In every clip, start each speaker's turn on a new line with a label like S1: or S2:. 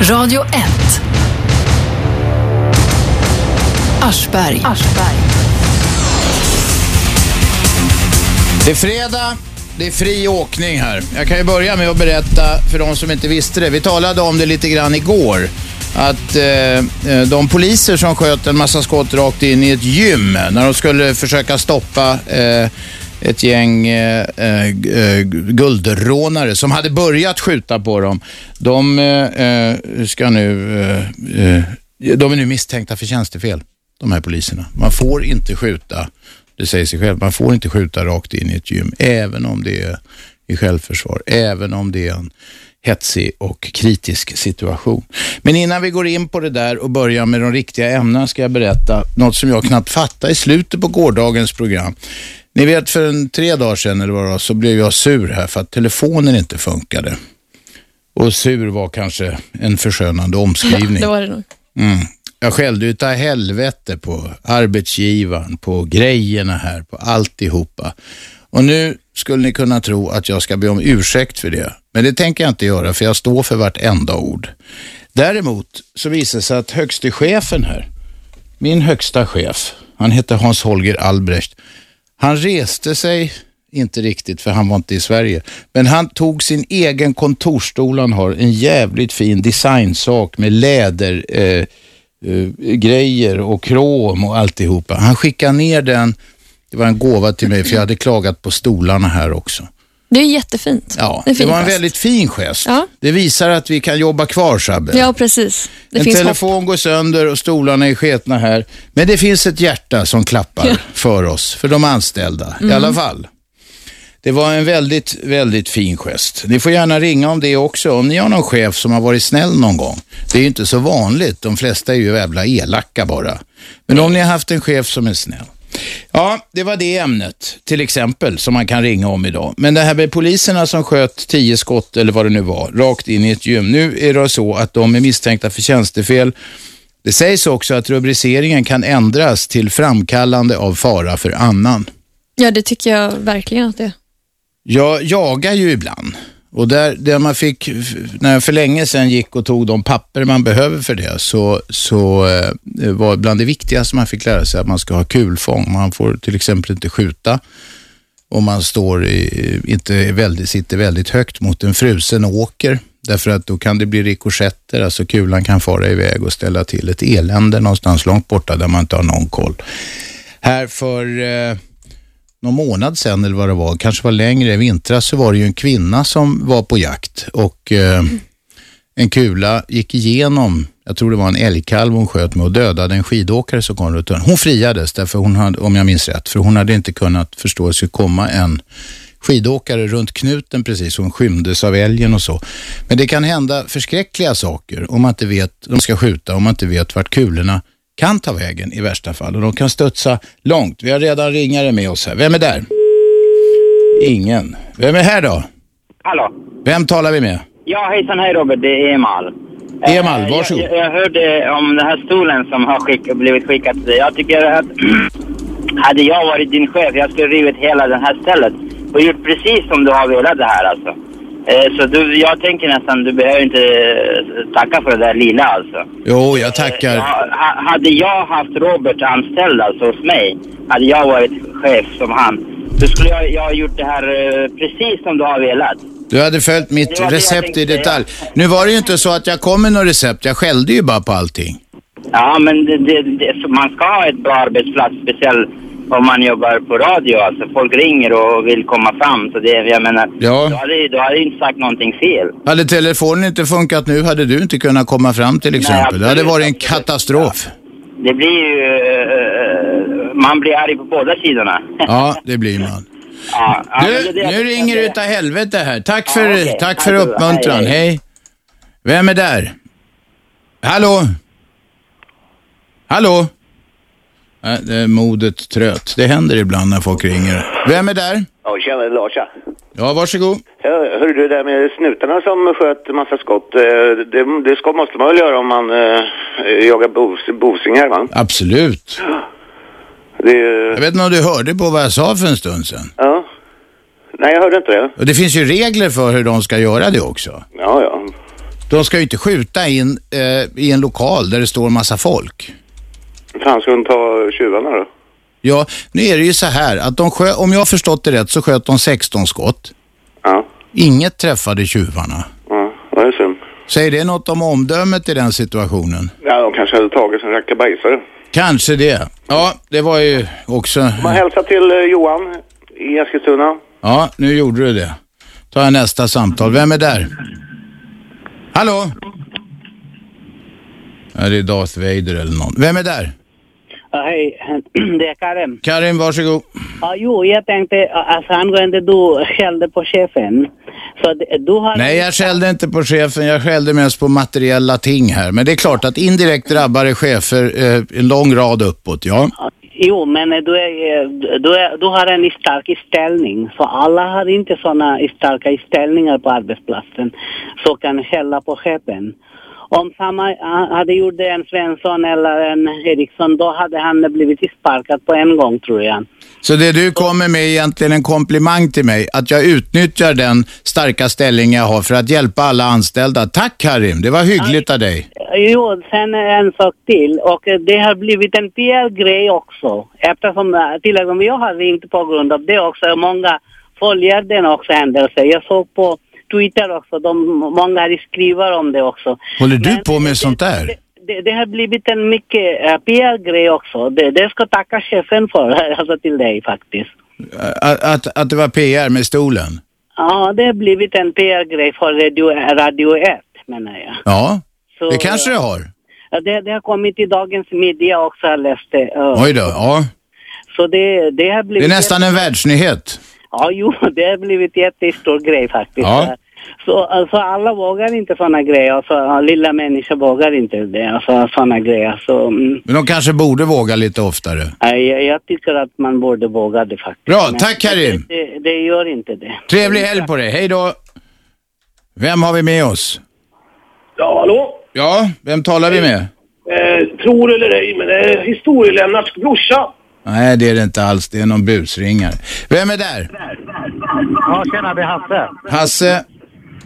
S1: Radio 1. Aschberg.
S2: Det är fredag, det är fri åkning här. Jag kan ju börja med att berätta för de som inte visste det. Vi talade om det lite grann igår. Att eh, eh, de poliser som sköt en massa skott rakt in i ett gym när de skulle försöka stoppa eh, ett gäng eh, eh, g- eh, guldrånare som hade börjat skjuta på dem. De eh, eh, ska nu... Eh, eh, de är nu misstänkta för tjänstefel, de här poliserna. Man får inte skjuta det säger sig själv, man får inte skjuta rakt in i ett gym, även om det är i självförsvar, även om det är en hetsig och kritisk situation. Men innan vi går in på det där och börjar med de riktiga ämnena ska jag berätta något som jag knappt fattade i slutet på gårdagens program. Ni vet för en tre dagar sedan eller vad det var så blev jag sur här för att telefonen inte funkade. Och sur var kanske en förskönande omskrivning.
S3: Det var det nog.
S2: Mm. Jag skällde utav helvete på arbetsgivaren, på grejerna här, på alltihopa. Och nu skulle ni kunna tro att jag ska be om ursäkt för det. Men det tänker jag inte göra, för jag står för vartenda ord. Däremot så visar det sig att högste chefen här, min högsta chef, han heter Hans-Holger Albrecht. Han reste sig, inte riktigt för han var inte i Sverige, men han tog sin egen kontorsstol han har, en jävligt fin designsak med läder, eh, eh, grejer och krom och alltihopa. Han skickade ner den, det var en gåva till mig för jag hade klagat på stolarna här också.
S3: Det är jättefint.
S2: Ja,
S3: det, är
S2: det,
S3: fin
S2: var en
S3: gest.
S2: väldigt fin gest.
S3: Ja.
S2: Det visar att vi kan jobba kvar Sabbe.
S3: Ja, precis. Det
S2: en
S3: finns hopp.
S2: telefon går sönder och stolarna är sketna här. Men det finns ett hjärta som klappar
S3: Ja.
S2: för oss, för de anställda i alla fall. Det var en väldigt, väldigt fin gest. Ni får gärna ringa om det också, om ni har någon chef som har varit snäll någon gång. Det är ju inte så vanligt, de flesta är ju jävla elaka bara. Men om ni har haft en chef som är snäll. Ja, det var det ämnet, till exempel, som man kan ringa om idag. Men det här med poliserna som sköt tio skott, eller vad det nu var, rakt in i ett gym. Nu är det så att de är misstänkta för tjänstefel. Det sägs också att rubriceringen kan ändras till framkallande av fara för annan.
S3: Ja, det tycker jag verkligen att det är.
S2: Jag jagar ju ibland. Och där, där man fick, f- när jag för länge sedan gick och tog de papper man behöver för det, så, så eh, var bland det viktigaste man fick lära sig att man ska ha kulfång. Man får till exempel inte skjuta om man står i, inte är väldigt, sitter väldigt högt mot en frusen åker. Därför att då kan det bli rikoschetter, alltså kulan kan fara iväg och ställa till ett elände någonstans långt borta där man inte har någon koll. Här för eh, någon månad sedan eller vad det var, kanske var längre, i vintras så var det ju en kvinna som var på jakt och eh, en kula gick igenom, jag tror det var en älgkalv hon sköt med och dödade en skidåkare som kom runt hörnet. Hon friades därför hon hade, om jag minns rätt, för hon hade inte kunnat förstå att det skulle komma en skidåkare runt knuten precis, hon skymdes av älgen och så. Men det kan hända förskräckliga saker om man inte vet, om man ska skjuta, om man inte vet vart kulorna kan ta vägen i värsta fall och de kan studsa långt. Vi har redan ringare med oss här. Vem är där? Ingen. Vem är här då?
S4: Hallå?
S2: Vem talar vi med?
S4: Ja, hejsan, hej Robert. Det är Emal.
S2: Emal,
S4: Eh,
S2: varsågod.
S4: Jag, jag, jag hörde om den här stolen som har skick, blivit skickad till dig. Jag tycker att hade jag varit din chef, jag skulle rivit hela det här stället och gjort precis som du har velat det här alltså. Eh, Så du, jag tänker nästan, du behöver inte eh, tacka för det där lilla alltså.
S2: Jo, jag tackar.
S4: Ja, ha- hade jag haft Robert anställd alltså hos mig, hade jag varit chef som han, då skulle jag, jag ha gjort det här eh, precis som du har velat.
S2: Du hade följt
S4: Det
S2: mitt
S4: var det jag
S2: recept i
S4: tänkte
S2: detalj.
S4: säga.
S2: Nu var det ju inte så att jag kom med något recept, jag skällde ju bara på allting.
S4: Ja, men det, det, det, så man ska ha ett bra arbetsplats, speciellt om man jobbar på radio. Alltså, folk ringer och vill komma fram. Så det, jag menar,
S2: Ja.
S4: du hade ju du hade ju inte sagt någonting fel.
S2: Hade telefonen inte funkat nu hade du inte kunnat komma fram till exempel. Det hade
S4: absolut,
S2: varit en
S4: absolut.
S2: katastrof.
S4: Det blir ju... eh, man blir arg på båda sidorna.
S2: Ja, det blir man.
S4: Ja, ja, men det är
S2: Du,
S4: det jag
S2: nu
S4: tänkte
S2: ringer
S4: säga.
S2: det utav helvete här. Tack
S4: Ja,
S2: för,
S4: okej.
S2: tack
S4: Tack
S2: för
S4: då.
S2: uppmuntran.
S4: Hej, hej.
S2: Hej. Vem är där? Hallå? Hallå? Äh, det är modet tröt. Det händer ibland när folk ringer. Vem är där?
S5: Ja, tjena, det är Lars. ja.
S2: Ja, varsågod.
S5: Hör, hör du, det där med snutarna som sköt massa skott, eh, det, det ska, måste man väl göra om man eh, jagar bos, bosingar, va?
S2: Absolut.
S5: Det, är-
S2: Jag vet inte om du hörde på vad jag sa för en stund sedan.
S5: ja. Nej, jag hörde inte det.
S2: Och det finns ju regler för hur de ska göra det också.
S5: Ja, ja.
S2: De ska ju inte skjuta in eh, i en lokal där det står massa folk.
S5: Fan, ska de ta tjuvarna då?
S2: Ja, nu är det ju så här att de skö- om jag har förstått det rätt så sköt de 16 skott.
S5: Ja.
S2: Inget träffade tjuvarna.
S5: Ja, det är synd.
S2: Säger det något om omdömet i den situationen?
S5: Ja, de kanske hade tagit sin rackabajsare.
S2: Kanske det. Ja, det var ju också...
S5: Man hälsar till eh, Johan i Eskilstuna.
S2: Ja, nu gjorde du det. Tar jag nästa samtal. Vem är där? Hallå? Ja, det är Darth Vader eller någon. Vem är där?
S6: Ja, hej, det är Karim.
S2: Karin, varsågod.
S6: Ja, jo, jag tänkte alltså, angående du skällde på chefen. Så det- du har...
S2: Nej, jag skällde inte på chefen. Jag skällde mest på materiella ting här. Men det är klart att indirekt drabbar det chefer eh, en lång rad uppåt, ja.
S6: Jo, men eh, du, är, eh, du, är, du har en stark ställning. Så alla har inte sådana starka ställningar på arbetsplatsen. Så kan skälla på chefen. Om samma eh, hade gjort det en Svensson eller en Eriksson, då hade han blivit sparkad på en gång tror jag.
S2: Så det du kommer med är egentligen en komplimang till mig, att jag utnyttjar den starka ställning jag har för att hjälpa alla anställda. Tack Karim, det var hyggligt av dig.
S6: Eh, Jo, sen en sak till. Och eh, det har blivit en PR-grej också. Eftersom eh, till exempel jag har ringt på grund av det också. Många följer den också händelsen. Jag såg på Twitter också. De, många här skriver om det också.
S2: Håller du på med sånt där?
S6: Det, det har blivit en mycket eh, PR-grej också. Det, det ska tacka chefen för, alltså till dig faktiskt.
S2: Eh, Att, att, att det var PR med stolen?
S6: Ja, det har blivit en PR-grej för Radio, Radio 1 menar jag.
S2: Ja,
S6: Så,
S2: det kanske det har.
S6: Ja, Det, det har kommit i dagens media också, jag läste. eh,
S2: Oj då, ja.
S6: Så det, det har
S2: Det är
S6: blivit...
S2: nästan en världsnyhet.
S6: Ja, jo, det har blivit jättestor grej faktiskt.
S2: Ja.
S6: Så alltså, alla vågar inte sådana grejer. Alltså, ja, lilla människor vågar inte det. Alltså, sådana grejer. Så, mm,
S2: Men de kanske borde våga lite oftare.
S6: ja, jag, jag tycker att man borde våga det faktiskt.
S2: Bra,
S6: Men
S2: tack, Karim.
S6: Det, det, det gör inte det.
S2: Trevlig helg på dig, hej då. Vem har vi med oss?
S7: Ja, hallå?
S2: Ja, vem talar vi med?
S7: Eh, tror eller ej, men det är historielämnarens brorsa.
S2: Nej, det är det inte alls. Det är någon busringare. Vem är där?
S8: Ja, tjena, det är Hasse.
S2: Hasse,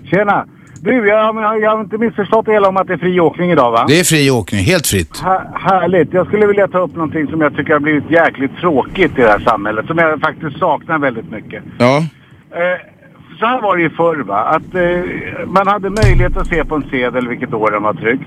S8: Tjena. Du, jag, jag, jag har inte missförstått det hela om att det är fri åkning idag, va?
S2: det är fri åkning, helt fritt.
S8: Här, härligt. Jag skulle vilja ta upp någonting som jag tycker har blivit jäkligt tråkigt i det här samhället. Som jag faktiskt saknar väldigt mycket.
S2: Ja.
S8: Eh, så här var det ju förr, va? Att eh, man hade möjlighet att se på en sedel vilket år den var tryckt.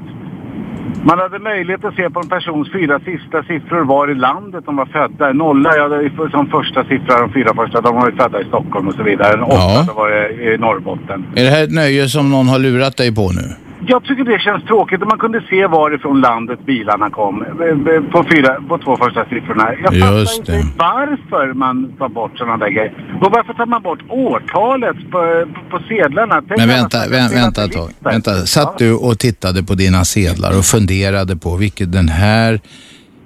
S8: Man hade möjlighet att se på en persons fyra sista siffror var i landet de var födda. Nolla, ja, det är ju som första siffra, de fyra första, de var ju födda i Stockholm och så vidare. En åtta,
S2: Ja.
S8: då var det i Norrbotten.
S2: Är det här ett nöje som någon har lurat dig på nu?
S8: Jag tycker det känns tråkigt om man kunde se varifrån landet bilarna kom eh, eh, på, fyra, på två första siffrorna. Jag
S2: Just
S8: fattar inte
S2: det.
S8: varför man tar bort sådana där grejer. Och varför tar man bort årtalet på, på, på sedlarna? Tänk
S2: Men
S8: alla
S2: vänta,
S8: stackars
S2: vä- vänta ett tag.
S8: filatelister.
S2: Vänta. Satt du och tittade på dina sedlar och funderade på vilken den här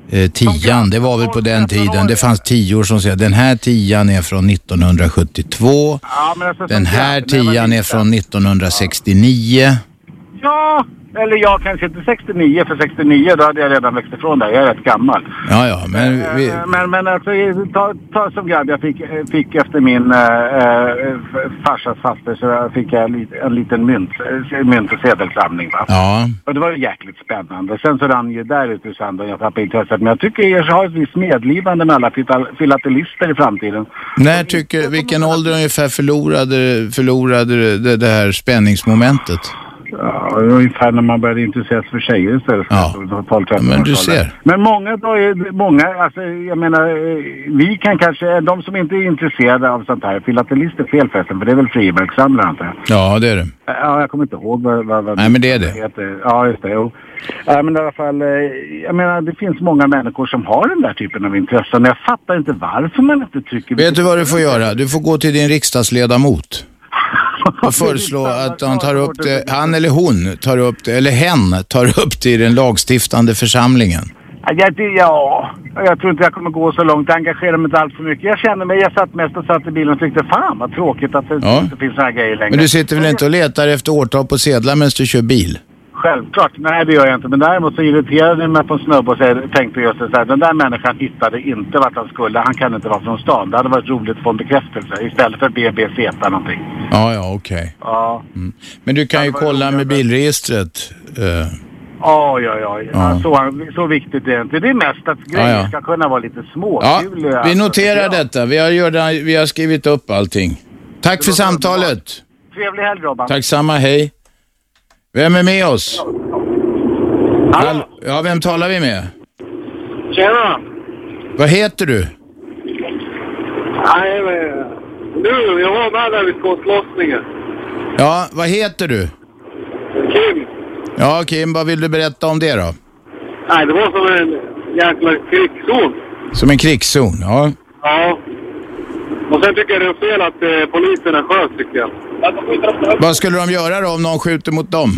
S2: eh, tian, det var väl på den tiden, det fanns tior som säger den här tian är från 1972,
S8: Ja, men alltså, som
S2: den här
S8: jag- när jag var
S2: tian är
S8: liten.
S2: från 1969.
S8: Ja, eller jag kanske inte 69, för 69 då hade jag redan växt ifrån där. Jag är rätt gammal.
S2: Ja, ja, men vi,
S8: Eh, Men, men alltså, ta, ta som grabb jag fick, eh, fick efter min eh, eh, f- farsas faster så jag fick jag en, lit- en liten mynt, eh, mynt och sedelsamling. Va?
S2: ja.
S8: Och det var ju jäkligt spännande. Sen så rann ju där ut ur sanden. Jag tappade intresset. Men jag tycker jag ska ha ett visst medlidande med alla fita- filatelister i framtiden.
S2: När tycker, vilken ålder ungefär förlorade, förlorade du det, det här spänningsmomentet?
S8: Ja, det var ungefär när man började intressera sig för tjejer istället för
S2: Ja.
S8: att- 12, 13
S2: Men du
S8: årsåldern.
S2: ser.
S8: Men många drar ju, många, alltså jag menar, eh, vi kan kanske, de som inte är intresserade av sånt här, filatelister fel förresten, för det är väl frimärkssamlare antar jag.
S2: Ja, det är det.
S8: Eh, Ja, jag kommer inte ihåg vad, vad, vad
S2: Nej, men det är det.
S8: heter. Ja, just det, jo. Ja, men i alla fall, eh, jag menar, det finns många människor som har den där typen av intressen. Jag fattar inte varför man inte tycker...
S2: Vet du vad du får göra? Du får gå till din riksdagsledamot och föreslå att han tar upp det, han eller hon tar upp det, eller hen tar upp det i den lagstiftande församlingen.
S8: Ja, Jag, det, ja, jag tror inte jag kommer gå så långt. Jag engagerar mig inte allt för mycket. Jag känner mig, jag satt mest och satt i bilen och tyckte fan vad tråkigt att det
S2: Ja.
S8: inte finns såna här grejer längre.
S2: Men du sitter väl inte och letar efter årtal på sedlar medan du kör bil?
S8: Självklart. Nej, det gör jag inte. Men däremot så irriterade jag mig på en snubbe och säger- tänkte just det så här. Den där människan hittade inte vart han skulle. Han kan inte vara från stan. Det hade varit roligt att få en bekräftelse istället för BBC eller någonting.
S2: Ja, ja, okej.
S8: Ja.
S2: Men du kan ju kolla med bilregistret. eh,
S8: Ja, ja, ja.
S2: Ja.
S8: ja. Så, så viktigt är det inte. Det är mest att grejer
S2: Ja, ja.
S8: ska kunna vara lite små.
S2: Ja,
S8: Kul, alltså,
S2: vi noterar
S8: tycker jag.
S2: detta. Vi har, gjort- vi har skrivit upp allting. Tack för samtalet.
S8: Trevlig helg Robban.
S2: Tack samma, hej. Vem är med oss? Hallå? Ja, vem talar vi med?
S9: Tjena!
S2: Vad heter du?
S9: Nej, men... Du, jag var med där vid skottlossningen.
S2: Ja, vad heter du?
S9: Kim!
S2: Ja, Kim, vad vill du berätta om det då?
S9: Nej, det var som en jäkla krigszon.
S2: Som en krigszon, ja.
S9: Ja. Och sen tycker jag det är fel att eh, polisen är sköt, tycker jag.
S2: Vad skulle de göra då om någon skjuter mot dem?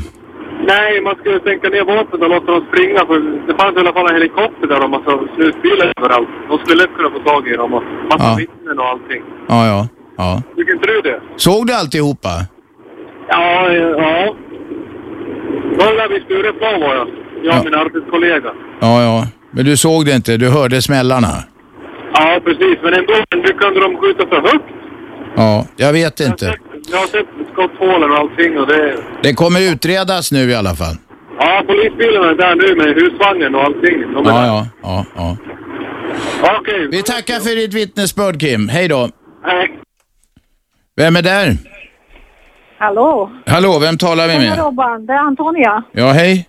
S9: Nej, man skulle sänka ner vapnet och låta dem springa. För det fanns i alla fall en helikopter där och massa snutbilar överallt. De skulle lätt kunna få tag i dem och massa
S2: Ja.
S9: vittnen och allting.
S2: Ja, ja, ja.
S9: Tycker inte du det?
S2: Såg du alltihopa?
S9: Ja, eh, ja. Det var där vid Stureplan var jag. Jag och
S2: Ja.
S9: min arbetskollega.
S2: Ja, ja. Men du såg det inte, du hörde smällarna?
S9: Ja, precis. Men ändå, hur kunde de skjuta så högt?
S2: Ja, jag vet inte.
S9: Jag har sett skotthålen och allting och det...
S2: Det kommer utredas nu i alla fall.
S9: Ja, polisbilarna är där nu med husvagnen och allting. De är
S2: Ja,
S9: där.
S2: ja, ja, ja.
S9: ja. Okej.
S2: Vi tackar för ditt vittnesbörd, Kim. Hej då.
S9: Nej.
S2: Vem är där?
S10: Hallå!
S2: Hallå, vem talar vi
S10: Hej
S2: med?
S10: Robban, det är Antonia.
S2: Ja, hej.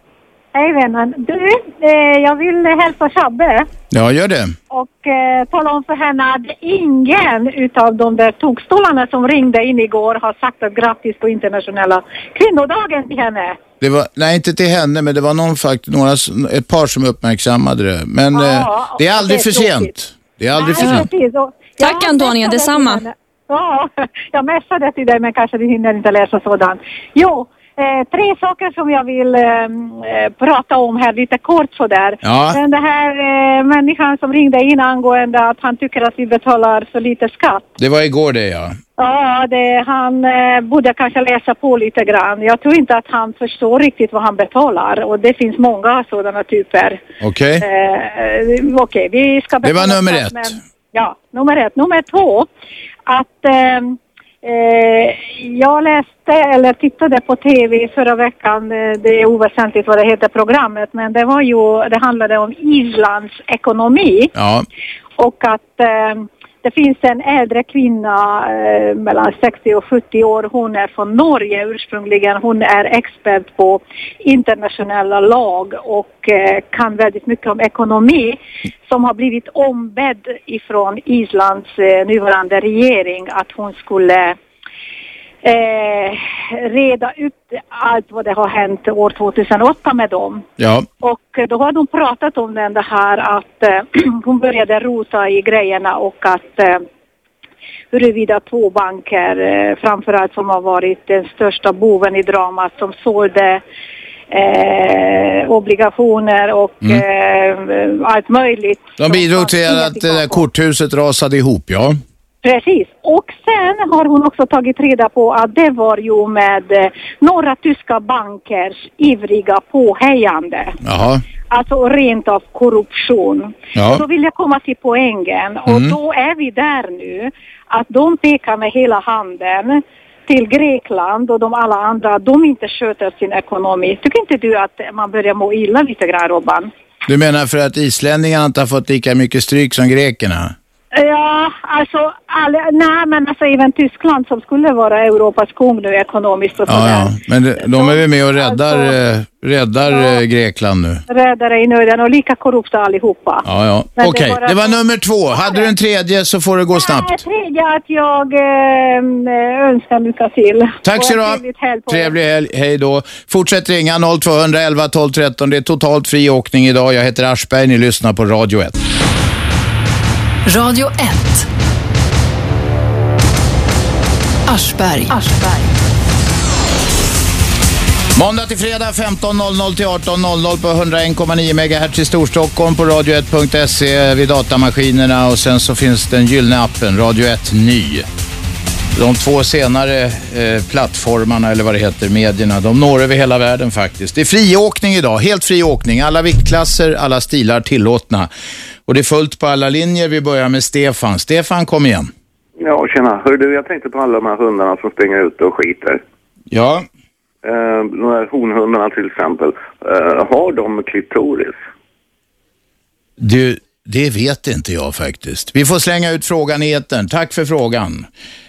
S10: Hej vännen. Du, eh, jag vill hälsa Shabbe
S2: Ja, gör det.
S10: och eh, tala om för henne att ingen utav de där tokstolarna som ringde in igår har sagt ett grattis på internationella kvinnodagen till henne.
S2: Det var, nej, inte till henne, men det var någon fakt, några, s- ett par som uppmärksammade det. Men
S10: Ja,
S2: eh, det är aldrig
S10: det är
S2: för
S10: tråkigt.
S2: sent. Det är aldrig för
S10: Nej,
S2: sent.
S10: precis. Och jag
S11: Tack, Antonia,
S10: messade till
S11: detsamma.
S10: henne. Ja, jag messade till dig men kanske du hinner inte läsa sådant. Jo, eh, tre saker som jag vill ehm, eh, prata om här lite kort sådär.
S12: Ja.
S10: Den det här eh, människan som ringde in angående att han tycker att vi betalar för lite skatt.
S2: Det var igår det, ja.
S10: Ja, det, han eh, borde kanske läsa på lite grann. Jag tror inte att han förstår riktigt vad han betalar och det finns många sådana typer.
S2: Okej?
S10: Eh, Okej, vi ska
S2: Det var
S10: betala
S2: nummer
S10: skatt,
S2: ett.
S10: Men, ja, nummer ett. Nummer två, att ehm, eh, jag läste eller tittade på tv förra veckan, eh, det är oväsentligt vad det heter programmet, men det var ju, det handlade om Islands ekonomi
S2: Ja.
S10: och att ehm, det finns en äldre kvinna eh, mellan 60 och 70 år. Hon är från Norge ursprungligen. Hon är expert på internationella lag och eh, kan väldigt mycket om ekonomi som har blivit ombedd ifrån Islands eh, nuvarande regering att hon skulle eh, reda ut allt vad det har hänt år 2008 med dem.
S2: Ja.
S10: Och då har de pratat om den det här att eh, hon började rota i grejerna och att eh, huruvida två banker, eh, framförallt som har varit den största boven i dramat, som sålde eh, obligationer och eh, allt möjligt.
S2: De bidrog till att det där korthuset rasade ihop, ja.
S10: Precis. Och sen har hon också tagit reda på att det var ju med eh, några tyska bankers ivriga påhejande.
S2: Jaha.
S10: Alltså rent av korruption.
S2: Ja.
S10: Så vill jag komma till poängen och
S2: Mm.
S10: då är vi där nu att de pekar med hela handen till Grekland och de alla andra att de inte sköter sin ekonomi. Tycker inte du att man börjar må illa lite grann Robban?
S2: Du menar för att islänningarna inte har fått lika mycket stryk som grekerna?
S10: Ja, alltså, alla, nej men alltså även Tyskland som skulle vara Europas kung nu ekonomiskt och
S2: Ja,
S10: sådär.
S2: ja. Men de- de är väl med och räddar,
S10: alltså-
S2: eh, räddar eh, Grekland nu.
S10: Räddare i nöden och lika korrupta allihopa.
S2: Ja, ja.
S10: Men det
S2: Okej,
S10: var
S2: det var nummer två. Hade du en tredje så får det gå snabbt.
S10: Det tredje att jag eh, önskar lycka till.
S2: Tack så
S10: Och
S2: du ha.
S10: en trevlig helg på er.
S2: Trevlig helg, hej då. Fortsätt ringa 0211 12 13. Det är totalt fri åkning idag. Jag heter Aschberg, ni lyssnar på Radio 1.
S1: Radio 1. Aschberg.
S2: Måndag till fredag 15.00 till 18.00 på 101,9 MHz i Storstockholm på radio1.se vid datamaskinerna och sen så finns den gyllene appen Radio 1 Ny. De två senare eh, plattformarna, eller vad det heter, medierna, de når över hela världen faktiskt. Det är friåkning idag, helt fri åkning. Alla viktklasser, alla stilar tillåtna. Och det är fullt på alla linjer. Vi börjar med Stefan. Stefan, kom igen.
S13: Ja, tjena. Hör du, jag tänkte på alla de här hundarna som springer ute och skiter.
S2: Ja.
S13: Eh, de här honhundarna till exempel. Eh, har de klitoris?
S2: Du, det vet inte jag faktiskt. Vi får slänga ut frågan i etern. Tack för frågan.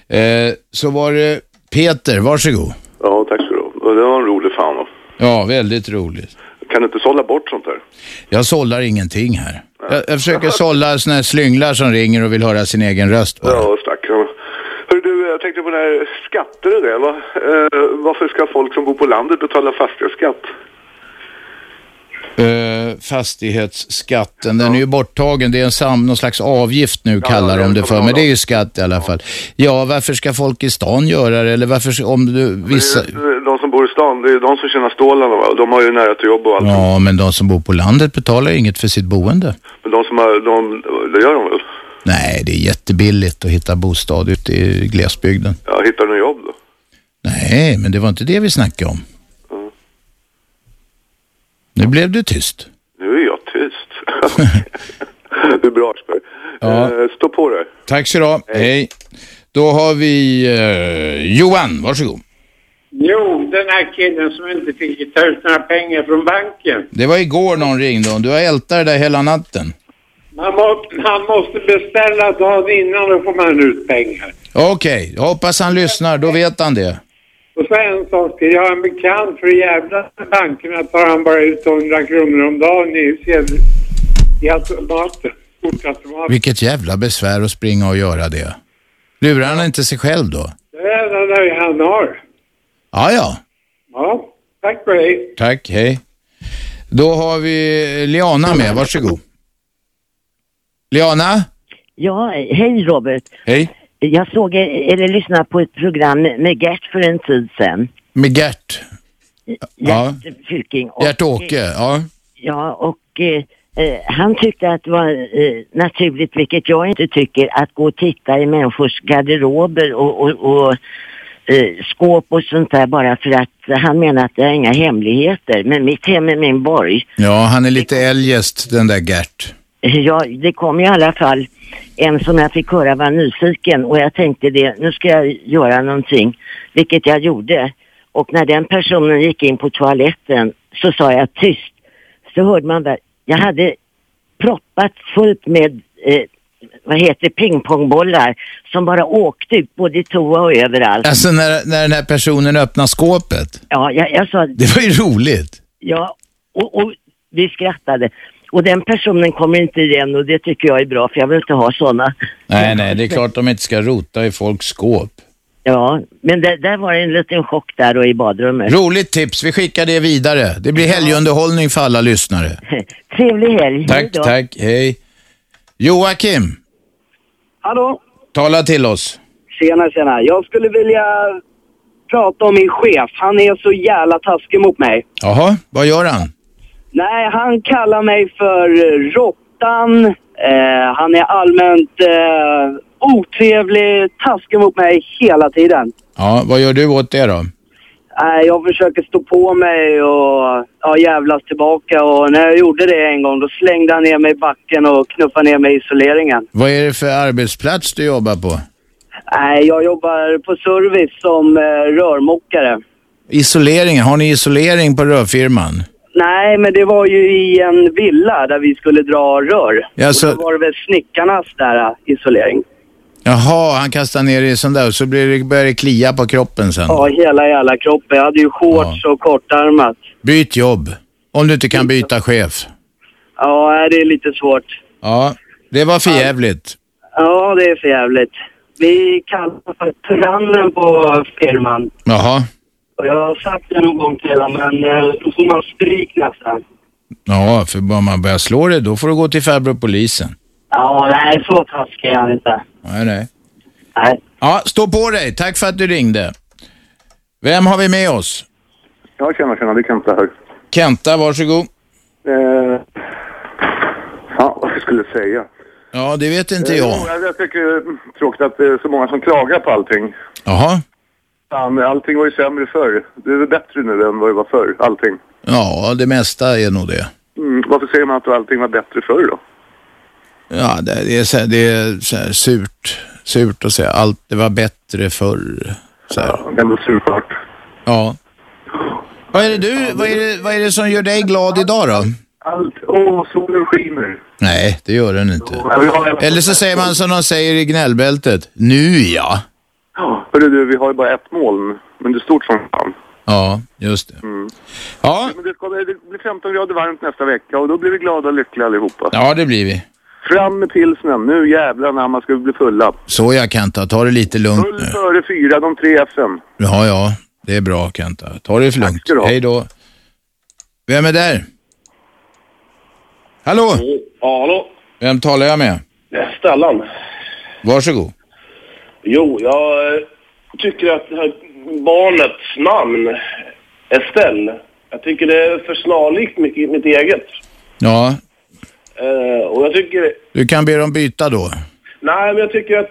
S2: Eh, så var det Peter, varsågod.
S5: Ja, tack så du ha. Det var en rolig fan. va?
S2: Ja, väldigt roligt.
S5: Kan du inte sålla bort sånt här?
S2: Jag sållar ingenting här. Jag, jag försöker sålla såna här slynglar som ringer och vill höra sin egen röst.
S5: Ja, stackarn. Hör du, jag tänkte på det här skatter och det. Va? Eh, varför ska folk som bor på landet betala fastighetsskatt?
S2: Eh, fastighetsskatten, den är ju borttagen. Det är en sam, någon slags avgift nu kallar de det för, men det är ju skatt i alla fall. Ja, varför ska folk i stan göra det? Eller varför, ska- om du, vissa...
S5: Eh, De som bor i stan, det är de som tjänar stålarna. Va? De har ju nära till jobb och allt.
S2: Ja, men de som bor på landet betalar ju inget för sitt boende.
S5: Men de som har, de, det gör de väl?
S2: Nej, det är jättebilligt att hitta bostad ute i glesbygden.
S5: Ja, hittar de jobb då?
S2: Nej, men det var inte det vi snackade om. Nu blev du tyst.
S5: Nu är jag tyst. det är bra, Aschberg.
S2: Ja.
S5: Eh, stå på dig.
S2: Tack så du ha. Hej. Då har vi eh, Johan, varsågod.
S14: Jo, den här killen som inte fick ta ut några pengar från banken.
S2: Det var igår någon ringde och du har ältat det där hela natten.
S14: Man må, han måste beställa dagen innan och får man ut pengar.
S2: Okej, jag hoppas han lyssnar, då vet han det.
S14: Och så en sak till. Jag har en bekant för jävla bankerna tar han bara ut 100 kronor om dagen i, sedel- i automaten. Kortautomaten.
S2: Vilket jävla besvär att springa och göra det. Lurar han inte sig själv då?
S14: Det är den där han har.
S2: Ja, ja.
S14: Ja, tack för det.
S2: Tack, hej. Då har vi Liana med, varsågod. Liana?
S15: Ja, hej Robert.
S2: Hej.
S15: Jag såg, eller lyssnade på ett program med Gert för en tid sedan.
S2: Med Gert. Ja.
S15: Fylking. Och,
S2: Gert-Åke, ja.
S15: Ja, och eh, eh, han tyckte att det var eh, naturligt, vilket jag inte tycker, att gå och titta i människors garderober och, och, och eh, skåp och sånt där bara för att han menar att det är inga hemligheter. Men mitt hem är min borg.
S2: Ja, han är lite eljest, den där Gert.
S15: Ja, det kom i alla fall en som jag fick höra var nyfiken och jag tänkte det, nu ska jag göra någonting, vilket jag gjorde. Och när den personen gick in på toaletten så sa jag tyst, så hörde man där, jag hade proppat fullt med, eh, vad heter det, pingpongbollar som bara åkte ut både i toa och överallt.
S2: Alltså när, när den här personen öppnar skåpet.
S15: Ja, jag, jag sa,
S2: Det var ju roligt.
S15: Ja, och, och vi skrattade. Och den personen kommer inte igen och det tycker jag är bra för jag vill inte ha sådana.
S2: Nej, nej, det är klart de inte ska rota i folks skåp.
S15: Ja, men där, där var det en liten chock där och i badrummet.
S2: Roligt tips, vi skickar det vidare. Det blir helgunderhållning för alla lyssnare.
S15: Trevlig helg.
S2: Tack, tack, hej. Joakim,
S16: Hallå?
S2: tala till oss.
S16: Tjena, tjena. Jag skulle vilja prata om min chef. Han är så jävla taskig mot mig.
S2: Jaha, vad gör han?
S16: Nej, han kallar mig för eh, råttan. Eh, han är allmänt eh, otrevlig, taskig mot mig hela tiden.
S2: Ja, vad gör du åt det då?
S16: Nej, jag försöker stå på mig och ja, jävlas tillbaka. Och när jag gjorde det en gång, då slängde han ner mig i backen och knuffade ner mig i isoleringen.
S2: Vad är det för arbetsplats du jobbar på?
S16: Nej, Eh, jag jobbar på service som eh, rörmokare.
S2: Isoleringen, har ni isolering på rörfirman?
S16: Nej, men det var ju i en villa där vi skulle dra rör.
S2: Ja, så-
S16: Och då var det väl snickarnas där äh, isolering.
S2: Jaha, han kastar ner i sån där och så blir det, börjar det klia på kroppen sen.
S16: Ja, hela jävla kroppen. Jag hade ju shorts och kortärmat.
S2: Byt jobb, om du inte kan byta chef.
S16: Ja, nej, det är lite svårt.
S2: Ja, det var för jävligt.
S16: Ja, det är för jävligt. Vi kallar för tyrannen på firman.
S2: Jaha,
S16: Och jag har sagt det någon gång till honom, men eh, då får man stryk nästan.
S2: ja, för om man börjar slå dig då får du gå till farbror polisen.
S16: Ja, nej, så taskig är han inte.
S2: Nej, nej.
S16: Nej.
S2: Ja, stå på dig. Tack för att du ringde. Vem har vi med oss?
S5: Ja, tjena, tjena. Det är Kenta här.
S2: Kenta, varsågod.
S5: Eh, ja, vad jag skulle säga.
S2: Ja, det vet inte
S5: Eh,
S2: jag.
S5: jo, Jag tycker det är tråkigt att det är så många som klagar på allting.
S2: Jaha.
S5: Fan, allting var ju sämre förr. Det är bättre nu än vad det var förr, allting.
S2: Ja, det mesta är nog det.
S5: Mm. Varför säger man att allting var bättre förr då?
S2: Ja, det det är, så här, det är så här surt, surt att säga. Allt det var bättre förr. Så här.
S5: Ja, ändå surfart.
S2: Ja. Vad är, det du, vad, är det, vad är det som gör dig glad idag då?
S5: Allt, åh, solen skiner.
S2: Nej, det gör den inte. Eller så säger man som de säger i gnällbältet. Nu ja.
S5: Ja, Hörru du, vi har ju bara ett moln, men det är stort som fan.
S2: Ja, just det.
S5: Mm.
S2: Ja.
S5: Men det, kommer, det blir 15 grader varmt nästa vecka och då blir vi glada och lyckliga allihopa.
S2: Ja, det blir vi.
S5: Fram med pilsnen, nu jävlar när man ska vi bli fulla.
S2: Så jag Kenta, ta det lite lugnt
S5: Full
S2: nu.
S5: före fyra, de tre F'en.
S2: Ja, ja. Det är bra Kenta. Ta det för lugnt. Hej då. Vem är där? Hallå?
S17: Ja, hallå?
S2: Vem talar jag med?
S17: Ja, Stellan.
S2: Varsågod.
S17: Jo, jag eh, tycker att det här barnets namn, Estelle, jag tycker det är för snarlikt mitt, mitt eget.
S2: Ja,
S17: Eh, och jag tycker
S2: du kan be dem byta då.
S17: Nej, men jag tycker att...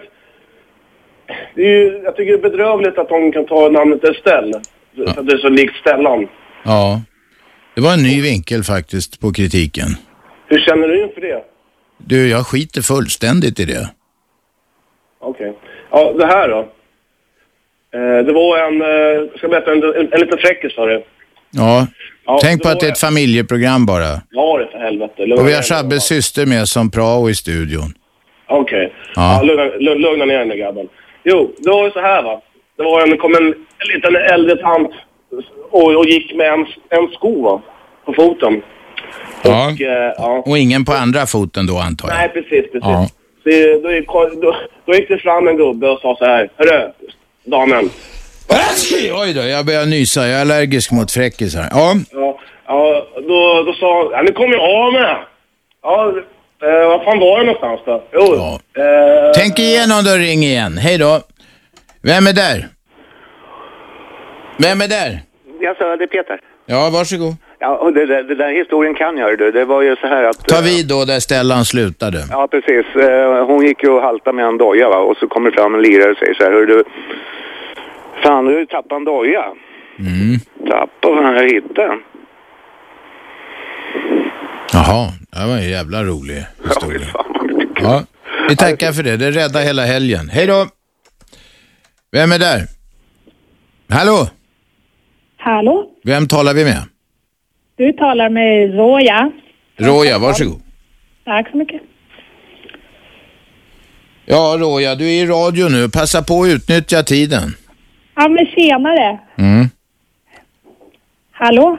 S17: Det är ju, jag tycker det är bedrövligt att de kan ta namnet Estelle. För att det är så likt Stellan.
S2: Ja. Det var en ny vinkel faktiskt på kritiken.
S17: Hur känner du inför det?
S2: Du, jag skiter fullständigt i det.
S17: Okej. Ja, det här då. Eh, det var en... Eh, jag ska berätta en, en, en liten fräckis för dig.
S2: Ja.
S17: Ja,
S2: Tänk på
S17: då
S2: att det är
S17: är-
S2: ett familjeprogram bara.
S17: Ja, det för helvete. Lugna
S2: Och vi
S17: ner dig.
S2: har Shabbes syster med som prao i studion.
S17: Okej.
S2: Ja.
S17: Ja, lugna, lu- lugna ner dig grabben. Jo, det var ju så här va. Det var en, kom en, en liten äldre tant och, och gick med en, en sko va. På foten.
S2: Ja.
S17: Eh, ja.
S2: Och ingen på andra foten då antar jag.
S17: Nej, precis, precis.
S2: Ja.
S17: Det, då, gick, då, då gick det fram en gubbe och sa så här. Hörru, damen.
S2: Oj då, jag börjar nysa. Jag är allergisk mot fräckisar. Ja.
S17: Ja, ja då, då sa han, ja, nu kommer jag av med. Ja, eh, vad fan var det någonstans då? Jo, eh,
S2: Tänk igenom då, ring igen. Hej då. Vem är där? Vem är där?
S18: Jag sa det är Peter.
S2: Ja, varsågod.
S18: Ja, och det, det, den där historien kan jag ju du. Det var ju så här att...
S2: Ta vid då där Stellan slutade.
S18: Ja, precis. Eh, Hon gick ju och haltade med en doja va? och så kommer det fram en lirare och säger så här, hör du, fan du tappade en doja.
S2: Mm.
S18: Tappade vad jag hittade den.
S2: Jaha, det var en jävla rolig historia. Ja, vi tackar för det. Det räddade hela helgen. Hej då. Vem är där? Hallå?
S10: Hallå,
S2: Vem talar vi med?
S10: du talar med Zoja.
S2: Roja, varsågod.
S10: Tack så mycket.
S2: Ja, Roja, du är i radio nu. Passa på att utnyttja tiden.
S10: Ja, men tjenare.
S2: Mm.
S10: Hallå?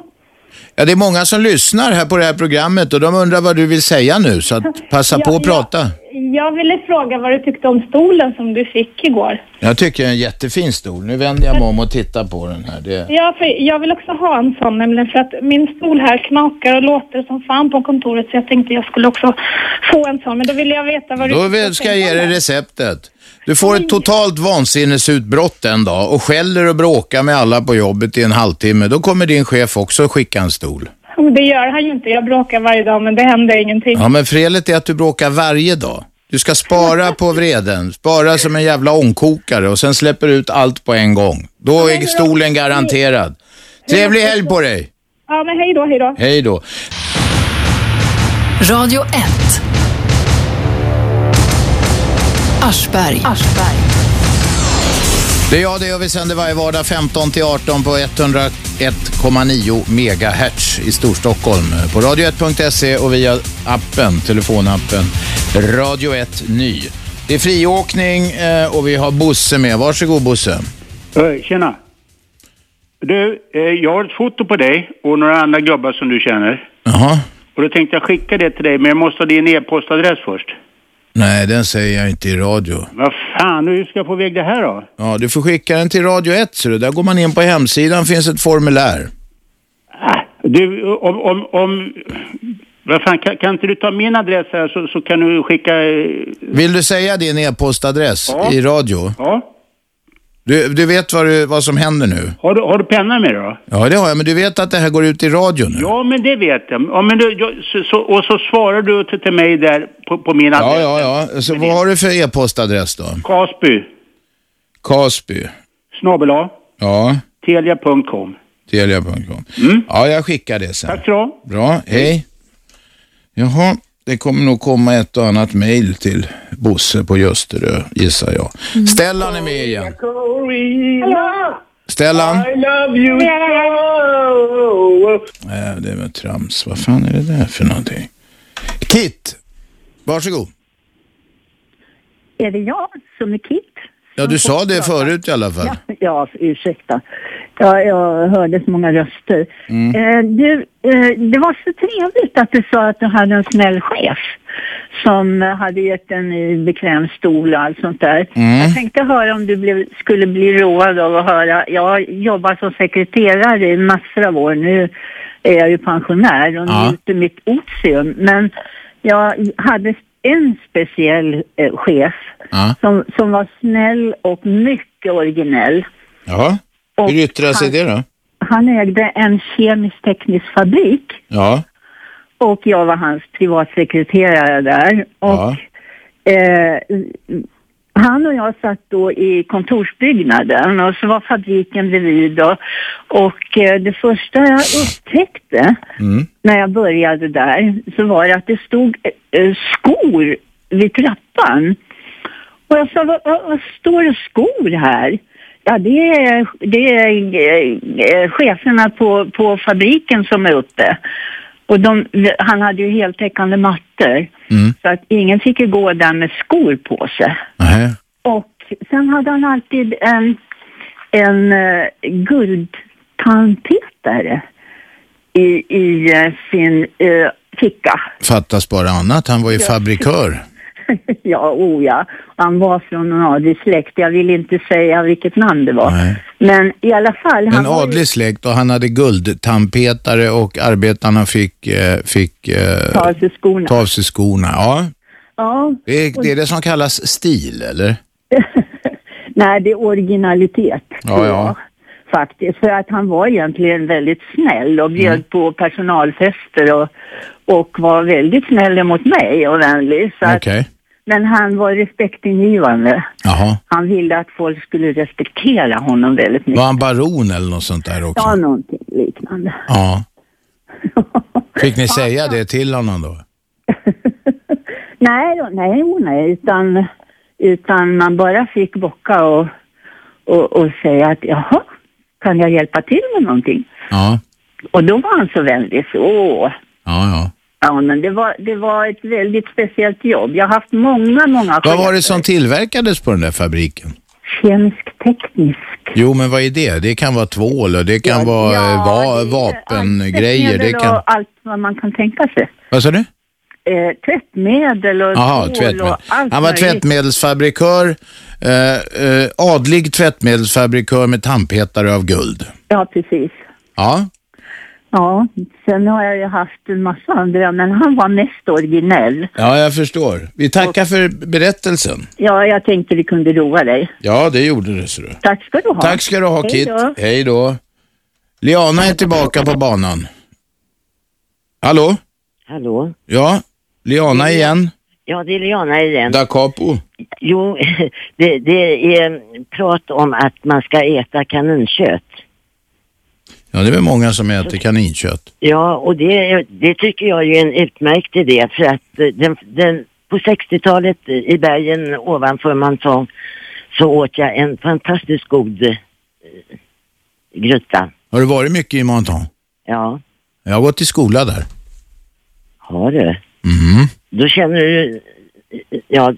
S2: Ja, det är många som lyssnar här på det här programmet och de undrar vad du vill säga nu, så att passa på att prata.
S10: Jag ville fråga vad du tyckte om stolen som du fick igår.
S2: Jag tycker det är en jättefin stol. Nu vänder jag mig om och tittar på den här. Det...
S10: Ja, för jag vill också ha en sån nämligen för att min stol här knakar och låter som fan på kontoret så jag tänkte jag skulle också få en sån. Men då ville jag veta vad
S2: Då
S10: du tyckte
S2: vill- ska jag ge dig receptet. Du får ett totalt vansinnesutbrott en dag och skäller och bråkar med alla på jobbet i en halvtimme. Då kommer din chef också skicka en stol.
S10: om- Det gör han ju inte. Jag bråkar varje dag men det händer ingenting.
S2: Ja, men felet är att du bråkar varje dag. Du ska spara på vreden, spara som en jävla ångkokare och sen släpper du ut allt på en gång. Då är stolen garanterad. Trevlig helg på dig!
S10: Ja, men hej då, hej då.
S2: Hej då!
S1: Radio 1. Aschberg.
S2: Det är jag det och vi sänder varje vardag 15 till 18 på 101,9 megahertz i Storstockholm. På radio1.se och via appen, telefonappen Radio 1 Ny. Det är friåkning eh, och vi har Bosse med. Varsågod Bosse.
S19: Ö, Tjena. Du, eh, jag har ett foto på dig och några andra gubbar som du känner.
S2: Jaha.
S19: Och då tänkte jag skicka det till dig, men jag måste ha din e-postadress först.
S2: Nej, den säger jag inte i radio.
S19: Vad fan, hur ska jag få iväg det här då?
S2: Ja, du får skicka den till Radio 1 så det. Där går man in på hemsidan, finns ett formulär.
S19: Du, om, om, om... Vad fan, kan, kan inte du ta min adress här så, så kan du skicka... eh,
S2: Vill du säga din e-postadress
S19: Ja.
S2: i radio?
S19: Ja.
S2: Du, du vet vad, du, vad som händer nu?
S19: Har du, har du penna med dig då?
S2: Ja, det har jag, men du vet att det här går ut i radio nu?
S19: Ja, men det vet jag. Ja, men du, jag så, så, och så svarar du till, till mig där på, på min adress.
S2: Ja, ja, ja. Så vad har du för e-postadress då?
S19: Kasby.
S2: Kasby.
S20: snabel A,
S2: Ja,
S20: telia.com.
S2: telia.com.
S19: Mm?
S2: Ja, jag skickar det sen.
S20: Tack så du
S2: Bra, hej. Jaha, det kommer nog komma ett och annat mejl till Bosse på Ljusterö, gissar jag. Stellan är med igen.
S14: Carolina!
S2: Stellan?
S14: I love you so!
S2: Nej, Äh, det var trams. Vad fan är det där för någonting? Kit, varsågod.
S21: Är det jag som är Kit?
S2: Ja, du sa det förut i alla fall.
S21: Ja, ursäkta. Ja, jag hörde så många röster.
S2: Mm.
S21: Eh, du, eh, det var så trevligt att du sa att du hade en snäll chef som eh, hade gett en ny bekväm stol och allt sånt där.
S22: Mm.
S21: Jag tänkte höra om du blev, skulle bli road av att höra. Jag har jobbat som sekreterare i massor av år. Nu är jag ju pensionär och
S22: Ja.
S21: njuter mitt otium. Men jag hade en speciell eh, chef
S2: Ja.
S21: som, som var snäll och mycket originell.
S2: Jaha, hur yttrar sig det då?
S21: Han ägde en kemisk-teknisk fabrik
S2: Ja,
S21: och jag var hans privatsekreterare där. Och,
S2: ja.
S21: eh, han och jag satt då i kontorsbyggnaden och så var fabriken bredvid. Och, och eh, det första jag upptäckte
S22: Mm.
S21: när jag började där så var det att det stod eh, skor vid trappan. Och jag sa, vad, vad, vad står det skor här? Ja, det är, det är eh, cheferna på, på fabriken som är uppe. Och de, han hade ju heltäckande mattor. Så att ingen fick ju gå där med skor på sig. Och sen hade han alltid en, en uh, guldtandpetare i, i eh, sin eh, ficka.
S2: Fattas bara annat. Han var ju fabrikör.
S21: ja, oh ja. Han var från någon adlig släkt. Jag vill inte säga vilket namn det var.
S2: Nej.
S21: Men i alla fall.
S2: En
S21: var ju-
S2: adlig släkt och han hade guldtandpetare och arbetarna fick, eh, fick eh,
S21: Ta av sig skorna.
S2: ta av sig skorna. Ja.
S21: Ja.
S2: Det, är, det är det som kallas stil, eller?
S21: Nej, det är originalitet.
S2: Ja, ja.
S21: faktiskt. För att han var egentligen väldigt snäll och bjöd
S22: Mm.
S21: på personalfester och, och var väldigt snäll mot mig och vänlig. Så att,
S2: Okej.
S21: Men han var respektingivande.
S2: Jaha.
S21: Han ville att folk skulle respektera honom väldigt mycket.
S2: Var han baron eller något sånt där också?
S21: Ja, någonting liknande.
S2: Ja. Fick ni säga det till honom då?
S21: Nej, då, nej, oh, nej, utan, utan man bara fick bocka och, och, och säga att jaha, kan jag hjälpa till med någonting?
S2: Ja.
S21: Och då var han så vänlig så. åh.
S2: Ja, ja.
S21: Ja, men det var, det var ett väldigt speciellt jobb. Jag har haft många, många
S2: Vad var det som tillverkades på den där fabriken?
S21: Kemisk teknisk.
S2: Jo, men vad är det? Det kan vara tvål och det kan vara eh, va- vapengrejer. Det
S21: Tvättmedel
S2: kan...
S21: och allt vad man kan tänka sig.
S2: Vad sa du?
S21: Eh, tvättmedel och
S2: Jaha,
S21: tvål
S2: tvättmedel.
S21: och allt
S2: Han var
S21: möjligt.
S2: tvättmedelsfabrikör, eh, eh, adlig tvättmedelsfabrikör med tandpetare av guld.
S21: Ja, precis.
S2: Ja,
S21: Ja, sen har jag ju haft en massa andra, men han var mest originell.
S2: ja jag förstår. Vi tackar för berättelsen.
S21: Ja, jag tänkte vi kunde roa dig.
S2: Ja, det gjorde det, ser du.
S21: Tack ska du ha.
S2: Tack ska du ha,
S21: Hej
S2: Kit.
S21: då.
S2: Hej då. Liana är tillbaka på banan. Hallå?
S15: Hallå?
S2: Ja, Liana igen.
S15: Ja, det är Liana igen.
S2: Da Capo.
S15: Jo, det, det är prat om att man ska äta kaninkött.
S2: Ja, det är väl många som äter kaninkött.
S15: Ja, och det, det tycker jag är en utmärkt idé för att eh, den, den, på 60-talet i bergen ovanför Monton så åt jag en fantastiskt god eh, gryta.
S2: Har du varit mycket i Montan?
S15: Ja,
S2: Jag har gått i skola där.
S15: Har du? då känner du, ja,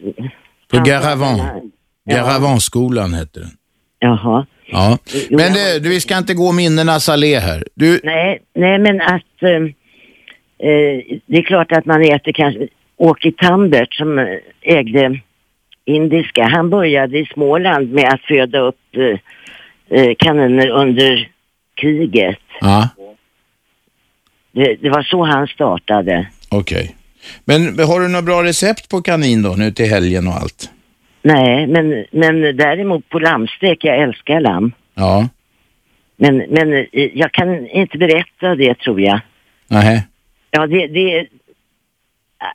S2: På Garavan. Garavanskolan hette den.
S15: Jaha.
S2: Ja. Men det, du, vi ska inte gå minnenas allé här. Du,
S15: Nej, nej men att eh, eh, det är klart att man äter kanske. Åke Tambert som eh, ägde indiska, han började i Småland med att föda upp eh, eh, kaniner under kriget.
S2: Ja.
S15: Det, det var så han startade.
S2: okej. Men har du några bra recept på kanin då nu till helgen och allt?
S15: Nej, men, men däremot på lammstek, jag älskar lamm.
S2: Ja.
S15: Men, men eh, jag kan inte berätta det tror jag.
S2: Nej.
S15: Ja, det, det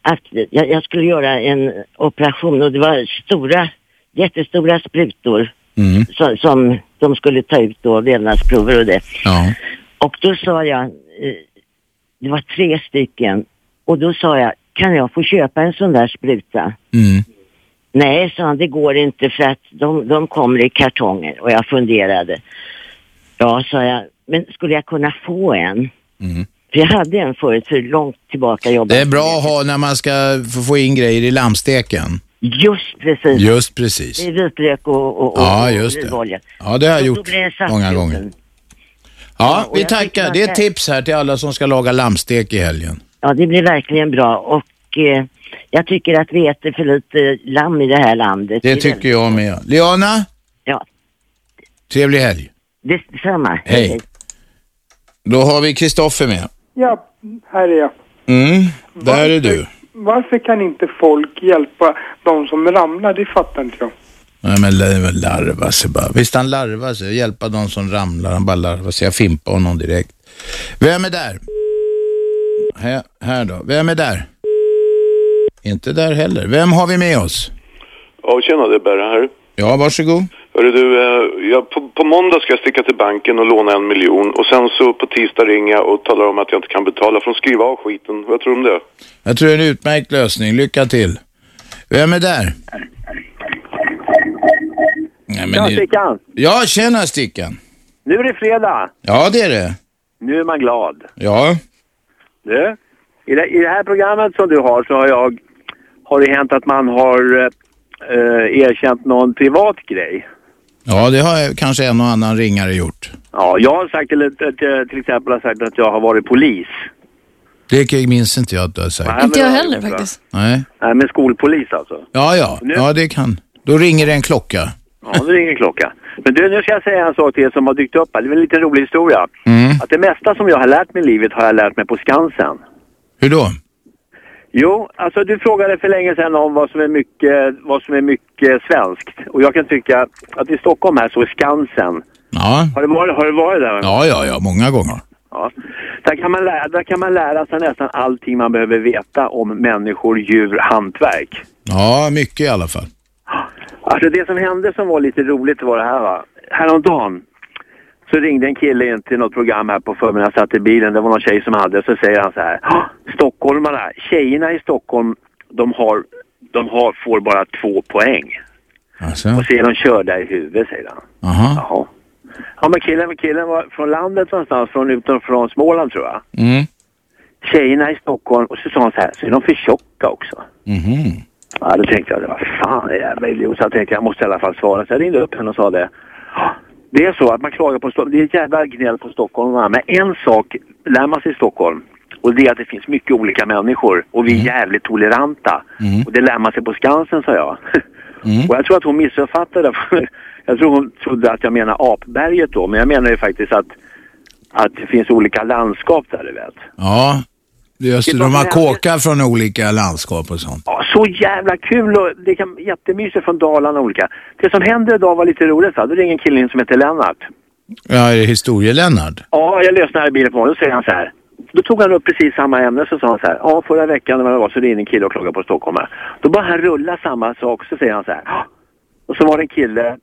S15: att jag, jag skulle göra en operation och det var stora, jättestora sprutor
S2: Mm.
S15: som, som de skulle ta ut då vävnadsprover och det. Och då sa jag, eh, det var tre stycken, och då sa jag, kan jag få köpa en sån där spruta?
S2: Mm.
S15: Nej, sa han, det går inte för att de, de kommer i kartonger. Och jag funderade. Ja, sa jag, men skulle jag kunna få en? För jag hade en förut, för långt tillbaka jobbade
S2: Det är bra att ha när man ska få- få in grejer i lammsteken.
S15: Just precis.
S2: Just precis.
S15: I vitlök och, och, och
S2: Ja, just det.
S15: olivolja.
S2: Ja, det har jag
S15: Och då
S2: gjort
S15: blir det saft
S2: många
S15: i
S2: gånger.
S15: ugnen.
S2: Ja,
S15: och
S2: vi
S15: jag tycker
S2: tackar.
S15: man
S2: Det är
S15: kan-
S2: ett tips här till alla som ska laga lammstek i helgen.
S15: Ja, det blir verkligen bra. Och eh, jag tycker att vi äter för lite lamm i det här landet.
S2: Det
S15: är väldigt-
S2: tycker jag med. Liana?
S15: Ja.
S2: Trevlig helg.
S15: Detsamma.
S2: Hej. Då har vi Kristoffer med.
S14: Ja, här är jag.
S2: Mm, där är du.
S14: Varför kan inte folk hjälpa de som ramlar? Det fattar inte jag.
S2: Nej men det är väl larva sig bara. Visst han larvar sig, hjälpa de som ramlar, han bara larvar sig. Jag fimpar honom direkt. Vem är där? Här, här då, vem är där? Inte där heller. Vem har vi med oss?
S5: Ja, tjena, det är Berra här.
S2: Ja, varsågod.
S5: Hörru du, eh, jag, på, på måndag ska jag sticka till banken och låna en miljon och sen så på tisdag ringer jag och talar om att jag inte kan betala för de skriver av skiten. Vad tror du om det?
S2: Jag tror det är en utmärkt lösning. Lycka till. Vem är där? Nej, men
S23: Ja,
S2: det-
S23: Stickan.
S2: Ja, tjena Stickan.
S23: Nu är det fredag.
S2: Ja, det är det.
S23: Nu är man glad.
S2: Ja.
S23: Du, i det, i det här programmet som du har så har jag... Har det hänt att man har eh, erkänt någon privat grej?
S2: Ja, det har jag, kanske en och annan ringare gjort.
S23: Ja, jag har sagt till, till, till exempel har sagt att jag har varit polis.
S2: Det minns inte jag att du har sagt.
S23: Inte jag heller faktiskt.
S2: Nej.
S23: Nej, men skolpolis alltså.
S2: Ja, ja. Ja, det kan. Då ringer det en klocka.
S23: Ja, nu ringer klocka. Men du, nu ska jag säga en sak till er som har dykt upp här. Det är en liten rolig historia.
S2: Mm.
S23: Att det mesta som jag har lärt mig i livet har jag lärt mig på Skansen.
S2: Hur då?
S23: Jo, alltså du frågade för länge sedan om vad som är mycket, vad som är mycket svenskt. Och jag kan tycka att i Stockholm här så är Skansen.
S2: Ja.
S23: Har du varit, har du varit där?
S2: Ja, ja, ja. Många gånger.
S23: Ja. Där, kan man lära, där kan man lära sig nästan allting man behöver veta om människor, djur, hantverk.
S2: Ja, mycket i alla fall.
S23: Alltså det som hände som var lite roligt var det här va. Häromdagen så ringde en kille in till något program här på förmiddagen, satt i bilen, det var någon tjej som hade, så säger han så här. "Åh, Stockholmarna, tjejerna i Stockholm, de har, de har, får bara två poäng.
S2: Alltså.
S23: Och så är de körda i huvudet säger han.
S2: Aha.
S23: Jaha. Ja men killen, killen var från landet någonstans, från utanför Småland tror jag.
S2: Mm.
S23: Tjejerna i Stockholm, och så sa han så här, så är de för tjocka också.
S2: Mhm.
S23: Ja, då tänkte jag, vad fan är jävla idiot. Så jag tänkte jag måste i alla fall svara. Så jag ringde upp henne och sa det. Det är så att man klagar på Stockholm. Det är ett jävla gnäll på Stockholm. Men en sak lär man sig i Stockholm. Och det är att det finns mycket olika människor. Och vi är jävligt toleranta. Och det lär man sig på Skansen, sa jag. Och jag tror att hon missuppfattade. för Jag tror hon trodde att jag menar Apberget då. Men jag menar ju faktiskt att, att det finns olika landskap där, du vet.
S2: Ja. Det är just det, de har kåkar från olika landskap och sånt.
S23: Ja, så jävla kul och det kan jättemysigt från Dalarna och olika. Det som hände idag var lite roligt. Va? Då ringer en kille in som heter Lennart.
S2: Ja, är det historie-Lennart?
S23: Ja, jag lyssnade i bilen på honom. Då säger han så här. Då tog han upp precis samma ämne så sa han så här. Ja, förra veckan när det var så ringde en kille och klagade på stockholmare. Då bara han rulla samma sak så säger han så här. "Ja." Och så var det en kille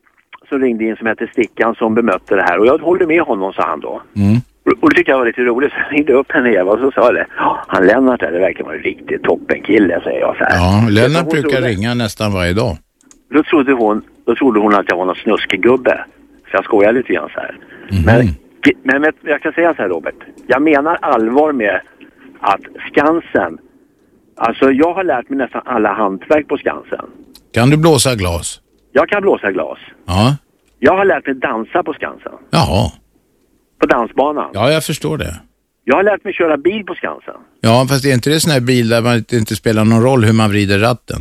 S23: som ringde in som hette Stickan som bemötte det här. Och jag håller med honom, sa han då.
S2: Mm.
S23: Och- Och det tyckte jag var lite roligt. Så jag ringde upp henne Eva och så sa jag det. "Ja, Han Lennart där, det verkar vara en riktig toppenkille, säger jag så här.
S2: Ja, Lennart
S23: Hon trodde-
S2: brukar ringa nästan varje dag.
S23: då trodde hon, då trodde hon att jag var någon snuskegubbe. Så jag skojade lite grann så här.
S2: Mhm.
S23: Men, men vet, jag kan säga så här Robert. Jag menar allvar med att Skansen, alltså jag har lärt mig nästan alla hantverk på Skansen.
S2: Kan du blåsa glas?
S23: Jag kan blåsa glas.
S2: Ja.
S23: Jag har lärt mig dansa på Skansen.
S2: Jaha.
S23: På dansbanan.
S2: Ja, jag förstår det.
S23: Jag har lärt mig köra bil på Skansen.
S2: Ja, fast är inte det sån här bil där man inte inte spelar någon roll hur man vrider ratten?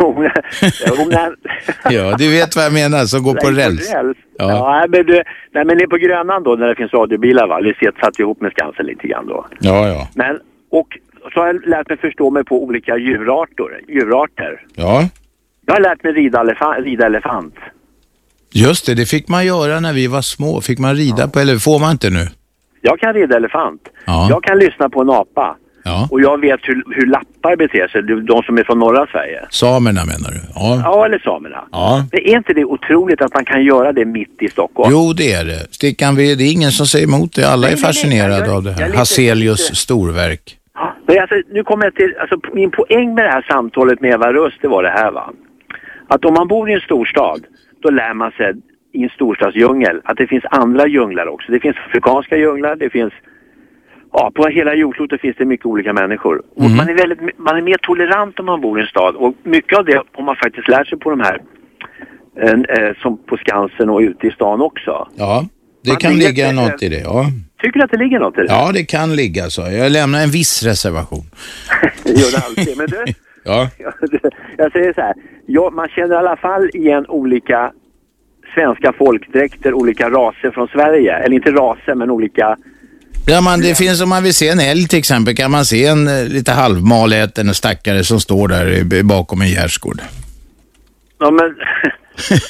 S23: Jo, jo, men-
S2: Ja, du vet vad jag menar, som går på
S23: Nej,
S2: räls.
S23: Ja. nej, men du, nej, men det är på Grönan då när det finns radiobilar va? Lisette satt ihop med Skansen lite grann då.
S2: Ja, ja.
S23: Men, och så har jag lärt mig förstå mig på olika djurarter. djurarter.
S2: Ja,
S23: Jag har lärt mig rida, elefa- rida elefant.
S2: just det. Det fick man göra när vi var små. Fick man rida på, eller får man inte nu?
S23: Jag kan rida elefant.
S2: Ja.
S23: Jag kan lyssna på en apa.
S2: Ja.
S23: Och jag vet hur, hur lappar beter sig, de, de som är från norra Sverige.
S2: Samerna menar du? Ja.
S23: Ja, eller samerna.
S2: ja.
S23: Men är inte det otroligt att man kan göra det mitt i Stockholm?
S2: Jo, det är det. Stickan, vi- det är ingen som säger emot det. Alla
S23: Nej, nej,
S2: är
S23: nej. Jag-
S2: fascinerade av det
S23: jag är
S2: här.
S23: lite-
S2: Hazelius storverk.
S23: Men alltså, nu kommer jag till, alltså min poäng med det här samtalet med Eva Röst, det var det här va. Att om man bor i en storstad, då lär man sig i en storstadsdjungel att det finns andra djunglar också. Det finns afrikanska djunglar, det finns, ja på hela jordklotet finns det mycket olika människor. Och man, är väldigt, man är mer tolerant om man bor i en stad och mycket av det har man faktiskt lärt sig på de här, eh, eh, som på Skansen och ute i stan också.
S2: Ja, det
S23: Man
S2: kan
S23: ligger-
S2: ligga något i det. Ja.
S23: Tycker du att det ligger något i det?
S2: ja, det kan ligga så. Jag lämnar en viss reservation.
S23: Det gör det alltid. Men du,
S2: Ja,
S23: jag säger så här. Ja, man känner i alla fall igen olika svenska folkdräkter, olika raser från Sverige. Eller inte raser, men olika...
S2: ja man, det finns om man vill se en älg till exempel kan man se en eh, lite halvmaläten stackare som står där i- bakom en gärdsgård.
S23: Ja, men,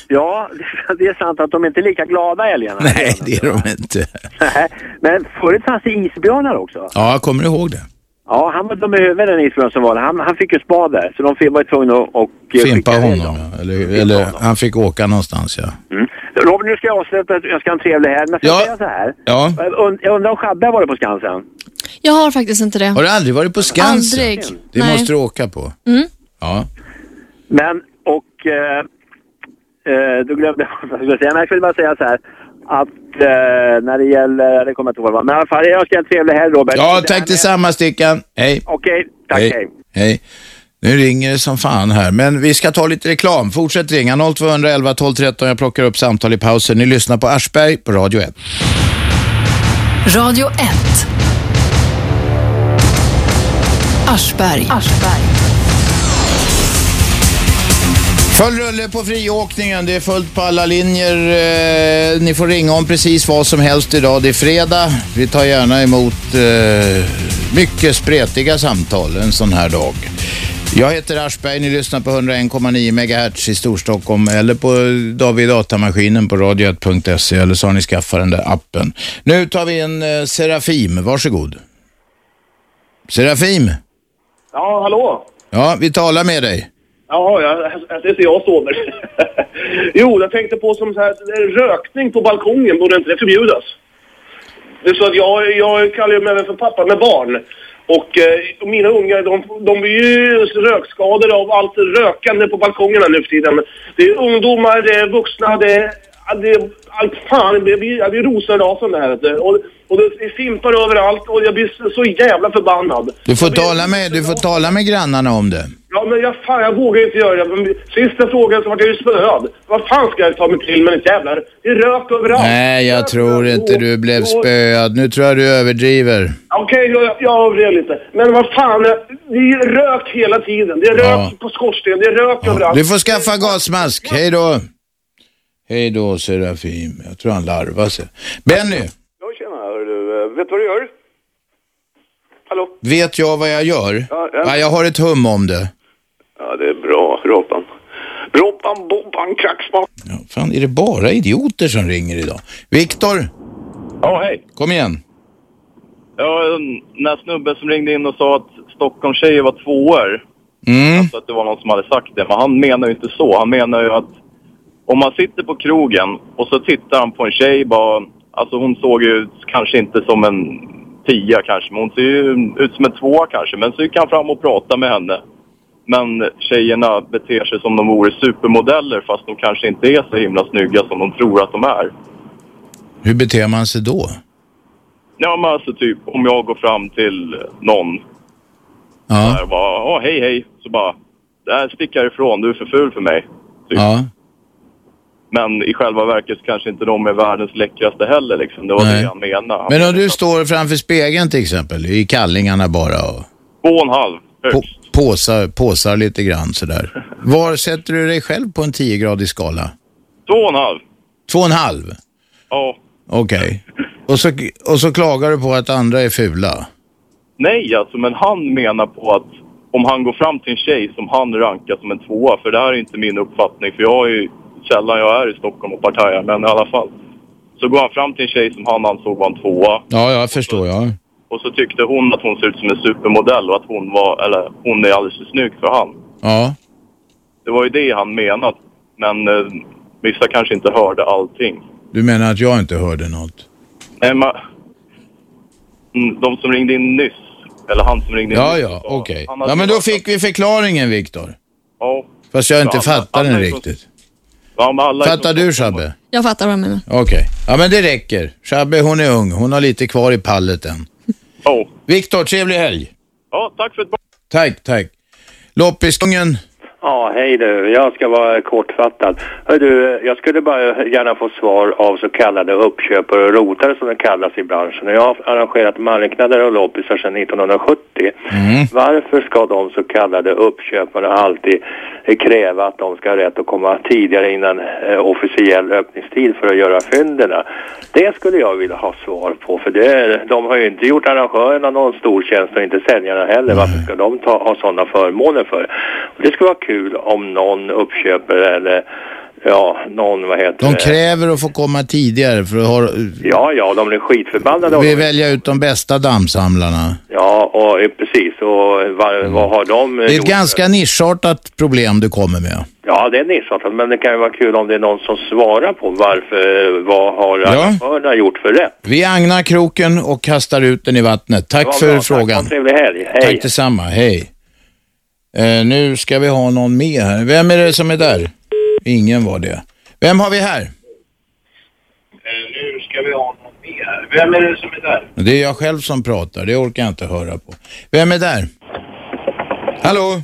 S23: ja det- det är sant att de inte är lika glada älgarna.
S2: Nej, det är de inte.
S23: Nej, Men förut fanns det isbjörnar också.
S2: Ja, jag kommer ihåg det.
S23: Ja, han var dum i huvudet den isbjörn som var där. han, han fick ju spader, så de fick- var ju tvungna att... Och, eh,
S2: Fimpa honom, ja. eller, eller han fick åka någonstans ja.
S23: Mm. Robin, nu ska jag avsluta. Jag ska ha en trevlig helg. Men får jag säga så här?
S2: Ja.
S23: Jag und- Jag undrar om Shabbe har varit på Skansen?
S3: Jag har faktiskt inte det.
S2: Har du aldrig varit på Skansen?
S3: Aldrig.
S2: Det
S3: Nej.
S2: måste du åka på.
S3: Mm.
S2: Ja.
S23: Men, och... Eh, eh, då glömde jag vad jag skulle säga. Men jag skulle bara säga så här. Att eh, när det gäller... Det kommer jag inte ihåg. vad- Men i alla fall, jag önskar en trevlig helg, Robert.
S2: Ja, tack detsamma Stickan. Hej.
S23: Okej, tack. Hej.
S2: Hej. Nu ringer det som fan här, men vi ska ta lite reklam. Fortsätt ringa 0211 12 13. Jag plockar upp samtal i pausen. Ni lyssnar på Aschberg på Radio 1.
S1: Radio 1. Aschberg.
S2: Full rulle på friåkningen. Det är fullt på alla linjer. Eh, ni får ringa om precis vad som helst idag. Det är fredag. Vi tar gärna emot eh, mycket spretiga samtal en sån här dag. Jag heter Aschberg. Ni lyssnar på 101,9 MHz i Storstockholm eller på David Datamaskinen på radio1.se eller så har ni skaffat den där appen. Nu tar vi en eh, Serafim. Varsågod. Serafim,
S17: Ja, hallå?
S2: ja, vi talar med dig.
S17: Ja, jag, jag- det är så jag sover. jo, jag tänkte på som så här, rökning på balkongen, borde inte det förbjudas? Det är så att jag, jag kallar ju mig även för pappa med barn. Och, eh, och mina ungar, de, de blir ju rökskadade av allt rökande på balkongerna nu för tiden. Det är ungdomar, det är vuxna, det är... ja, Det är allt fan, det blir, ja, det är rosenrasen det här. vet du. Och, och det är fimpar överallt och jag blir så, så jävla förbannad.
S2: Du får, tala med, du får tala med grannarna om det.
S17: Ja, men jag, fan, jag vågar inte göra det. Men Sista frågan så vart jag ju spöad. Vad fan ska jag ta mig till med en jävlar? Det är rök överallt.
S2: Nej, jag tror inte du blev spöad. Nu tror jag du överdriver.
S17: Okej, jag, jag överdrev lite. Men vad fan, det är rök hela tiden. Det är rök
S2: Ja.
S17: på skorsten, det är rök överallt.
S2: Du får skaffa gasmask. Hej då. Hej då, Serafim. Jag tror han larvar sig. Benny,
S5: Ja, tjena, hör du. Eh, Vet du vad du gör?
S2: vet jag vad jag gör?
S5: Ja, ja.
S2: Ja, jag har ett hum om det.
S5: Ja, det är bra. Robban. Robban, Bobban, Kraxman.
S2: Fan, är det bara idioter som ringer idag? Viktor?
S24: Ja, hej.
S2: Kom igen.
S24: Ja, den här snubben som ringde in och sa att Stockholmstjejer var tvåor.
S2: Mm.
S24: Så att det var någon som hade sagt det. Men han menar ju inte så. Han menar ju att om man sitter på krogen och så tittar han på en tjej bara. Alltså hon såg ju ut kanske inte som en tia kanske. Men hon ser ju ut som en tvåa kanske. Men så gick han fram och pratade med henne. Men tjejerna beter sig som de vore supermodeller fast de kanske inte är så himla snygga som de tror att de är.
S2: Hur beter man sig då?
S24: Ja, men alltså typ om jag går fram till någon.
S2: Ja.
S24: Där bara, åh hej hej. Så bara, där stick härifrån, du är för ful för mig.
S2: Ja.
S24: Men i själva verket så kanske inte de är världens läckraste heller liksom. Det var det han menade.
S2: Men eh, om du står framför spegeln till exempel, i kallingarna bara och
S24: Två och en halv
S2: på,
S24: högst.
S2: påsar, påsar lite grann sådär. Var sätter du dig själv på en 10-gradig skala?
S24: Två och en halv.
S2: Två och en halv?
S24: Ja.
S2: Okej. Och, så, och så klagar du på att andra är fula?
S24: Nej alltså, men han menar på att om han går fram till en tjej som han rankar som en tvåa. För det här är inte min uppfattning. För jag är ju sällan jag är i Stockholm och partajar. Men i alla fall. Så går han fram till en tjej som han ansåg var en tvåa.
S2: Ja, jag förstår. Ja.
S24: Och så tyckte hon att hon såg ut som en supermodell och att hon var, eller hon är alldeles för snygg för han.
S2: Ja.
S24: Det var ju det han menade. Men eh, vissa kanske inte hörde allting.
S2: Du menar att jag inte hörde något?
S24: Nej, men... Mm, De som ringde in nyss, eller han som ringde in
S2: Ja,
S24: nyss.
S2: ja, okej.
S24: Han hade-
S2: Ja, men då fick vi förklaringen, Viktor.
S24: Ja.
S2: Fast jag inte
S24: Ja,
S2: fattar
S24: alla
S2: den
S24: är så-
S2: riktigt.
S24: Ja, men alla är
S2: Fattar du, Shabbe?
S3: Jag fattar vad du menar.
S2: Okej. Ja, men det räcker. Shabbe, hon är ung. Hon har lite kvar i pallet än.
S24: Oh.
S2: Viktor, trevlig helg.
S24: Ja, tack för ett bra...
S2: Tack, tack. Loppiskungen.
S25: Ja, hej du. Jag ska vara kortfattad. Hör du, jag skulle bara gärna få svar av så kallade uppköpare och rotare som de kallas i branschen. Och Jag har arrangerat marknader och loppisar sedan 1970. Varför ska de så kallade uppköparna alltid eh, kräva att de ska ha rätt att komma tidigare innan eh, officiell öppningstid för att göra fynderna? Det skulle jag vilja ha svar på, för det, de har ju inte gjort arrangörerna någon stor tjänst och inte säljarna heller. Varför ska de ta, ha sådana förmåner för? Och det skulle vara kul om någon uppköpare eller ja, någon, vad heter
S2: De
S25: det?
S2: kräver att få komma tidigare för att ha,
S25: Ja, ja, de blir skitförbannade. om
S2: vi
S25: de-
S2: välja ut de bästa dammsamlarna.
S25: Ja, och eh, precis. Och vad, vad har de eh,
S2: Det är ett
S25: gjort?
S2: ganska nischartat problem du kommer med.
S25: Ja, det är nischartat, men det kan ju vara kul om det är någon som svarar på varför, eh, vad har
S2: Ja.
S25: arrangörerna gjort för rätt?
S2: Vi agnar kroken och kastar ut den i vattnet.
S25: Det var
S2: Tack för
S25: bra. Tack, ha
S2: frågan.
S25: en trevlig helg. Hej.
S2: Tack detsamma. Hej. Eh, nu ska vi ha någon med här. Vem är det som är där? Ingen var det. Vem har vi här?
S16: Nu ska vi ha någon mer. Vem är det som är där?
S2: Det är jag själv som pratar. Det orkar jag inte höra på. Vem är där? Hallå?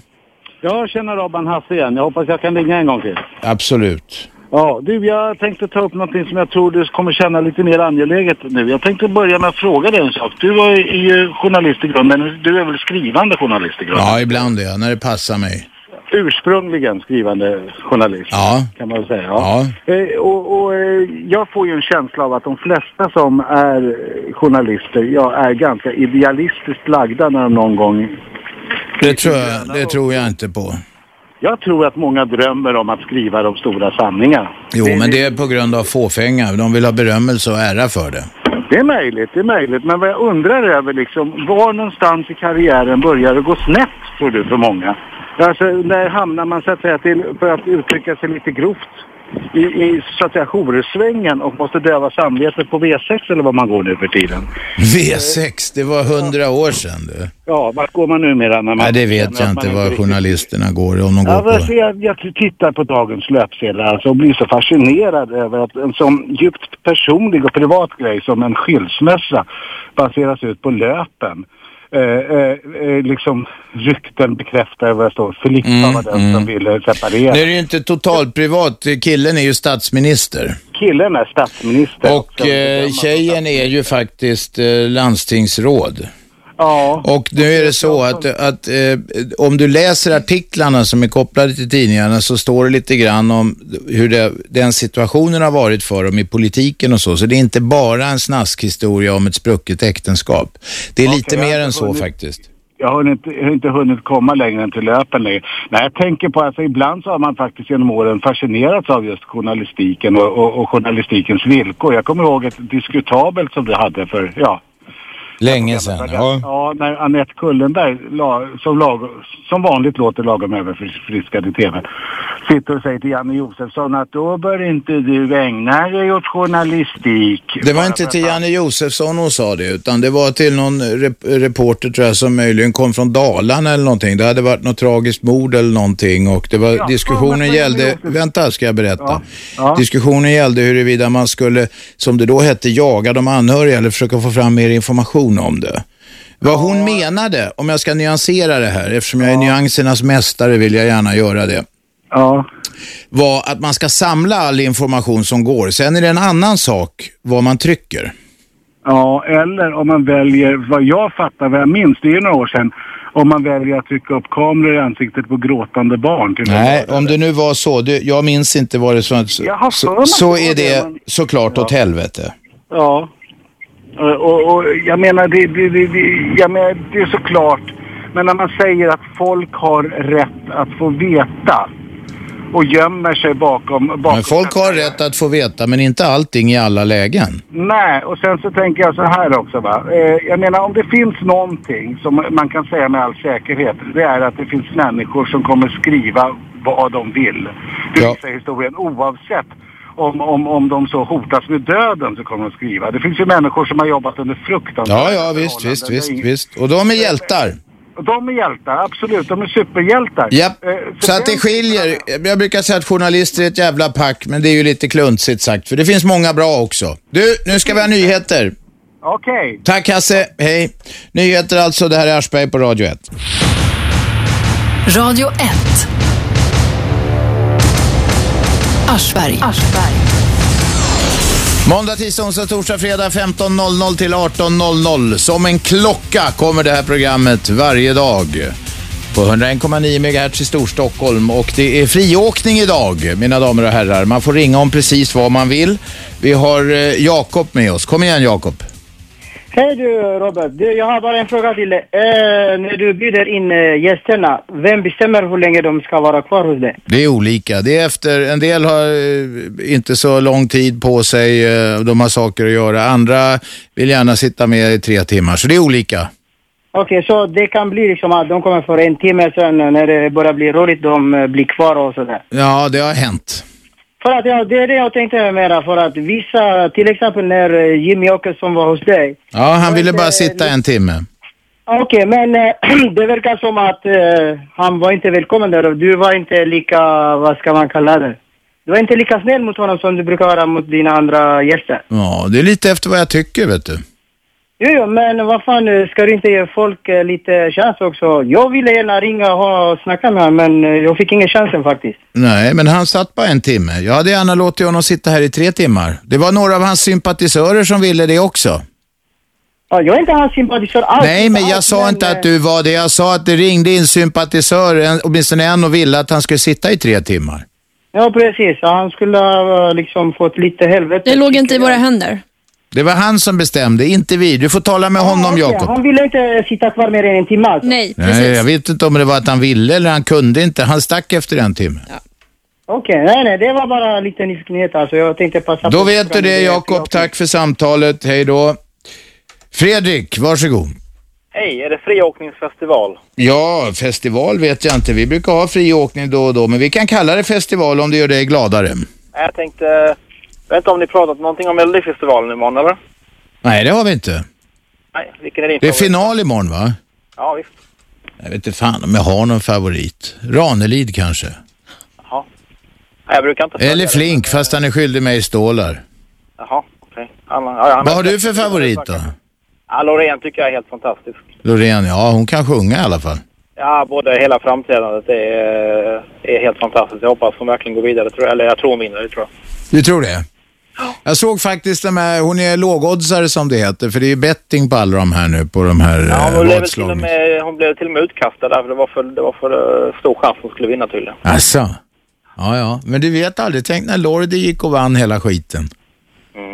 S8: Jag känner Robban Hasse igen. Jag hoppas jag kan ringa en gång till.
S2: Absolut.
S8: Ja, du, jag tänkte ta upp någonting som jag tror du kommer känna lite mer angeläget nu. Jag tänkte börja med att fråga dig en sak. Du är ju journalist i grunden. Du är väl skrivande journalist i grunden?
S2: Ja, ibland är jag. När det passar mig.
S8: Ursprungligen skrivande journalist.
S2: Ja.
S8: Kan man väl säga.
S2: Ja.
S8: Eh, och, och, eh, jag får ju en känsla av att de flesta som är eh, journalister, ja, är ganska idealistiskt lagda när de någon gång
S2: Det tror jag, det tror jag inte på.
S8: Jag tror att många drömmer om att skriva de stora sanningarna.
S2: Jo, men det är på grund av fåfänga. De vill ha berömmelse och ära för det.
S8: Det är möjligt, det är möjligt. Men vad jag undrar över liksom, var någonstans i karriären börjar det gå snett tror du för många? Alltså när hamnar man så att säga till, för att uttrycka sig lite grovt, i, i så att säga joursvängen och måste döva samvetet på V6 eller vad man går nu för tiden?
S2: V6, det var hundra år sedan du.
S8: Ja, vart går man numera när man...
S2: Nej, det vet
S8: känner
S2: jag
S8: att man
S2: inte var
S8: riktigt-
S2: journalisterna går, om de
S8: Ja, men
S2: går på...
S8: alltså, jag, jag tittar på dagens löpsedlar alltså, och blir så fascinerad över att en sån djupt personlig och privat grej som en skilsmässa baseras ut på löpen. Eh, eh, eh, liksom rykten bekräftar vad det står. Filippa var den som ville separera.
S2: Nu är det ju inte totalt privat. Killen är ju statsminister.
S8: Killen är statsminister.
S2: Och eh, tjejen är ju faktiskt eh, landstingsråd.
S8: Ja.
S2: Och nu är det så att, att eh, om du läser artiklarna som är kopplade till tidningarna så står det lite grann om hur det, den situationen har varit för dem i politiken och så. Så det är inte bara en snaskhistoria om ett sprucket äktenskap. Det är lite
S8: jag har
S2: mer än
S8: inte
S2: så
S8: hunnit-
S2: faktiskt.
S8: Jag har inte, jag har inte hunnit komma längre än till löpen längre. Nej, jag tänker på att alltså, ibland så har man faktiskt genom åren fascinerats av just journalistiken och, och, och journalistikens villkor. Jag kommer ihåg ett diskutabelt som vi hade för, ja,
S2: Länge sedan. Ja.
S8: ja när Annette Kullenberg, la, som, lag, som vanligt låter lagom överfriskad i tv, sitter och säger till Janne Josefsson att då bör inte du ägna dig åt journalistik.
S2: Det var inte till Janne Josefsson hon sa det, utan det var till någon rep- reporter tror jag som möjligen kom från Dalarna eller någonting. Det hade varit något tragiskt mord eller någonting och det var,
S8: Ja,
S2: diskussionen
S8: ja, men-
S2: gällde, vänta ska jag berätta.
S8: ja.
S2: Diskussionen gällde huruvida man skulle, som det då hette, jaga de anhöriga eller försöka få fram mer information om det. Vad hon menade, om jag ska nyansera det här, eftersom jag är nyansernas mästare vill jag gärna göra det
S8: Ja.
S2: var att man ska samla all information som går. Sen är det en annan sak vad man trycker.
S8: Ja, eller om man väljer, vad jag fattar, vad jag minns, det är ju några år sedan, om man väljer att trycka upp kameror i ansiktet på gråtande barn. Till
S2: Nej, om det nu var så. Du, jag minns inte vad det så,
S8: har för
S2: så,
S8: mig
S2: så
S8: att det
S2: är
S8: var
S2: det
S8: det,
S2: såklart åt helvete.
S8: Ja. Och, och, och jag menar, det, det, det, det, jag menar, det är såklart. Men när man säger att folk har rätt att få veta. och gömmer sig bakom... bakom
S2: Men folk har rätt att få veta, men inte allting i alla lägen.
S8: Nej, och sen så tänker jag så här också va. Eh, jag menar om det finns någonting som man kan säga med all säkerhet. Det är att det finns människor som kommer skriva vad de vill. Det
S2: Ja.
S8: visar historien oavsett. Om, om, om de så hotas med döden så kommer de skriva. Det finns ju människor som har jobbat under fruktansvärda
S2: Ja, ja, visst, visst, visst, visst. Och de är hjältar.
S8: De är hjältar, absolut. De är superhjältar.
S2: Japp.
S8: Eh,
S2: Så att det skiljer. Jag brukar säga att journalister är ett jävla pack, men det är ju lite kluntsigt sagt, för det finns många bra också. Du, nu ska vi ha nyheter.
S8: Okej.
S2: Tack Hasse, hej. Nyheter alltså, det här är Aschberg på Radio 1.
S1: Radio 1. Aschberg.
S2: Måndag, tisdag, onsdag, torsdag, fredag 15.00 till 18.00. Som en klocka kommer det här programmet varje dag. På 101,9 MHz i Storstockholm och det är friåkning idag, mina damer och herrar. Man får ringa om precis vad man vill. Vi har eh, Jakob med oss. Kom igen Jakob.
S26: Hej du Robert, du, jag har bara en fråga till dig. Eh, när du bjuder in eh, gästerna, vem bestämmer hur länge de ska vara kvar hos dig?
S2: Det är olika. Det är efter, en del har eh, inte så lång tid på sig, eh, de har saker att göra. Andra vill gärna sitta med i tre timmar, så det är olika.
S26: Okej, så det kan bli liksom att de kommer för en timme sen eh, när det börjar bli roligt, de eh, blir kvar och sådär.
S2: Ja, det har hänt.
S26: För att ja, det är det jag tänkte mera, för att vissa, till exempel när eh, Jimmy Åkesson var hos dig.
S2: Ja, han ville bara sitta en timme.
S26: Okej, men eh, det verkar som att eh, han var inte välkommen där och du var inte lika, vad ska man kalla det? Du var inte lika snäll mot honom som du brukar vara mot dina andra gäster.
S2: Ja, det är lite efter vad jag tycker, vet du.
S26: Jo, jo, men vad fan, eh, ska du inte ge folk eh, lite chans också? Jag ville gärna ringa och ha- och snacka med honom, men eh, jag fick ingen chansen faktiskt.
S2: Nej, men han satt bara en timme. Jag hade gärna låtit honom sitta här i tre timmar. Det var några av hans sympatisörer som ville det också.
S26: Ja, jag är inte hans sympatisör alls. eh,
S2: Nej, men jag sa inte att du var det. Jag sa att det ringde in sympatisör, en, åtminstone en, och ville att han skulle sitta i tre timmar.
S26: Ja, precis. Ja, Han skulle ha eh, liksom fått lite helvete.
S27: Det låg inte i våra händer.
S2: Det var han som bestämde, inte vi. Du får tala med honom,
S26: Okej,
S2: Jakob.
S26: Han ville inte eh, sitta kvar mer än en timme alltså.
S27: Nej,
S2: Nej, jag vet inte om det var att han ville eller han kunde inte. Han stack efter en timme.
S26: Okej, nej, nej, det var bara lite nyfikenhet alltså. Jag tänkte passa
S2: Då
S26: på.
S2: vet du det, Jakob. Tack för samtalet. Hej då. Fredrik, varsågod.
S28: Hej, är det friåkningsfestival?
S2: Ja, festival vet jag inte. Vi brukar ha friåkning då och då, men vi kan kalla det festival om det gör dig gladare.
S28: Nej, Jag tänkte, jag vet inte om ni pratat någonting om Melodifestivalen imorgon eller?
S2: Nej, det har vi inte.
S28: Nej, vilken är din
S2: Det är
S28: favorit?
S2: final imorgon, va?
S28: Ja, visst.
S2: Jag vet inte fan om jag har någon favorit. Ranelid kanske.
S28: Jaha. Nej, jag brukar inte...
S2: Eller Flink, fast han är skyldig mig stålar.
S28: Jaha, okej. Annan- ja, ja, men-
S2: Vad har du för favorit då?
S28: Ja, Loreen tycker jag är helt fantastisk.
S2: Loreen, ja hon kan sjunga i alla fall.
S28: Ja, både hela framträdandet är, eh, är helt fantastiskt. Jag hoppas hon verkligen går vidare, tror jag. eller jag tror hon vinner, det tror jag.
S2: Du tror det? Jag såg faktiskt de här, hon är lågoddsare som det heter, för det är ju betting på alla de här nu, på de här eh,
S28: Ja,
S2: ja,
S28: hon, blev väl till och
S2: vadslagen.
S28: med, hon blev till och med utkastad där, för det var för, det var för eh, stor chans hon skulle vinna tydligen.
S2: Alltså. Ja, ja. Men du vet aldrig, tänk när Lordi gick och vann hela skiten.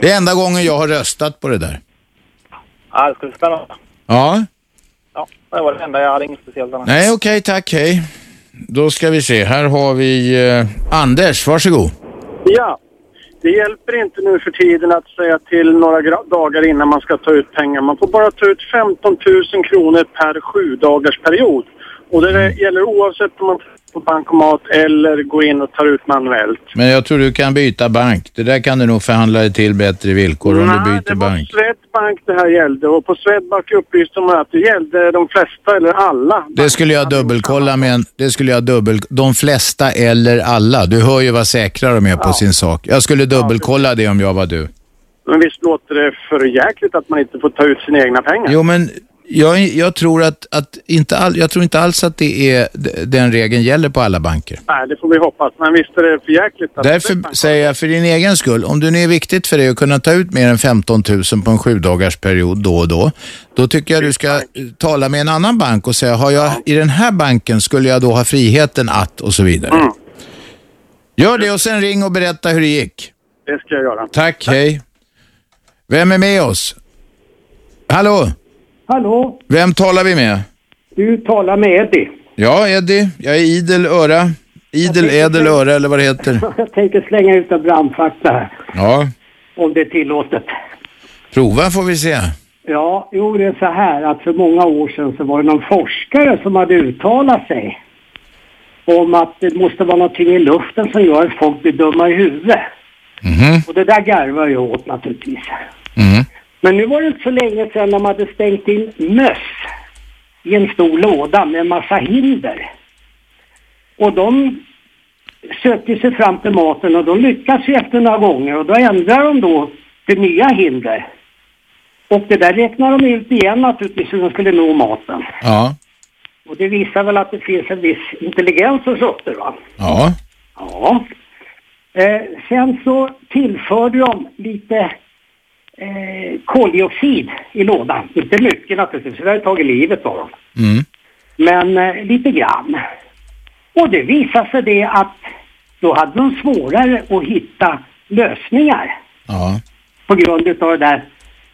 S2: Det är enda gången jag har röstat på det där.
S28: Ja, det skulle bli spännande.
S2: Ja,
S28: Ja, det var det enda. Jag hade inget speciellt annat.
S2: nej okej, tack, hej. Då ska vi se, här har vi eh, Anders, varsågod.
S29: Ja, det hjälper inte nu för tiden att säga till några gra- dagar innan man ska ta ut pengar. Man får bara ta ut 15 000 kronor per sju dagars period. Och det
S2: Mm.
S29: gäller oavsett om man tar på bankomat eller går in och tar ut manuellt.
S2: Men jag tror du kan byta bank. Det där kan du nog förhandla dig till bättre villkor om du byter bank.
S29: Swedbank det här gällde och på Swedbank upplyste man att det gällde de flesta eller alla.
S2: Det skulle jag dubbelkolla med en, det skulle jag dubbel, de flesta eller alla. Du hör ju vad säkra de är på sin sak. Jag skulle dubbelkolla det om jag var du.
S29: Men visst låter det för jäkligt att man inte får ta ut sina egna pengar?
S2: Jo men jag, jag tror att, att inte all, jag tror inte alls att det är d- den regeln gäller på alla banker.
S29: Nej, det får vi hoppas. Men visst är det för jäkligt att...
S2: Därför säger jag för din egen skull, om det nu är viktigt för dig att kunna ta ut mer än 15 000 på en sju dagars period då och då, då tycker jag du ska eh, tala med en annan bank och säga, har jag i den här banken skulle jag då ha friheten att och så vidare.
S29: Mm.
S2: Gör det och sen ring och berätta hur det gick.
S29: Det ska jag göra.
S2: Tack, hej. Vem är med oss? Hallå,
S30: Hallå,
S2: vem talar vi med?
S30: du talar med Eddie.
S2: Ja, Eddie, jag är idel öra. Idel, ädel öra eller vad det heter.
S30: Jag tänker slänga ut en brandfakta här,
S2: Ja,
S30: om det är tillåtet.
S2: prova får vi se.
S30: Ja, jo det är så här att för många år sedan så var det någon forskare som hade uttalat sig om att det måste vara någonting i luften som gör att folk blir dumma i huvudet. Och det där garvar jag åt naturligtvis. Men nu var det inte så länge sedan de hade stängt in möss i en stor låda med en massa hinder. Och de sökte sig fram till maten och de lyckas ju efter några gånger och då ändrar de då till nya hinder. Och det där räknar de ut igen naturligtvis hur de skulle nå maten.
S2: Ja,
S30: Och det visar väl att det finns en viss intelligens hos råttor va?
S2: ja.
S30: Ja. Eh, sen så tillförde de lite eh, koldioxid i lådan. Inte mycket naturligtvis, för det har ju tagit livet av dem.
S2: Mm.
S30: Men eh, lite grann. Och det visade sig det att då hade de svårare att hitta lösningar.
S2: Ja.
S30: På grund utav det där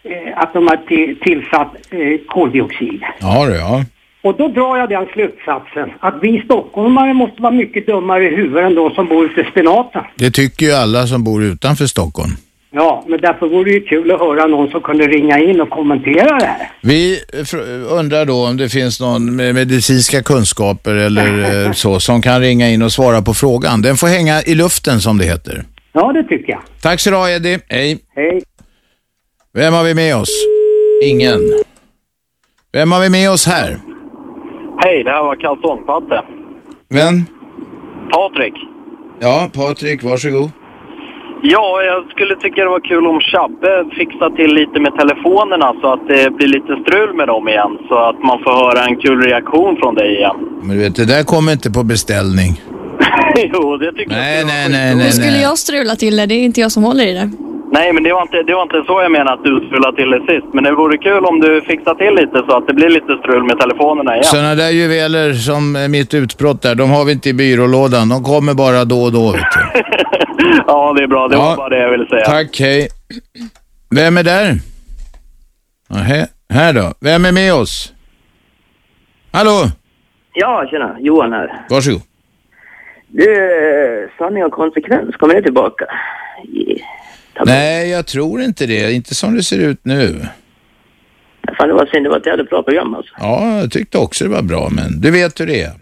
S30: eh, att de har ti- tillsatt eh, koldioxid.
S2: Ja, du, ja.
S30: Och då drar jag den slutsatsen att vi stockholmare måste vara mycket dummare i huvudet än de som bor ute i spenaten.
S2: Det tycker ju alla som bor utanför Stockholm.
S30: Ja, men därför vore det ju kul att höra någon som kunde ringa in och kommentera det här.
S2: Vi eh, fr- undrar då om det finns någon med medicinska kunskaper eller eh, så som kan ringa in och svara på frågan. Den får hänga i luften som det heter.
S30: Ja, det tycker jag.
S2: Tack så du ha Eddie. Hej.
S30: Hej.
S2: Vem har vi med oss? Ingen. Vem har vi med oss här?
S29: Hej, det här var kalsongpatte.
S2: Vem?
S29: Patrik.
S2: Ja, Patrik, varsågod.
S29: Ja, jag skulle tycka det var kul om Chabbe fixar till lite med telefonerna så att det blir lite strul med dem igen. Så att man får höra en kul reaktion från dig igen.
S2: Men du vet, det där kommer inte på beställning.
S29: jo, det tycker
S2: Nej, nej, nej,
S29: nej,
S3: Hur skulle
S29: nej.
S3: jag strula till det? Det är inte jag som håller i det.
S29: Nej, men det var inte, det var inte så jag menade att du strulade till det sist. Men det vore kul om du fixar till lite så att det blir lite strul med telefonerna igen.
S2: Sådana där juveler som eh, mitt utbrott där, de har vi inte i byrålådan. De kommer bara då och då. Vet du.
S29: ja, det är bra. Det
S2: Ja.
S29: var bara det jag ville säga.
S2: Tack, hej. Vem är där? Ja, he- här då. Vem är med oss? Hallå?
S28: Ja, tjena. Johan här.
S2: Varsågod.
S28: Du, eh, sanning och konsekvens, kommer det tillbaka?
S2: Nej, jag tror inte det. Inte som det ser ut nu.
S28: Fan, det var synd. Det var ett jävligt bra program alltså.
S2: Ja, jag tyckte också det var bra, men du vet hur det är.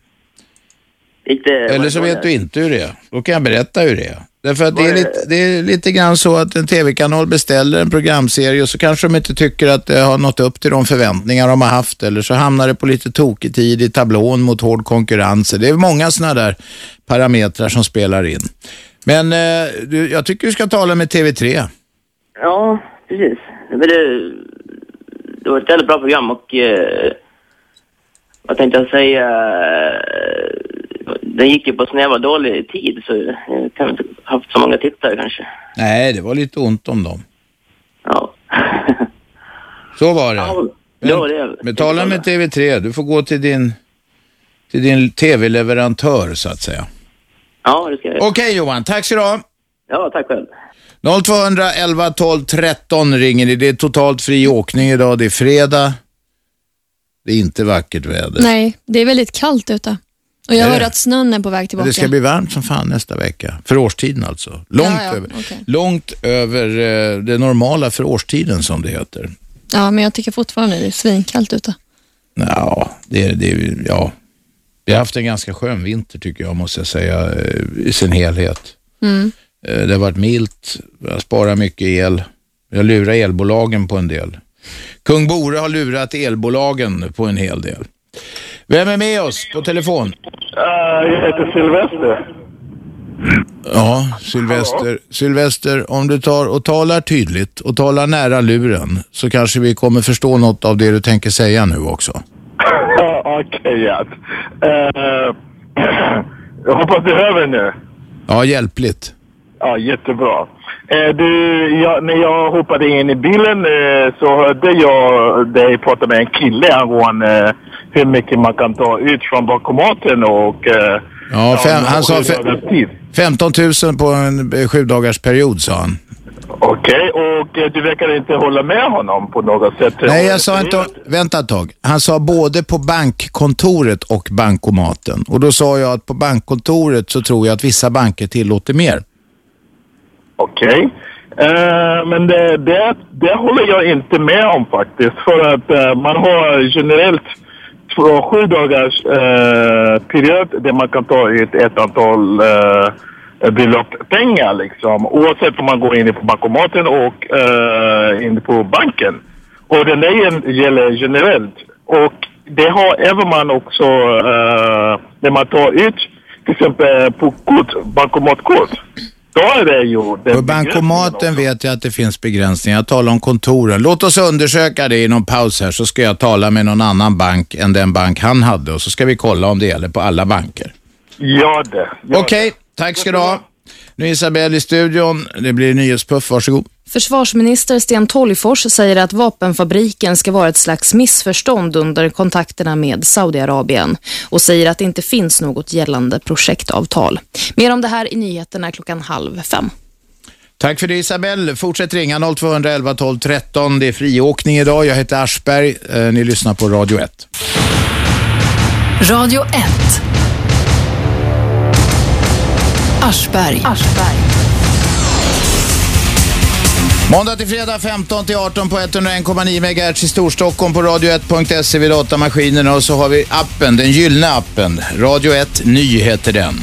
S28: Gick det,
S4: Eh,
S2: Eller så
S28: var det-
S2: vet du inte hur det är. Då kan jag berätta hur det är. Därför att det är, lite, det är lite grann så att en tv-kanal beställer en programserie och så kanske de inte tycker att det har nått upp till de förväntningar de har haft eller så hamnar det på lite tokig tid i tablån mot hård konkurrens. Det är många sådana där parametrar som spelar in. Men eh, du, jag tycker du ska tala med TV3.
S28: Ja, precis. Men det, det var ett jävligt bra program och eh, vad tänkte jag säga? Eh, Den gick ju på snäva dålig tid så jag kan inte ha haft så många tittare kanske.
S2: Nej, det var lite ont om dem. Ja. så var det.
S28: det var det.
S2: Men tala med TV3. Du får gå till din, till din TV-leverantör så att säga.
S28: Ja, det ska jag
S2: Okej Johan, tack så du ha.
S28: Ja, tack själv.
S2: 0211 12 13 ringer ni. Det är totalt fri åkning idag. Det är fredag. Det är inte vackert väder.
S3: Nej, det är väldigt kallt ute. Och jag
S2: Är det?
S3: hörde att snön är på väg
S2: Men
S3: tillbaka.
S2: det ska bli varmt som fan nästa vecka. För årstiden alltså. Långt
S3: Ja, ja,
S2: över,
S3: okej.
S2: långt över eh, det normala för årstiden som det heter.
S3: Ja, men jag tycker fortfarande det är svinkallt ute.
S2: Ja, det är, det är, ja. Vi har haft en ganska skön vinter tycker jag, måste jag säga, eh, i sin helhet.
S3: Mm.
S2: Eh, Det har varit milt, jag sparar mycket el. Jag lurar elbolagen på en del. Kung Bore har lurat elbolagen på en hel del. Vem är med oss på telefon?
S31: Eh, jag heter Silvester.
S2: Ja, Sylvester. Sylvester, om du tar och talar tydligt och talar nära luren så kanske vi kommer förstå något av det du tänker säga nu också.
S31: Okej, ja. Eh, Jag hoppas du hör mig nu.
S2: Ja, hjälpligt.
S31: Ja, jättebra. Eh, du, jag, när jag hoppade in i bilen eh, så hörde jag dig prata med en kille angående eh, hur mycket man kan ta ut från bankomaten och... Eh,
S2: Ja, fem, han sa
S31: sju
S2: fe-
S31: dagars tid.
S2: 15 000 på en eh, sju dagars period sa han.
S31: Okej, och eh, du verkar inte hålla med honom på något sätt.
S2: Nej, jag sa inte... Vänta ett tag. Han sa både på bankkontoret och bankomaten. Och då sa jag att på bankkontoret så tror jag att vissa banker tillåter mer.
S31: Okej. Eh, men det, det, det håller jag inte med om faktiskt. För att eh, man har generellt två, sju dagars eh, period där man kan ta ut ett antal eh, belopp pengar liksom. Oavsett om man går in på bankomaten och eh, in på banken. Och den där gen- gäller generellt. Och det har även man också eh, när man tar ut till exempel på kort, bankomatkort. Då är det ju... den
S2: På bankomaten vet jag att det finns begränsningar. Jag talar om kontoren. Låt oss undersöka det i någon paus här så ska jag tala med någon annan bank än den bank han hade och så ska vi kolla om det gäller på alla banker.
S31: Ja det.
S2: Okej, tack ska du ha. Nu är Isabelle i studion. Det blir nyhetspuff. Varsågod.
S3: Försvarsminister Sten Tolgfors säger att vapenfabriken ska vara ett slags missförstånd under kontakterna med Saudiarabien och säger att det inte finns något gällande projektavtal. Mer om det här i nyheterna klockan halv fem.
S2: Tack för det Isabelle. Fortsätt ringa 0211 12 13. Det är friåkning idag. Jag heter Aschberg. Eh, Ni lyssnar på Radio 1.
S1: Radio 1. Aschberg.
S2: Måndag till fredag 15 till 18 på 101,9 MHz i Storstockholm på radio1.se E vid datamaskinerna och så har vi appen, den gyllene appen. Radio 1 Ny heter den.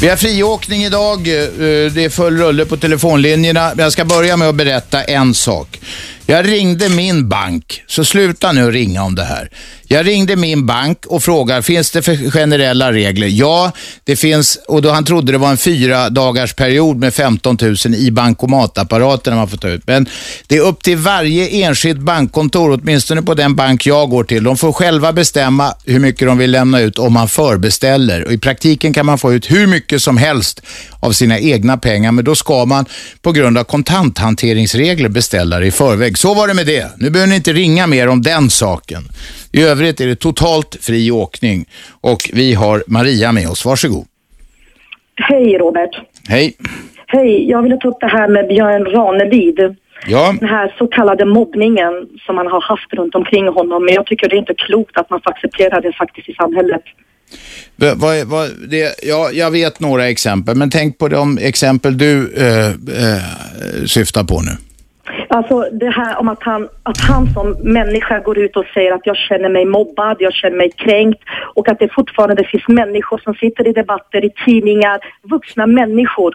S2: Vi har friåkning idag. eh, Det är full rulle på telefonlinjerna. Jag ska börja med att berätta en sak. Jag ringde min bank, så sluta nu ringa om det här. Jag ringde min bank och frågar, finns det för generella regler? Ja, det finns, och då han trodde det var en fyra dagars period med 15 000 i bankomatapparaten man får ta ut. Men det är upp till varje enskilt bankkontor, åtminstone på den bank jag går till. De får själva bestämma hur mycket de vill lämna ut om man förbeställer. Och I praktiken kan man få ut hur mycket som helst av sina egna pengar, men då ska man på grund av kontanthanteringsregler beställa det i förväg. Så var det med det. Nu behöver ni inte ringa mer om den saken. I övrigt är det totalt fri åkning och vi har Maria med oss. Varsågod.
S32: Hej Robert.
S2: Hej.
S32: Hej, jag ville ta upp det här med Björn Ranelid.
S2: Ja.
S32: Den här så kallade mobbningen som man har haft runt omkring honom. Men jag tycker det är inte klokt att man får acceptera det faktiskt i samhället.
S2: V- vad är- vad- det, ja, jag vet några exempel, men tänk på de exempel du eh, eh, syftar på nu.
S32: Alltså det här om att han, att han som människa går ut och säger att jag känner mig mobbad, jag känner mig kränkt och att det fortfarande finns människor som sitter i debatter, i tidningar, vuxna människor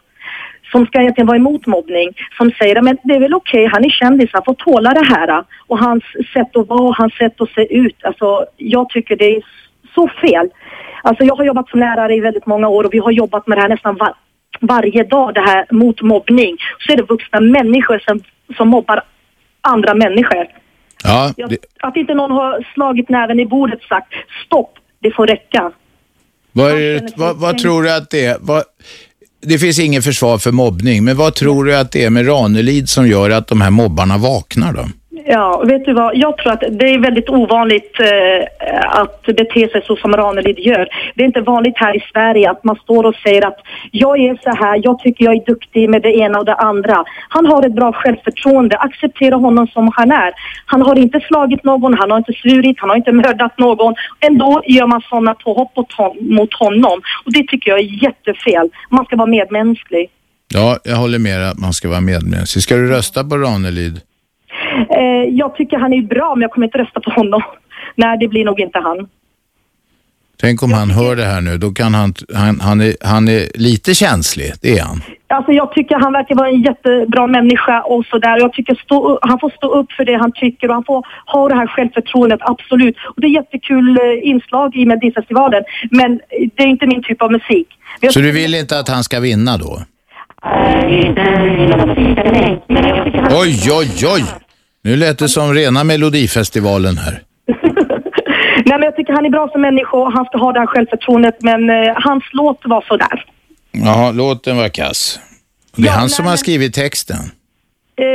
S32: som ska egentligen vara emot mobbning, som säger men det är väl okej, han är kändis, han får tåla det här. Och hans sätt att vara, hans sätt att se ut, alltså jag tycker det är så fel. Alltså jag har jobbat som lärare i väldigt många år och vi har jobbat med det här nästan var- varje dag, det här mot mobbning. Så är det vuxna människor som, som mobbar andra människor.
S2: Ja,
S32: Jag, att inte någon har slagit näven i bordet och sagt stopp, det får räcka.
S2: Vad, är det, vad, vad tror du att det är? Vad, det finns ingen försvar för mobbning, men vad tror du att det är med Ranelid som gör att de här mobbarna vaknar då?
S32: Ja, vet du vad? Jag tror att det är väldigt ovanligt eh, att bete sig så som Ranelid gör. Det är inte vanligt här i Sverige att man står och säger att jag är så här, jag tycker jag är duktig med det ena och det andra. Han har ett bra självförtroende, acceptera honom som han är. Han har inte slagit någon, han har inte svurit, han har inte mördat någon. Ändå gör man sådana påhopp åt hon- mot honom. Och det tycker jag är jättefel. Man ska vara medmänsklig.
S2: Ja, jag håller med dig att man ska vara medmänsklig. Ska du rösta på Ranelid?
S32: Eh, jag tycker han är bra, men jag kommer inte rösta på honom. Nej, det blir nog inte han.
S2: Tänk om han hör det här nu, då kan han... Han, han, är, han är lite känslig, det är han.
S32: Alltså jag tycker han verkar vara en jättebra människa och sådär. Jag tycker stå, han får stå upp för det han tycker och han får ha det här självförtroendet, absolut. Och det är jättekul eh, inslag i Melodifestivalen, men det är inte min typ av musik. Men jag
S2: Så du vill inte att han ska vinna då? Oj, oj, oj! Nu lät det som rena Melodifestivalen här.
S32: Nej, men jag tycker han är bra som människa och han ska ha det här självförtroendet, men eh, hans låt var sådär.
S2: Jaha, låten var kass. Det är han som har skrivit texten.
S32: Eh,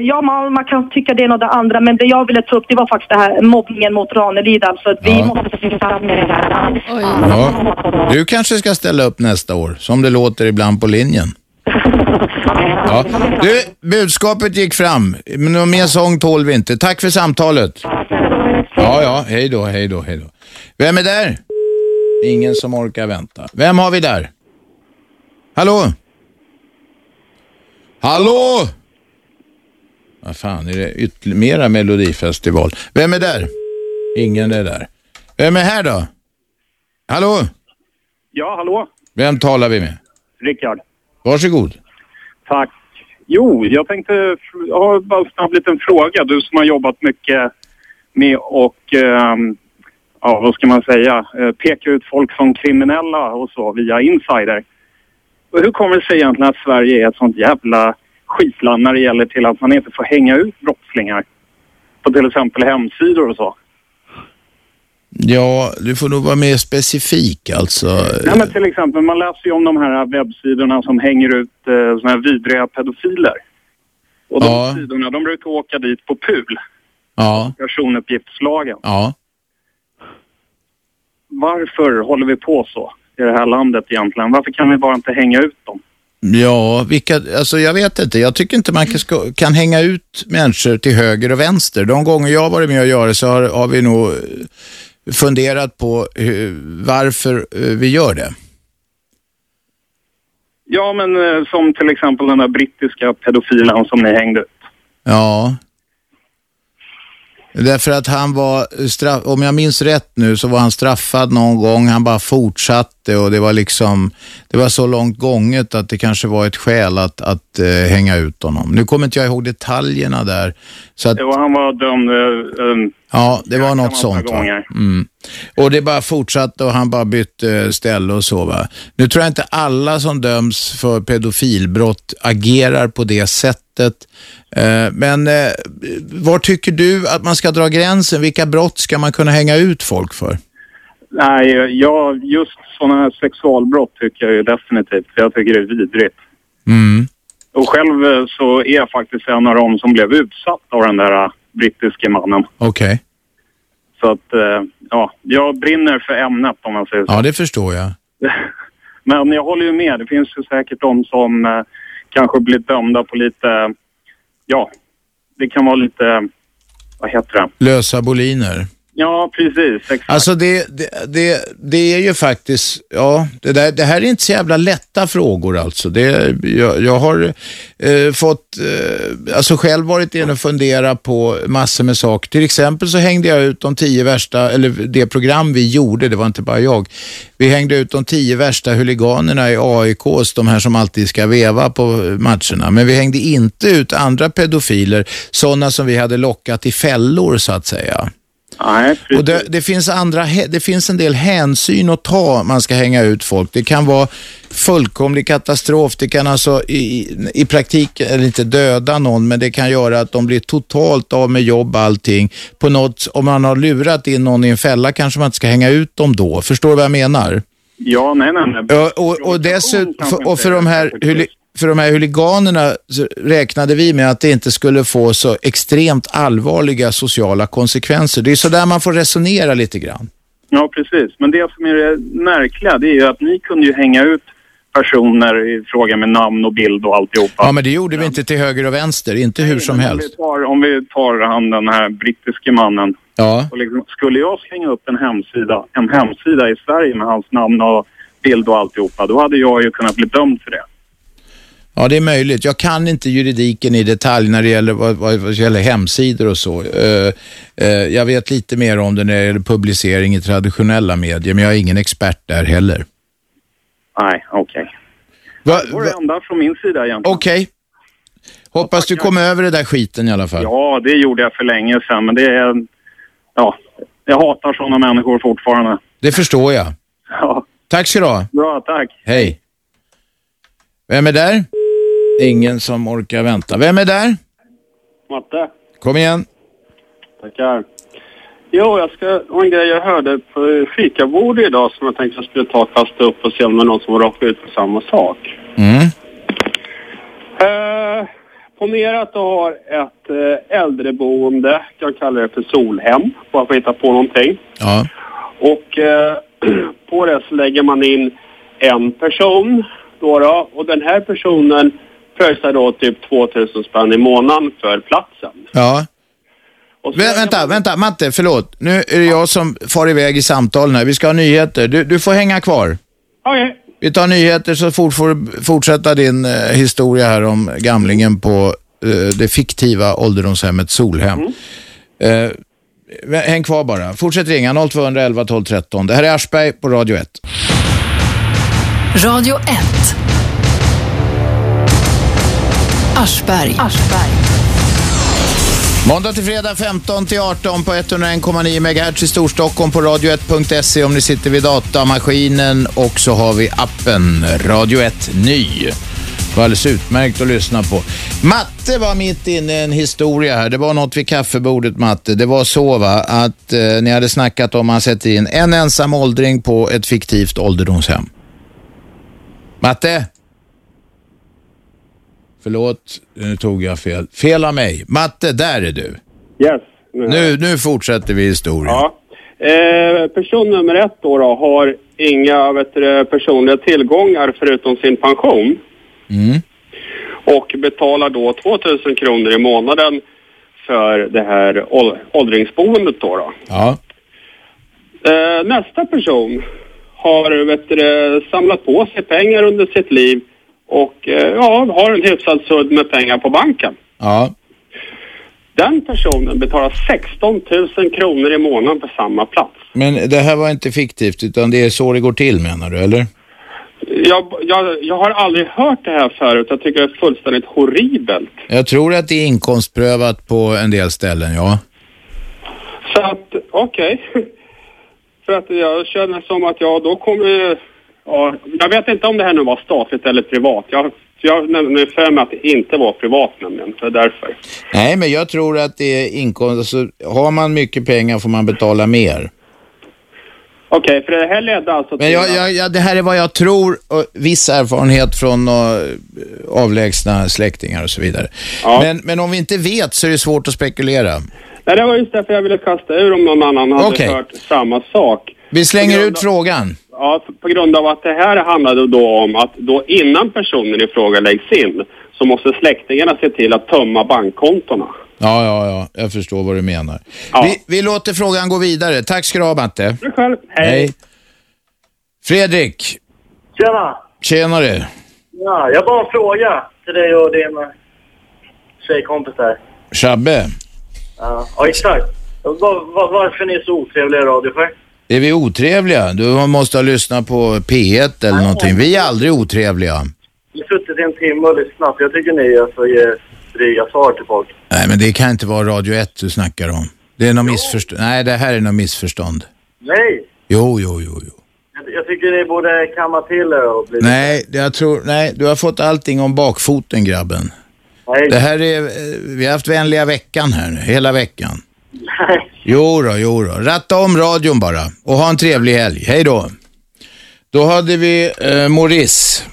S32: ja, man, man kan tycka det ena och det andra, men det jag ville ta upp det var faktiskt det här mobbningen mot Ranelid. Alltså, vi måste sluta med det där.
S2: Ja. Du kanske ska ställa upp nästa år, som det låter ibland på linjen. Ja. Du, budskapet gick fram. Men någon mer sång tål vi inte. Tack för samtalet. Ja, ja, hej då, hej då, hej då. Vem är där? Ingen som orkar vänta. Vem har vi där? Hallå? Hallå? Vad fan, är det ytterligare mera melodifestival? Vem är där? Ingen är där. Vem är här då? Hallå?
S33: Ja, hallå?
S2: Vem talar vi med?
S33: Rickard.
S2: Varsågod.
S33: Tack. Jo, jag tänkte... Jag har bara en snabb liten fråga. Du som har jobbat mycket med och... ehm, ja, vad ska man säga? eh, Peka ut folk som kriminella och så via insider. Och hur kommer det sig egentligen att Sverige är ett sånt jävla skitland när det gäller till att man inte får hänga ut brottslingar? På till exempel hemsidor och så.
S2: Ja, du får nog vara mer specifik alltså.
S33: Nej, men till exempel, man läser ju om de här webbsidorna som hänger ut eh, såna här vidriga pedofiler. Och de
S2: Ja.
S33: sidorna, de brukar åka dit på PUL,
S2: Ja,
S33: personuppgiftslagen.
S2: ja.
S33: Varför håller vi på så i det här landet egentligen? Varför kan vi bara inte hänga ut dem?
S2: Ja, vilka, alltså jag vet inte. Jag tycker inte man kan, ska, kan hänga ut människor till höger och vänster. De gånger jag har varit med och gör det så har, har vi nog eh, funderat på hur, varför eh, vi gör det.
S33: Ja, men eh, som till exempel den där brittiska pedofilen som ni hängde ut.
S2: Ja. Därför att han var, straff, om jag minns rätt nu, så var han straffad någon gång. Han bara fortsatte och det var liksom, det var så långt gånget att det kanske var ett skäl att, att eh, hänga ut honom. Nu kommer inte jag ihåg detaljerna där. Så att,
S33: Det var, han var dömd... eh, eh,
S2: ja, det var något
S33: man
S2: sånt.
S33: ta
S2: Va?
S33: gånger.
S2: Mm. Och det bara fortsatte och han bara bytte ställe och så. Va? Nu tror jag inte alla som döms för pedofilbrott agerar på det sättet. Eh, Men eh, var tycker du att man ska dra gränsen? Vilka brott ska man kunna hänga ut folk för?
S33: nej, jag, just sådana här sexualbrott tycker jag ju definitivt. Jag tycker det är vidrigt.
S2: Mm.
S33: Och själv eh, så är jag faktiskt en av dem som blev utsatt av den där eh, brittiske mannen.
S2: Okej,
S33: Så att, eh, ja, jag brinner för ämnet om man säger så.
S2: ja det förstår jag.
S33: Men jag håller ju med. Det finns ju säkert de som eh, kanske blir dömda på lite, ja, det kan vara lite, vad heter det?
S2: Lösa boliner.
S33: Ja, precis. Exakt.
S2: Alltså det, det, det, det är ju faktiskt, ja, det, där, det här är inte så jävla lätta frågor alltså. Det, jag, jag har eh, fått, eh, alltså själv varit inne och fundera på massor med saker. Till exempel så hängde jag ut de tio värsta, eller det program vi gjorde, det var inte bara jag. Vi hängde ut de tio värsta huliganerna i AIKs, de här som alltid ska veva på matcherna. Men vi hängde inte ut andra pedofiler, sådana som vi hade lockat i fällor så att säga. Och det, det, finns andra, hä- det finns en del hänsyn att ta om man ska hänga ut folk. Det kan vara fullkomlig katastrof. Det kan alltså i, i- i praktiken, eller inte döda någon, men det kan göra att de blir totalt av med jobb allting. På något, om man har lurat in någon i en fälla kanske man inte ska hänga ut dem då. Förstår du vad jag menar?
S33: Ja, nej, nej, nej.
S2: Ja, och, och dessutom, och för de här, huli- för de här huliganerna så räknade vi med att det inte skulle få så extremt allvarliga sociala konsekvenser. Det är sådär man får resonera lite grann.
S33: Ja, precis. Men det som är det märkliga, det är ju att ni kunde ju hänga ut personer i fråga med namn och bild och alltihopa.
S2: Ja, men det gjorde vi inte till höger och vänster, inte hur som
S33: Om
S2: helst.
S33: vi tar, om vi tar han den här brittiske mannen.
S2: Ja.
S33: Och liksom, skulle jag slänga upp en hemsida, en hemsida i Sverige med hans namn och bild och alltihopa, då hade jag ju kunnat bli dömd för det.
S2: Ja, det är möjligt. Jag kan inte juridiken i detalj när det gäller, vad, vad, vad gäller hemsidor och så. Eh, eh, jag vet lite mer om det när det gäller publicering i traditionella medier, men jag är ingen expert där heller.
S33: Nej, okej.
S2: Det
S33: var det enda från min sida egentligen.
S2: Okej. Hoppas du kommer över den där skiten i alla fall.
S33: Ja, det gjorde jag för länge sedan, men det är... Ja, jag hatar sådana människor fortfarande.
S2: Det förstår jag.
S33: Ja,
S2: Tack ska du ha.
S33: bra, tack.
S2: Hej. Vem är där? Ingen som orkar vänta. Vem är där?
S34: Matte,
S2: Kom igen.
S34: tackar. Jo, jag ska, det var en grej jag hörde på fikabordet idag som jag tänkte jag skulle ta och kasta upp och se om det är någon som har råkat ut för samma sak.
S2: Mm.
S34: Eh, ponera att du har ett eh, äldreboende, jag kallar det för solhem, bara för att hitta på någonting.
S2: Ja.
S34: Och eh, på det så lägger man in en person då, då och den här personen pröjsar då typ 2000 spänn i månaden för platsen.
S2: Ja. Vä- vänta, vänta, Matte, förlåt. Nu är det jag som far iväg i samtalen här. Vi ska ha nyheter. Du, du får hänga kvar.
S34: Okej.
S2: Vi tar nyheter så fort får du fortsätta din eh, historia här om gamlingen på eh, det fiktiva ålderdomshemmet Solhem. Eh, vä- häng kvar bara. Fortsätt ringa 0211 12 13. Det här är Aschberg på Radio 1.
S1: Radio 1. Aschberg.
S2: Måndag till fredag 15 till 18 på 101,9 MHz i Storstockholm på radio1.se om ni sitter vid datamaskinen och så har vi appen Radio 1 Ny. Det var alldeles utmärkt att lyssna på. Matte var mitt inne i en historia här. Det var något vid kaffebordet Matte. Det var så va att eh, ni hade snackat om att man sätter in en ensam åldring på ett fiktivt ålderdomshem. Matte? Förlåt, nu tog jag fel. Fel av mig. Matte, där är du.
S34: Yes.
S2: Nu, nu fortsätter vi historien.
S34: Ja. Eh, person nummer ett då, då har inga vet du, personliga tillgångar förutom sin pension
S2: Mm.
S34: och betalar då 2000 kronor i månaden för det här ål- åldringsboendet då. då.
S2: Ja.
S34: Eh, nästa person har vet du, samlat på sig pengar under sitt liv och eh, ja, har en hyfsad sudd med pengar på banken.
S2: Ja.
S34: Den personen betalar 16 000 kronor i månaden för samma plats.
S2: Men det här var inte fiktivt utan det är så det går till menar du, eller?
S34: Jag, jag, jag har aldrig hört det här förut. Jag tycker det är fullständigt horribelt.
S2: Jag tror att det är inkomstprövat på en del ställen, ja.
S34: Så att, okej. För att jag känner som att jag då kommer... ju- Ja, jag vet inte om det här nu var statligt eller privat. Jag, jag nämner för mig att det inte var privat nämligen. Det är därför.
S2: Nej, men jag tror att det är inkomst... Alltså, har man mycket pengar får man betala mer.
S34: Okej, för det här ledde alltså
S2: Men jag, jag, jag, det här är vad jag tror och viss erfarenhet från eh, avlägsna släktingar och så vidare. Men, men om vi inte vet så är det svårt att spekulera.
S34: Nej, det var just därför jag ville kasta ur om någon annan hade
S2: Okej.
S34: hört samma sak.
S2: Vi slänger ut frågan.
S34: Ja, f- på grund av att det här handlade då om att då innan personen i fråga läggs in så måste släktingarna se till att tömma bankkontona.
S2: Ja, ja, ja. Jag förstår vad du menar. Vi, vi låter frågan gå vidare. Tack ska du ha, Matte.
S34: Du själv.
S2: Hej. Fredrik.
S14: Tjena!
S2: Tjenare.
S14: Ja, jag bara en fråga till dig och din eh, tjejkompis där.
S2: Shabbe.
S14: Ja, ja exakt. Var, var, varför är ni så otrevliga i radio för?
S2: Är vi otrevliga? Du måste ha lyssnat på P1 eller någonting. Vi är aldrig otrevliga.
S14: Ni har suttit i en timme och lyssnat. Jag tycker ni alltså ger dryga svar till folk.
S2: Nej, men det kan inte vara Radio 1 du snackar om. Det är något missförstånd. Nej, det här är något missförstånd.
S14: Nej!
S2: Jo, jo, jo.
S14: Jag, jag tycker ni borde kamma till er och bli...
S2: Nej, jag tror... Nej, du har fått allting om bakfoten, grabben.
S14: Nej.
S2: Det här är... eh, Vi har haft vänliga veckan här nu, hela veckan. Jo då, jo då. Ratta om radion bara och ha en trevlig helg. Hej då. Då hade vi eh, Maurice.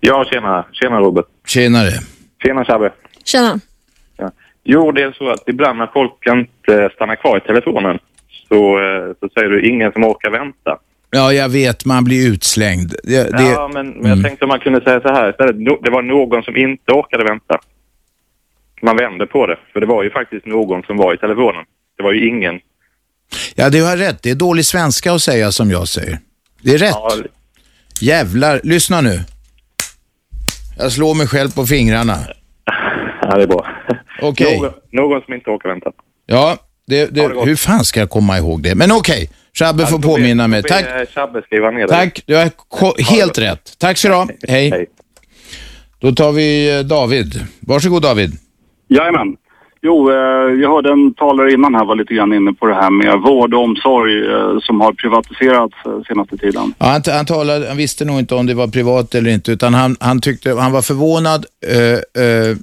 S15: Ja, tjena. Tjena Robert.
S2: Tjenare.
S15: Tjena Shabbe.
S3: Tjena.
S15: Jo, det är så att ibland när folk inte stannar kvar i telefonen så, eh, så säger du ingen som orkar vänta.
S2: Ja, jag vet, man blir utslängd. Det, det...
S15: Ja, men, men jag tänkte om man kunde säga så här istället. No- Det var någon som inte orkade vänta. Man vände på det, för det var ju faktiskt någon som var i telefonen. Det var ju ingen.
S2: ja, du har rätt. Det är dålig svenska att säga som jag säger. Det är rätt. Jävlar. Lyssna nu. Jag slår mig själv på fingrarna.
S15: Ja, det är bra.
S2: Okej.
S15: Någon, någon som inte orkar vänta.
S2: Ja, det, det, hur fan ska jag komma ihåg det? Men okej, Shabbe får påminna mig.
S15: Då
S2: Tack.
S15: ber jag Shabbe skriva ner det.
S2: Tack, du har ko- helt rätt. Tack så du ha. Hej. Då tar vi eh, David. Varsågod David.
S20: Jajamän. Jo, eh, jag hörde en talare innan här var lite grann inne på det här med vård och omsorg eh, som har privatiserats eh, senaste tiden.
S2: Ja, han, han, talade, han visste nog inte om det var privat eller inte, utan han, han, tyckte, han var förvånad eh, eh,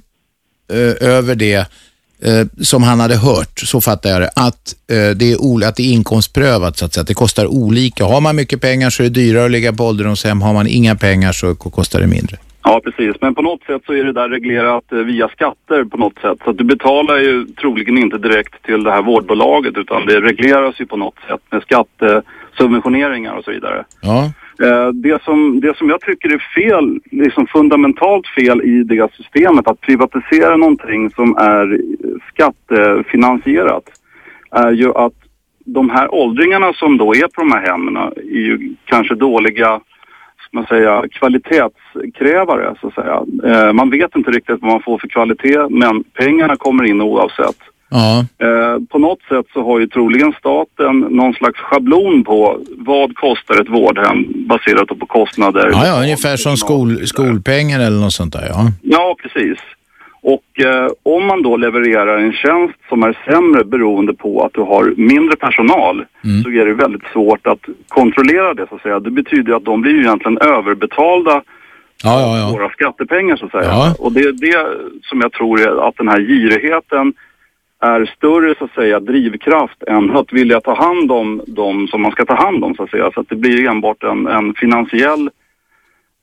S2: eh, över det eh, som han hade hört, så fattar jag det, att, eh, det är ol- att det är inkomstprövat så att säga, att det kostar olika. Har man mycket pengar så är det dyrare att ligga på ålderdomshem, har man inga pengar så k- kostar det mindre.
S20: Ja, precis. Men på något sätt så är det där reglerat eh, via skatter på något sätt. Så att du betalar ju troligen inte direkt till det här vårdbolaget utan det regleras ju på något sätt med skattesubventioneringar och så vidare.
S2: Ja.
S20: Eh, Det som, det som jag tycker är fel, liksom fundamentalt fel i det systemet, att privatisera någonting som är eh, skattefinansierat, är ju att de här åldringarna som då är på de här hemmen är ju kanske dåliga ska man säga, kvalitetskrävare så att säga. Eh, Man vet inte riktigt vad man får för kvalitet men pengarna kommer in oavsett.
S2: Ja.
S20: Eh, på något sätt så har ju troligen staten någon slags schablon på vad kostar ett vårdhem baserat på kostnader.
S2: Ja, ja, ungefär som skol, skolpengar eller något sånt där. Ja.
S20: Ja, precis. Och eh, om man då levererar en tjänst som är sämre beroende på att du har mindre personal
S2: Mm.
S20: så är det väldigt svårt att kontrollera det så att säga. Det betyder ju att de blir ju egentligen överbetalda
S2: Ja, ja, ja.
S20: våra skattepengar så att säga.
S2: Ja.
S20: Och det är det som jag tror är att den här girigheten är större så att säga drivkraft än att vilja ta hand om de som man ska ta hand om så att säga. Så att det blir enbart en, en finansiell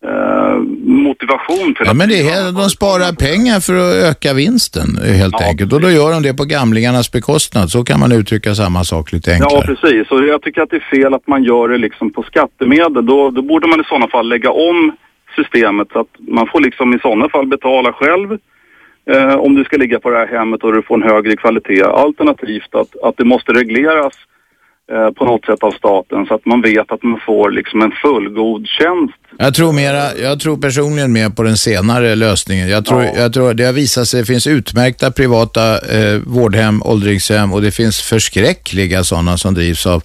S20: eh, motivation till
S2: Ja,
S20: att
S2: men det är, här- de sparar pengar för att öka vinsten eh, helt
S20: Ja,
S2: enkelt. Och då gör de det på gamlingarnas bekostnad. Så kan man uttrycka samma sak lite enklare.
S20: Ja, precis. Och jag tycker att det är fel att man gör det liksom på skattemedel. Då, då borde man i sådana fall lägga om systemet så att man får liksom i sådana fall betala själv eh, om du ska ligga på det här hemmet och du får en högre kvalitet. Alternativt att, att det måste regleras eh, på något sätt av staten så att man vet att man får liksom en fullgod tjänst.
S2: Jag tror, mera, jag tror personligen mer på den senare lösningen. Jag tror, jag tror det har visat sig, det finns utmärkta privata eh, vårdhem, åldringshem och det finns förskräckliga sådana som drivs av,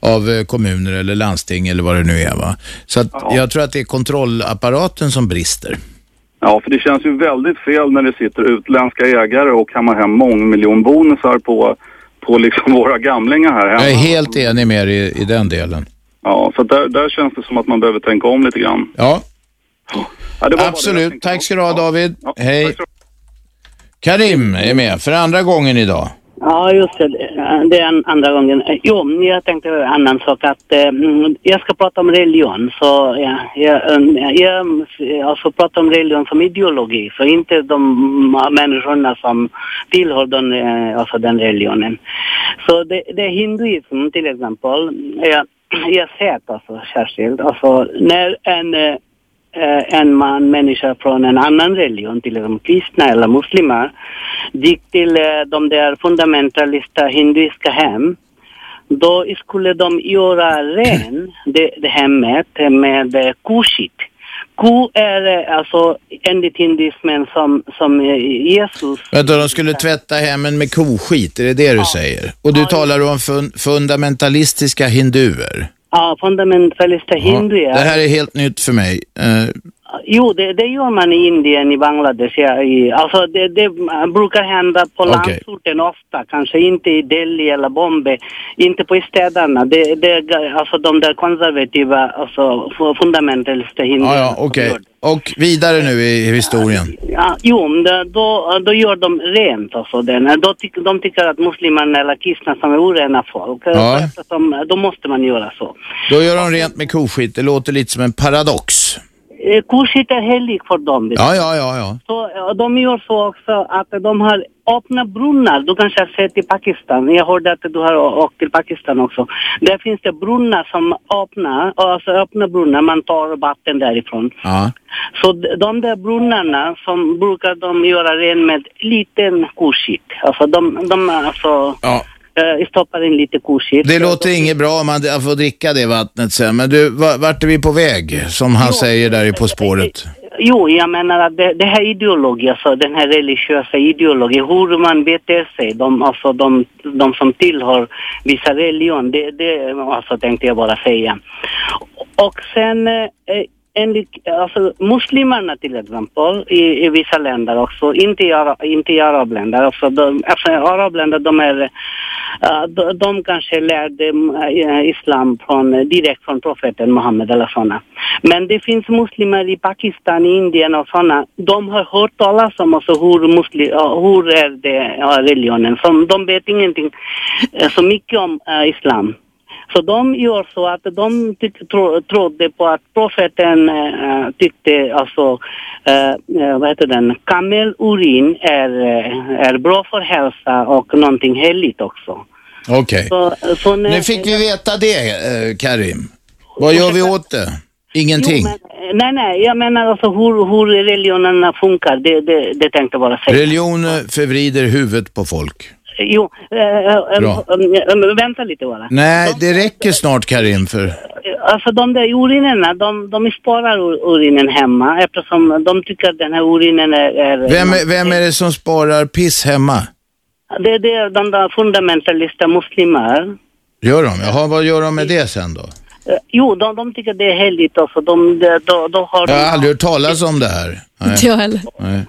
S2: av eh, kommuner eller landsting eller vad det nu är. Va? Så att, jag tror att det är kontrollapparaten som brister.
S20: Ja, för det känns ju väldigt fel när det sitter utländska ägare och kammar hem mångmiljonbonusar på, på liksom våra gamlingar här hemma.
S2: Jag är helt enig med dig i, i den delen.
S20: Ja, så där, där känns det som att man behöver tänka om lite grann.
S2: Ja,
S20: Ja, det var bara det jag
S2: absolut.
S20: tänkte
S2: Tack ska du ha David. Hej. Karim är med för andra gången idag.
S6: Ja, just det. Det är en andra gången. Jo, jag tänkte en annan sak. Att, eh, mm, jag ska prata om religion. Så, ja, jag, mm, jag, jag ska prata om religion som ideologi. Så inte de mm, människorna som tillhör den, eh, alltså den religionen. Så det, det är hinduism till exempel. Jag, jag sett alltså särskilt. Alltså när en eh, eh, en man, människa från en annan religion, till exempel kristna eller muslimer, gick till eh, de där fundamentalistiska hinduiska hem. Då skulle de göra ren det, det hemmet med eh, koshit. Ko är eh, alltså enligt hinduismen som, som eh, Jesus
S2: Vänta, de skulle tvätta hemmen med koskit, är det det du säger? Och du talar om fun fundamentalistiska hinduer.
S6: Ja, fundamentalistiska ah, hinduer.
S2: Det här är helt nytt för mig. Eh,
S6: Jo, det, det gör man i Indien, i Bangladesh. Ja, i, alltså det, det brukar hända på landsorten ofta, kanske inte i Delhi eller Bombay, inte på i städerna. Det, det, alltså de där konservativa, alltså fu- fundamentalistiska
S2: ja,
S6: hinduerna.
S2: ja, okej. Och vidare nu i, i historien.
S6: Ja, jo, men det- då, då gör de rent alltså. Den. Då tyck, de tycker att muslimerna eller kristna som är orena folk,
S2: Ja.
S6: så att de, då måste man göra så.
S2: Då gör de rent med koskit, det låter lite som en paradox.
S6: Eh, Kurset är helig för dem. vet du.
S2: Ja, ja, ja, ja.
S6: Så, eh, de gör så också att de har öppna brunnar. Du kanske har sett i Pakistan. Jag hörde att du har å- åkt till Pakistan också. Där finns det brunnar som öppnar, alltså öppna brunnar. Man tar vatten därifrån.
S2: Ja.
S6: Så d- de där brunnarna som brukar de göra ren med liten koshit. Alltså de, de alltså,
S2: ja.
S6: stoppar in lite koshit.
S2: Det låter inget bra om man d- får dricka det vattnet sen. Men du, va- vart är vi på väg? Som han säger där i På spåret.
S6: Jo, jag menar att det, det här ideologin, alltså den här religiösa ideologin, hur man beter sig, de, alltså de, de som tillhör vissa religion, det, det alltså, tänkte jag bara säga. Och sen eh, enligt, alltså muslimerna till exempel i, i vissa länder också, inte i, ara, inte i arabländer, alltså, de, alltså arabländer de är, eh, de, de kanske lärde eh, islam från, direkt från profeten Muhammed eller sådana. Men det finns muslimer i Pakistan, i Indien och sådana, de har hört talas om alltså hur, musli, ja, hur är det, ja, religionen, som, de vet ingenting eh, så mycket om eh, islam. Så de gör så att de tyck, tro, trodde på att profeten eh, tyckte alltså, eh, eh, vad heter den, kamelurin är, eh, är bra för hälsa och någonting heligt också. Eh,
S2: Okej.
S6: Så, så när,
S2: Nu fick vi veta det, eh, Karim. Vad gör vi åt det? Ingenting.
S6: Eh, Nej, nej, jag menar alltså hur, hur religionerna funkar, det, det, det tänkte jag bara säga.
S2: Religion förvrider huvudet på folk.
S6: Jo, eh, eh,
S2: Bra.
S6: eh, eh, vänta lite bara.
S2: Nej, det räcker snart Karim för...
S6: Eh, Alltså de där urinerna, de, de sparar ur, urinen hemma eftersom de tycker att den här urinen är... är
S2: Vem är, vem är det som sparar piss hemma?
S6: Det, det är de där fundamentalistiska muslimer.
S2: Gör de? Jaha, vad gör de med det sen då?
S6: Eh, Jo, de, de tycker det är heligt alltså. De, de, de, de har...
S2: Jag har aldrig hört talas om det här.
S6: Inte jag heller.
S2: Nej.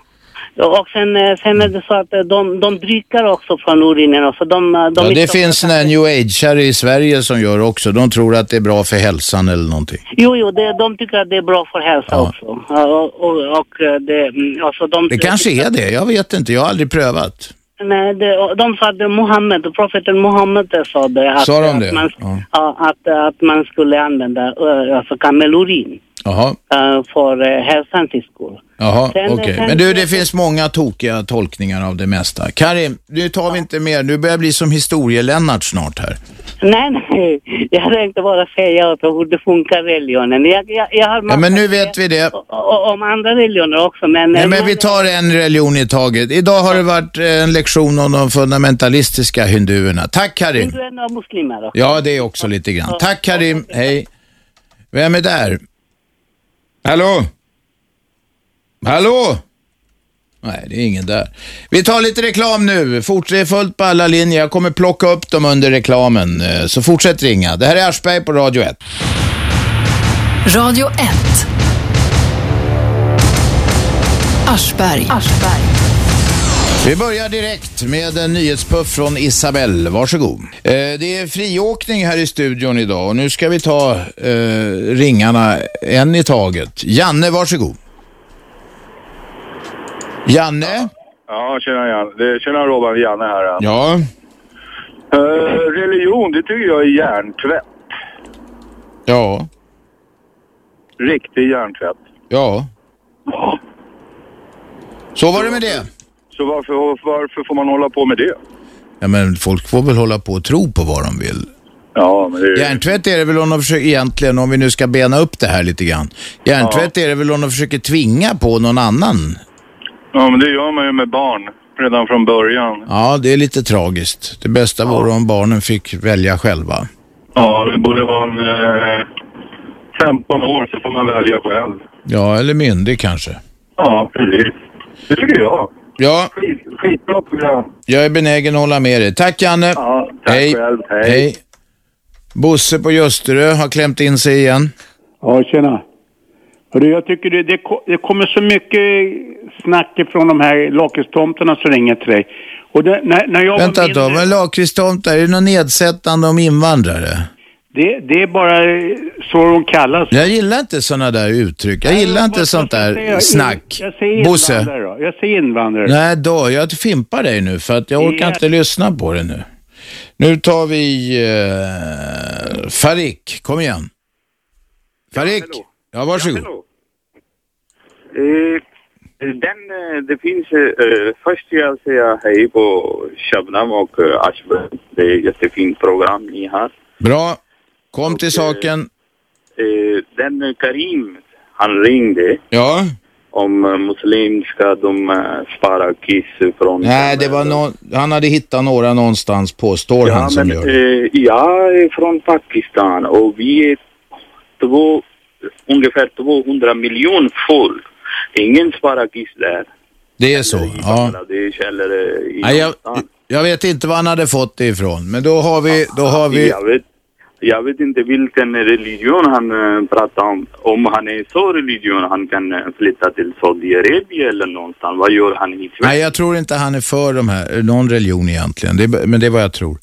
S6: Och sen, eh, sen är det så att eh, de, de dricker också från urinen. Alltså de, de
S2: Ja, det
S6: liksom-
S2: finns såna här new age i Sverige som gör också. De tror att det är bra för hälsan eller någonting.
S6: Jo, jo, det, de tycker att det är bra för hälsa också. Ja, Och, och, och eh, det, mm, alltså de,
S2: Det kanske är det, jag vet inte. Jag har aldrig prövat.
S6: Nej, det, och de sa att det är Mohammed, profeten Mohammed eh, sa det. Att,
S2: Sa de
S6: att
S2: det?
S6: Man,
S2: Ja.
S6: ja, att, att man skulle använda eh, alltså kamelurin
S2: Jaha,
S6: eh, för eh, hälsans skull.
S2: Jaha
S6: Sen- eh,
S2: okej.
S6: sen-
S2: Men du, det finns många tokiga tolkningar av det mesta. Karim, nu tar vi inte mer. Du börjar bli som historielennart snart här.
S6: Nej, nej, jag tänkte bara säga att hur det funkar religionen. Jag, jag, jag har
S2: Ja, men nu vet vi det.
S6: o- o- om andra religioner också, men... eh,
S2: Nej, men vi tar en religion i taget. Idag har det varit eh, en lektion om de fundamentalistiska hinduerna. Tack Karim.
S6: Du är några muslimer också.
S2: Ja, det är också lite grann. Tack Karim, hej. Vem är där? Hallå? Hallå? Nej, det är ingen där. Vi tar lite reklam nu. Fortsätt fullt på alla linjer. Jag kommer plocka upp dem under reklamen. Eh, Så fortsätt ringa. Det här är Aschberg på Radio 1.
S1: Radio 1. Aschberg. Aschberg.
S2: Vi börjar direkt med en nyhetspuff från Isabel. Varsågod. Eh, det är friåkning här i studion idag och nu ska vi ta eh, ringarna en i taget. Janne, varsågod. Janne?
S24: Ja, tjena, Jan. Det, tjena Robban, Janne här. Ja.
S2: Ja.
S24: Eh, religion, det tycker jag är hjärntvätt.
S2: Ja.
S24: Riktig hjärntvätt.
S2: Ja. Så var det med det.
S24: Så varför, varför får man hålla på med det?
S2: Ja, men folk får väl hålla på och tro på vad de vill.
S24: Ja, men det är...
S2: Hjärntvätt är det väl om de försöker, egentligen, om vi nu ska bena upp det här lite grann. Hjärntvätt är det väl om de försöker tvinga på någon annan.
S24: Ja, men det gör man ju med barn redan från början.
S2: Ja, det är lite tragiskt. Det bästa vore om barnen fick välja själva.
S24: Ja, det borde vara en, eh, 15 år så får man välja själv.
S2: Ja, eller myndig kanske.
S24: Ja, precis. Det tycker jag.
S2: Ja.
S24: Skit, skitbra program.
S2: Jag är benägen att hålla med dig. Tack Janne.
S24: Ja, tack
S2: hej.
S24: själv.
S2: Hej.
S24: Hej.
S2: Bosse på Ljusterö har klämt in sig igen.
S19: Ja, tjena. Hörru, jag tycker det, det, ko- det kommer så mycket snack från de här lakritstomtarna som ringer till dig. Och det, när, när jag
S2: Vänta
S19: var
S2: ett tag,
S19: mindre,
S2: men lakritstomtar, är det något nedsättande om invandrare?
S19: det, det är bara eh, så de kallas.
S2: Jag gillar inte sådana där uttryck. Jag gillar inte sånt där
S19: Jag-
S2: Eh, snack.
S19: Jag säger invandrare
S2: Bosse.
S19: då. Jag säger invandrare.
S2: Nej då, jag fimpar dig nu för att jag orkar
S19: Ja.
S2: inte lyssna på det nu. Nu tar vi eh, Farik, kom igen. Farik, ja varsågod.
S35: Eh, Den, eh, det finns, eh, först vill jag säga hej på Shabnam och eh, Ashbel. Det är ett jättefint program ni har.
S2: Bra, kom till saken.
S35: Eh, Den eh, Karim, han ringde
S2: Ja.
S35: om eh, muslimska, de eh, sparar kiss från...
S2: Nej, det var någon, han hade hittat några någonstans, påstår han som gör.
S35: eh, jag är från Pakistan och vi är två, ungefär 200 miljoner folk. Ingen sparar kiss där.
S2: Det är så, ja.
S35: Bangladesh eller eh, i
S2: Nej, jag, jag vet inte var han hade fått det ifrån, men då har vi, då har vi,
S35: Jag vet, jag vet inte vilken religion han eh, pratar om. Om han är så religion, han kan eh, flytta till Saudiarabien eller någonstans. Vad gör han i Sverige?
S2: nej jag tror inte han är för de här, någon religion egentligen, det, men det är vad jag tror.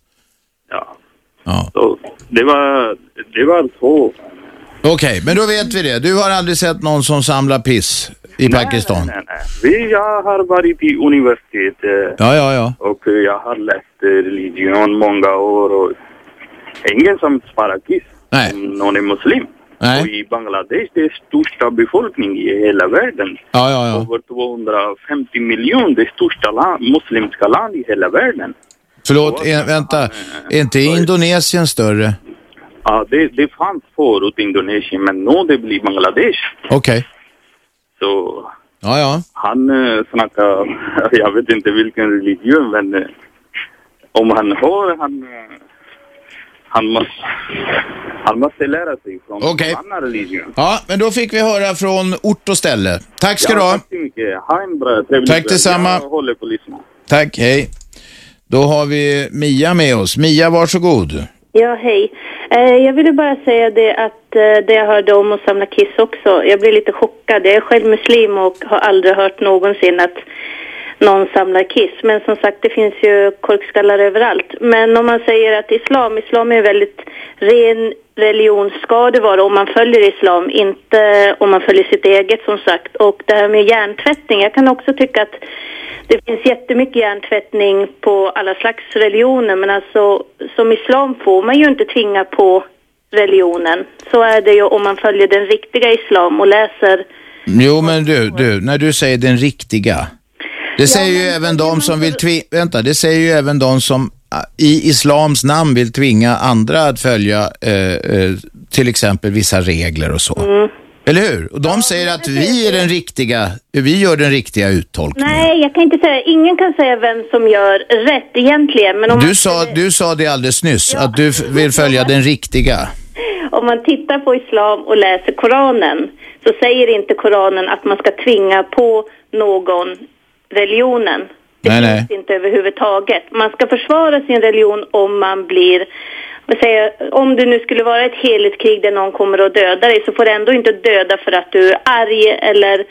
S35: Ja.
S2: Ja.
S35: Så, det, var, det var så.
S2: Okej, men då vet vi det. Du har aldrig sett någon som samlar piss i Pakistan?
S35: Nej, nej. Vi, jag har varit i universitet eh,
S2: Ja, ja, ja.
S35: och eh, jag har läst eh, religion många år. Och ingen som sparar kiss
S2: Nej.
S35: om någon är muslim.
S2: Nej.
S35: Och i Bangladesh, det är största befolkning i hela världen.
S2: Ja, ja, ja.
S35: över 250 miljoner, det största land, muslimska land i hela världen.
S2: Förlåt, eh, vänta. Är inte Indonesien större?
S22: Ja, det, det fanns förut i Indonesien, men nu det blir Bangladesh.
S2: Okej.
S22: Så
S2: Ja, ja.
S22: han eh, snackar, jag vet inte vilken religion, men eh, om han hör, han, eh, han, måste, han måste lära sig från
S2: Okej.
S22: annan religion.
S2: Ja, men då fick vi höra från ort och ställe. Tack ska
S22: ja,
S2: du ha.
S22: Tack så mycket. Ha en bra, trevlig
S2: Tack
S22: kväll.
S2: detsamma.
S22: Jag håller på att lyssna.
S2: Tack, hej. Då har vi Mia med oss. Mia, varsågod.
S36: Ja, hej. Eh, jag ville bara säga det att eh, det jag hörde om att samla kiss också, jag blev lite chockad. Jag är själv muslim och har aldrig hört någonsin att någon samlar kiss. Men som sagt, det finns ju korkskallar överallt. Men om man säger att islam, islam är en väldigt ren religion ska det vara om man följer islam, inte om man följer sitt eget som sagt. Och det här med hjärntvättning, jag kan också tycka att det finns jättemycket hjärntvättning på alla slags religioner, men alltså som islam får man ju inte tvinga på religionen. Så är det ju om man följer den riktiga islam och läser.
S2: Jo, men du, du, när du säger den riktiga. Det säger ju även de som vill tvinga, vänta, det säger ju även de som ah, i islams namn vill tvinga andra att följa eh, eh, till exempel vissa regler och så.
S36: Mm.
S2: Eller hur? Och de säger att vi är den riktiga, vi gör den riktiga uttolkningen.
S36: Nej, jag kan inte säga, ingen kan säga vem som gör rätt egentligen, men om man
S2: Du sa, du sa det alldeles nyss, att du f- vill följa den riktiga.
S36: Om man tittar på islam och läser Koranen så säger inte Koranen att man ska tvinga på någon religionen.
S2: Nej, nej.
S36: Inte överhuvudtaget. Man ska försvara sin religion om man blir vad säger jag, om det nu skulle vara ett heligt krig där någon kommer att döda dig så får du ändå inte döda för att du är arg eller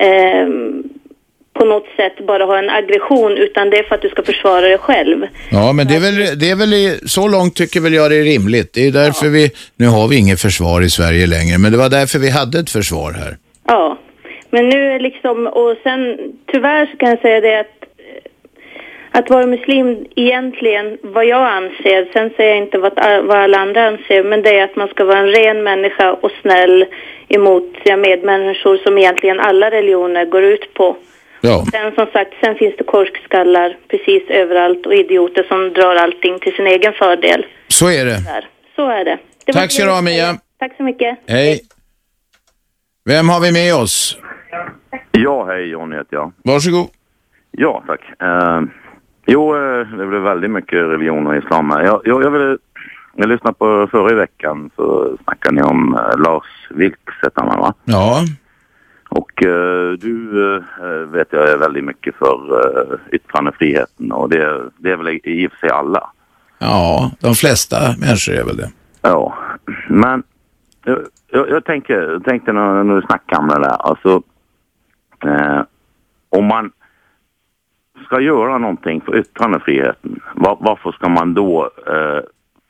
S36: ehm, på något sätt bara ha en aggression utan det är för att du ska försvara dig själv.
S2: Ja, men det är väl, det är väl i, så långt tycker väl jag det är rimligt. Det är därför vi, nu har vi inget försvar i Sverige längre, men det var därför vi hade ett försvar här.
S36: Ja, men nu är liksom, och sen tyvärr så kan jag säga det att eh, att vara muslim egentligen, vad jag anser, sen säger jag inte vad, a- vad alla andra anser, men det är att man ska vara en ren människa och snäll emot sina medmänniskor som egentligen alla religioner går ut på.
S2: Ja.
S36: Sen som sagt, sen finns det korkskallar precis överallt och idioter som drar allting till sin egen fördel.
S2: Så är det.
S36: Där. Så är det. det var
S2: Tack
S36: det
S2: ska du
S36: jag
S2: ha,
S36: ville
S2: Mia.
S36: säga. Tack så mycket.
S2: Hej. Vem har vi med oss?
S22: Ja, hej Johnny heter jag.
S2: Varsågod.
S22: Ja, tack. Eh, jo, eh, det blev väldigt mycket religion och islam här. Jag, jag, jag ville... Jag lyssnade på förra veckan så snackade ni om eh, Lars Vilks hette han va?
S2: Ja.
S22: Och eh, du eh, vet jag är väldigt mycket för eh, yttrandefriheten och det, det är väl i- i och för sig alla.
S2: Ja, de flesta människor är väl det.
S22: Ja, men jag, jag, jag tänker, jag tänkte när, när du snackade om det där, alltså eh, om man ska göra någonting för yttrandefriheten, var, varför ska man då eh,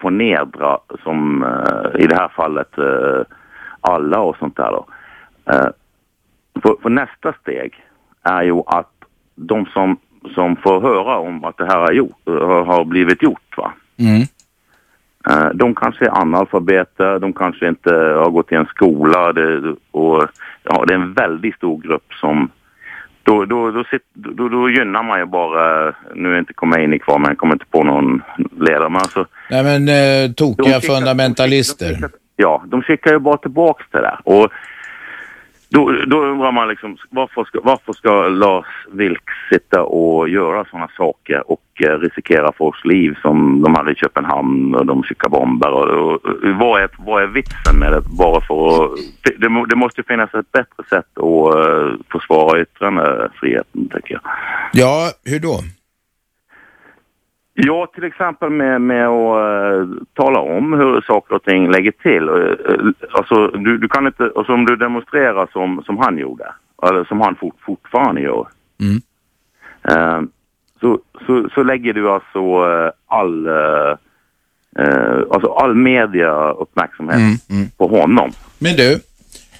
S22: förnedra som eh, i det här fallet eh, alla och sånt där då? Eh, för, för nästa steg är ju att de som, som får höra om att det här har, gjort, har- har blivit gjort va,
S2: Mm.
S22: Eh, De kanske är analfabeter, de kanske inte har gått i en skola det, och ja, det är en väldigt stor grupp som då, då, då, sit, då, då gynnar man ju bara, nu är inte kommer jag in i kvar men jag kommer inte på någon ledare men alltså,
S2: Nej, men eh, tokiga fundamentalister.
S22: ja, de skickar ju bara tillbaks det där och då, då undrar man liksom varför ska, varför ska Lars Vilks sitta och göra sådana saker och eh, riskera folks liv som de hade i Köpenhamn och de skickar bomber och, och, och vad, är, vad är vitsen med det bara för att, det, må- det måste ju finnas ett bättre sätt att eh, försvara yttrandefriheten tycker jag.
S2: Ja, hur då?
S22: Ja, till exempel med, med att eh, tala om hur saker och ting lägger till. Uh, alltså, du, du kan inte, alltså, om du demonstrerar som, som han gjorde, eller som han fort, fortfarande gör, eh, så, så, så lägger du alltså eh, all, eh, eh, alltså all mediauppmärksamhet på honom.
S2: Men du,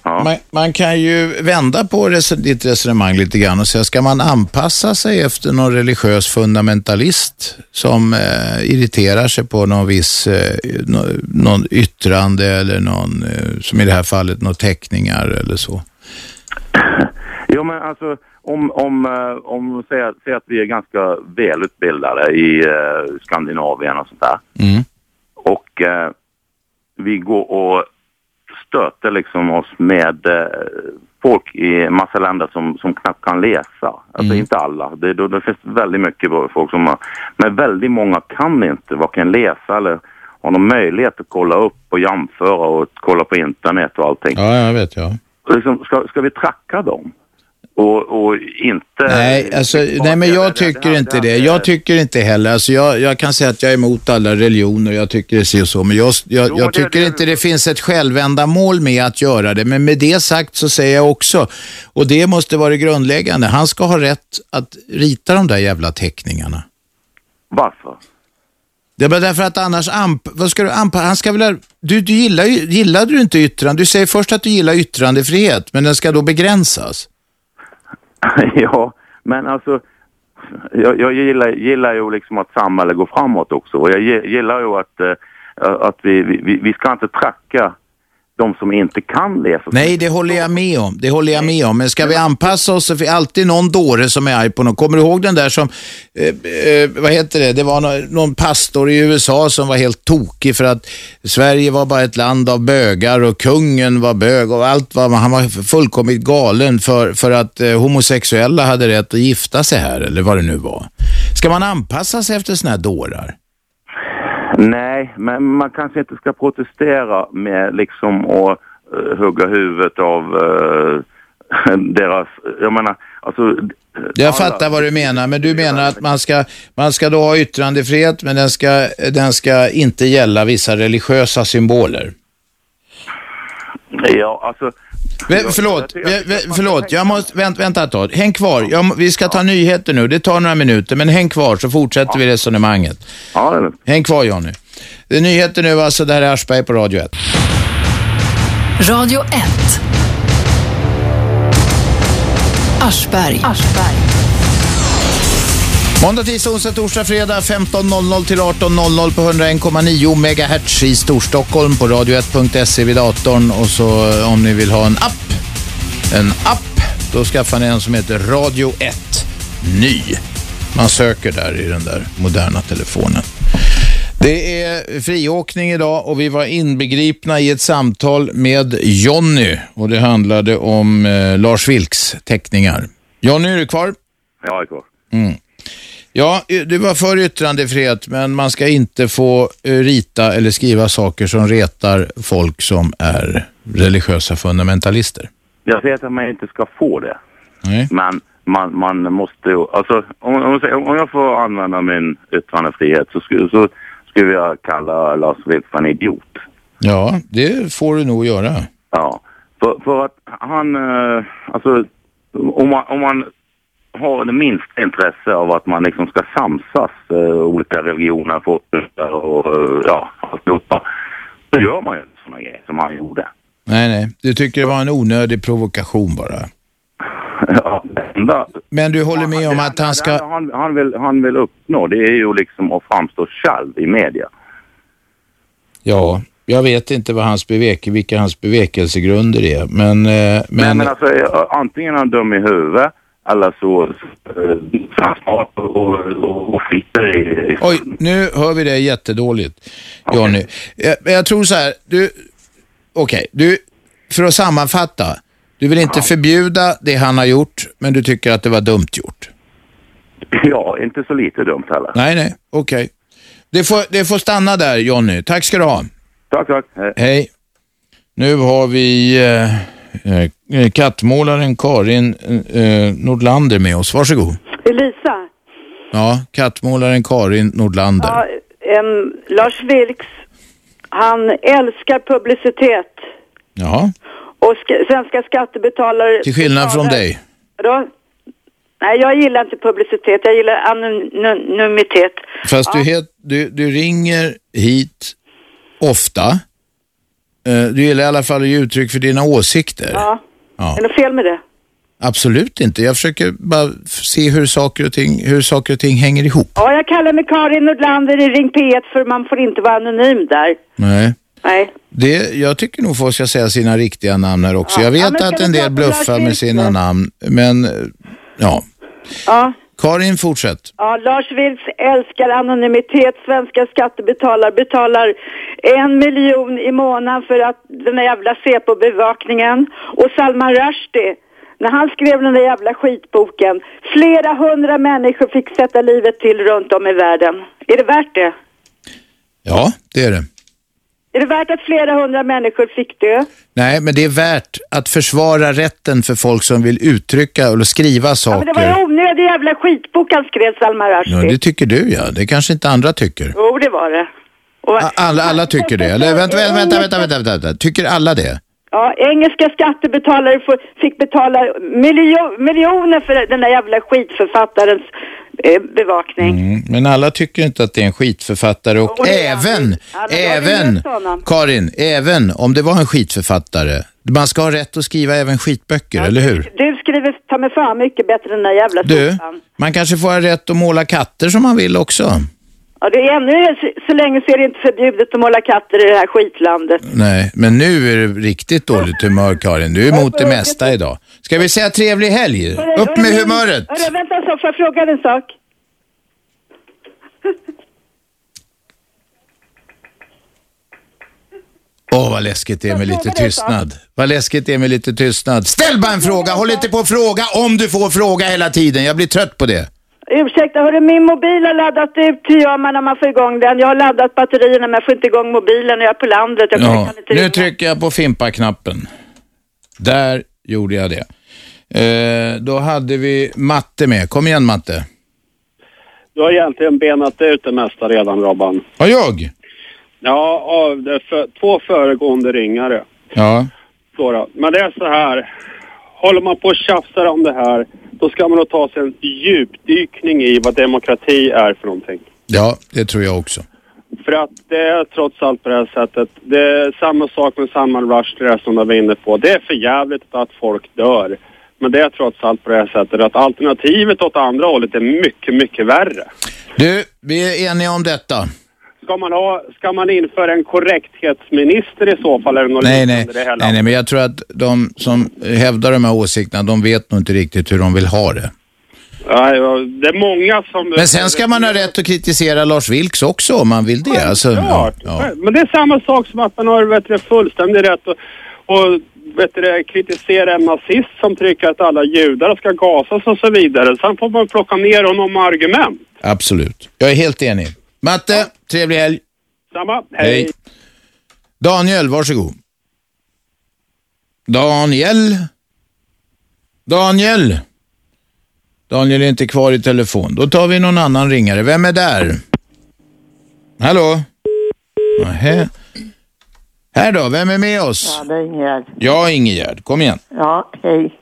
S2: man, man kan ju vända på res- ditt resonemang lite grann och säga, ska man anpassa sig efter någon religiös fundamentalist som eh, irriterar sig på någon viss, eh, nå, någon yttrande eller någon, eh, som i det här fallet, några teckningar eller så?
S22: Ja, men alltså om, om, eh, om säg, att- säg att vi är ganska
S2: Mm.
S22: välutbildade i eh, Skandinavien och sånt där. Och eh, vi går och stöter liksom oss med eh, folk i massa länder som, som knappt kan läsa.
S2: Mm.
S22: Alltså inte alla. Det, det, det finns väldigt mycket bra folk som har, men väldigt många kan inte varken läsa eller har någon möjlighet att kolla upp och jämföra och kolla på internet och allting.
S2: Ja, jag vet, ja.
S22: Liksom, ska, ska vi tracka dem? Och, och inte...
S2: Nej, alltså, nej, men jag tycker inte det. Jag tycker inte heller, alltså, jag, jag kan säga att jag är emot alla religioner, jag tycker det är så, men jag, jag, jag tycker inte det finns ett självändamål med att göra det. Men med det sagt så säger jag också, och det måste vara det grundläggande, han ska ha rätt att rita de där jävla teckningarna.
S22: Varför?
S2: Det är bara därför att annars, amp, vad ska du anpassa, han ska väl, ha- du, du gillar ju, gillade du inte yttrande, du säger först att du gillar yttrandefrihet, men den ska då begränsas.
S22: ja, men alltså jag, jag gillar, gillar ju liksom att samhället går framåt också och jag gi- gillar ju att, eh, att vi, vi, vi ska inte tracka de som inte kan läsa.
S2: Nej, det håller jag med om. Det håller jag med om. Men ska vi anpassa oss så finns alltid någon dåre som är arg på någon. Kommer du ihåg den där som, eh, eh, vad heter det, det var nå- någon pastor i USA som var helt tokig för att Sverige var bara ett land av bögar och kungen var bög och allt var, han var fullkomligt galen för, för att eh, homosexuella hade rätt att gifta sig här eller vad det nu var. Ska man anpassa sig efter sådana här dårar?
S22: Nej, men man kanske inte ska protestera med liksom att eh, hugga huvudet av eh, deras, jag menar, alltså
S2: Jag fattar vad du menar, men du menar att man ska, man ska då ha yttrandefrihet, men den ska, den ska inte gälla vissa religiösa symboler.
S22: ja, alltså
S2: Vä- förlåt, vä- vä- förlåt, jag måste, vänt, vänta ett tag. Häng kvar, jag, må- vi ska ta nyheter nu, det tar några minuter, men häng kvar så fortsätter vi resonemanget. Häng kvar Johnny. Det är nyheter nu alltså, det här är Aschberg på Radio 1.
S1: Radio 1. Aschberg.
S2: Måndag, tisdag, onsdag, torsdag, fredag 15.00 till 18.00 på 101,9 MHz i Storstockholm på radio1.se vid datorn och så eh, om ni vill ha en app, en app, då skaffar ni en som heter Radio 1 Ny. Man söker där i den där moderna telefonen. Det är friåkning idag och vi var inbegripna i ett samtal med Jonny och det handlade om eh, Lars Vilks teckningar. Jonny, är du kvar?
S22: Ja, det
S2: Mm. Ja, eh, du var för yttrandefrihet, men man ska inte få eh, rita eller skriva saker som retar folk som är religiösa fundamentalister.
S22: Jag vet att man inte ska få det.
S2: Nej.
S22: Men man, man måste ju, alltså om, om, jag säger- om jag får använda min yttrandefrihet så skulle, så skulle jag kalla Lars Vilks för en idiot.
S2: Ja, det får du nog göra.
S22: Ja, för, för att han, eh, alltså om man, om man har det minsta intresse av att man liksom ska samsas, eh, olika religioner, folkrörelser och eh, ja, alltihopa, då gör man ju sådana grejer som han gjorde.
S2: Nej, nej. Du tycker det var en onödig provokation bara.
S22: Ja, enda
S2: Men du håller med om att han
S22: Det enda
S2: ska...
S22: han, han, vill, han vill uppnå det är ju liksom att framstå själv i media.
S2: Ja, jag vet inte vad hans beveke, vilka hans bevekelsegrunder är, men... eh,
S22: Men,
S2: men
S22: men alltså eh, antingen är han dum i huvudet eller så eh, så är han smart och, och, och skiter i...
S2: Oj, nu hör vi dig jättedåligt, Johnny. Jag, jag tror så här, du... Okej, du... För att sammanfatta. Du vill inte förbjuda det han har gjort, men du tycker att det var dumt gjort.
S22: Ja, inte så lite dumt heller.
S2: Nej, nej, okej. Det, får, det får stanna där, Johnny. Tack ska du ha.
S22: Tack, tack.
S2: Hej. Nu har vi eh, eh, kattmålaren Karin eh, Nordlander med oss. Varsågod.
S37: Elisa,
S2: Ja, kattmålaren Karin Nordlander.
S37: ja, em, Lars Vilks, han älskar publicitet
S2: Jaha,
S37: och sk- svenska skattebetalare...
S2: till skillnad från dig.
S37: Då, nej, jag gillar inte publicitet, jag gillar anonymitet.
S2: Fast du, het, du, du ringer hit ofta. Eh, Du gillar i alla fall att ge uttryck för dina åsikter.
S37: Ja.
S2: Ja.
S37: Är det fel med det?
S2: Absolut inte. Jag försöker bara f- se hur saker och ting, hur saker och ting hänger ihop.
S37: Ja, jag kallar mig Karin Nordlander i Ring P1 för man får inte vara anonym där.
S2: Nej.
S37: Nej.
S2: Det, jag tycker nog folk ska säga sina riktiga namn här också. jag vet
S37: men
S2: att
S37: ska
S2: en
S37: vi prata
S2: del
S37: om Lars
S2: bluffar med sina namn, men eh, ja.
S37: Ja.
S2: Karin, fortsätt.
S37: Ja, Lars Vilks älskar anonymitet. Svenska skattebetalare betalar en miljon i månaden för att den där jävla bevakningen Och Salman Rushdie, när han skrev den där jävla skitboken, flera hundra människor fick sätta livet till runt om i världen. Är det värt det?
S2: Ja, det är det.
S37: Är det värt att flera hundra människor fick dö?
S2: Nej, men det är värt att försvara rätten för folk som vill uttrycka eller skriva
S37: Ja, men
S2: saker.
S37: det var en onödig jävla skitbok han skrev, Salman
S2: Ja,
S37: Rushdie.
S2: det tycker du ja. Det kanske inte andra tycker.
S37: Jo, det var det.
S2: A- Alla, alla tycker det. Eller vänta, vänta, vänta, vänta, vänta, vänta, vänta. Tycker alla det?
S37: Ja, engelska skattebetalare får, fick betala miljo, miljoner för den där jävla skitförfattarens eh, bevakning.
S2: Mm. Men alla tycker inte att det är en skitförfattare och
S37: Och det är
S2: även,
S37: Alla har
S2: även,
S37: ju sådana.
S2: Karin, även om det var en skitförfattare, man ska ha rätt att skriva även skitböcker, eller hur?
S37: Du skriver ta mig fan mycket bättre än den där jävla
S2: Du,
S37: sopan.
S2: man kanske får ha rätt att måla katter som man vill också.
S37: Ja, det är ännu så, så länge så är det inte förbjudet att måla katter i det här skitlandet.
S2: Nej, men nu är det riktigt dåligt humör, Karin. Du är emot det mesta idag. Ska vi säga trevlig helg? Upp med humöret!
S37: Hörru, vänta så, får jag fråga dig en sak?
S2: Åh, vad läskigt det är med lite tystnad. Vad läskigt det är med lite tystnad. Ställ bara en fråga! Håll inte på att fråga om du får fråga hela tiden. Jag blir trött på det.
S37: Ursäkta, hörru, min mobil har laddat ut. Hur gör man när man får igång den? Jag har laddat batterierna men jag får inte igång mobilen och jag är på landet. Jag kan-
S2: Ja, nu trycker jag på fimpa-knappen. Där gjorde jag det. Eh, då hade vi Matte med. Kom igen Matte.
S24: Du har egentligen benat ut det mesta redan, Robban.
S2: Har jag?
S24: Ja, av de för, två föregående ringare.
S2: Ja.
S24: Så då. Men det är så här. Håller man på och tjafsar om det här, då ska man nog ta sig en djupdykning i vad demokrati är för någonting.
S2: Ja, det tror jag också.
S24: För att det är trots allt på det här sättet. Det är samma sak med Salman Rushdie där som de var inne på. Det är för jävligt att folk dör. Men det är trots allt på det här sättet att alternativet åt andra hållet är mycket, mycket värre.
S2: Du, vi är eniga om detta.
S24: Ska man, ha, ska man införa en korrekthetsminister i så fall? Eller något
S2: Nej, nej.
S24: liknande i det här
S2: nej,
S24: landet?
S2: nej, men jag tror att de som hävdar de här åsikterna, de vet nog inte riktigt hur de vill ha det.
S24: Ja, ja, det är många som...
S2: Men sen ska man ha rätt att kritisera Lars Vilks också om man vill det. Alltså, ja, ja.
S24: Men det är samma sak som att man har vet du, fullständig rätt att och, vet du, kritisera en nazist som tycker att alla judar ska gasas och så vidare. Sen får man plocka ner honom med argument.
S2: Absolut. Jag är helt enig. Matte, trevlig helg.
S24: Samma.
S2: Hej. Daniel, varsågod. Daniel? Daniel? Daniel är inte kvar i telefon. Då tar vi någon annan ringare. Vem är där? Hallå? Nähä. Här då, vem är med oss?
S38: Ja, det är Ingegärd.
S2: Ja, Ingegerd. Kom igen.
S38: Ja, hej.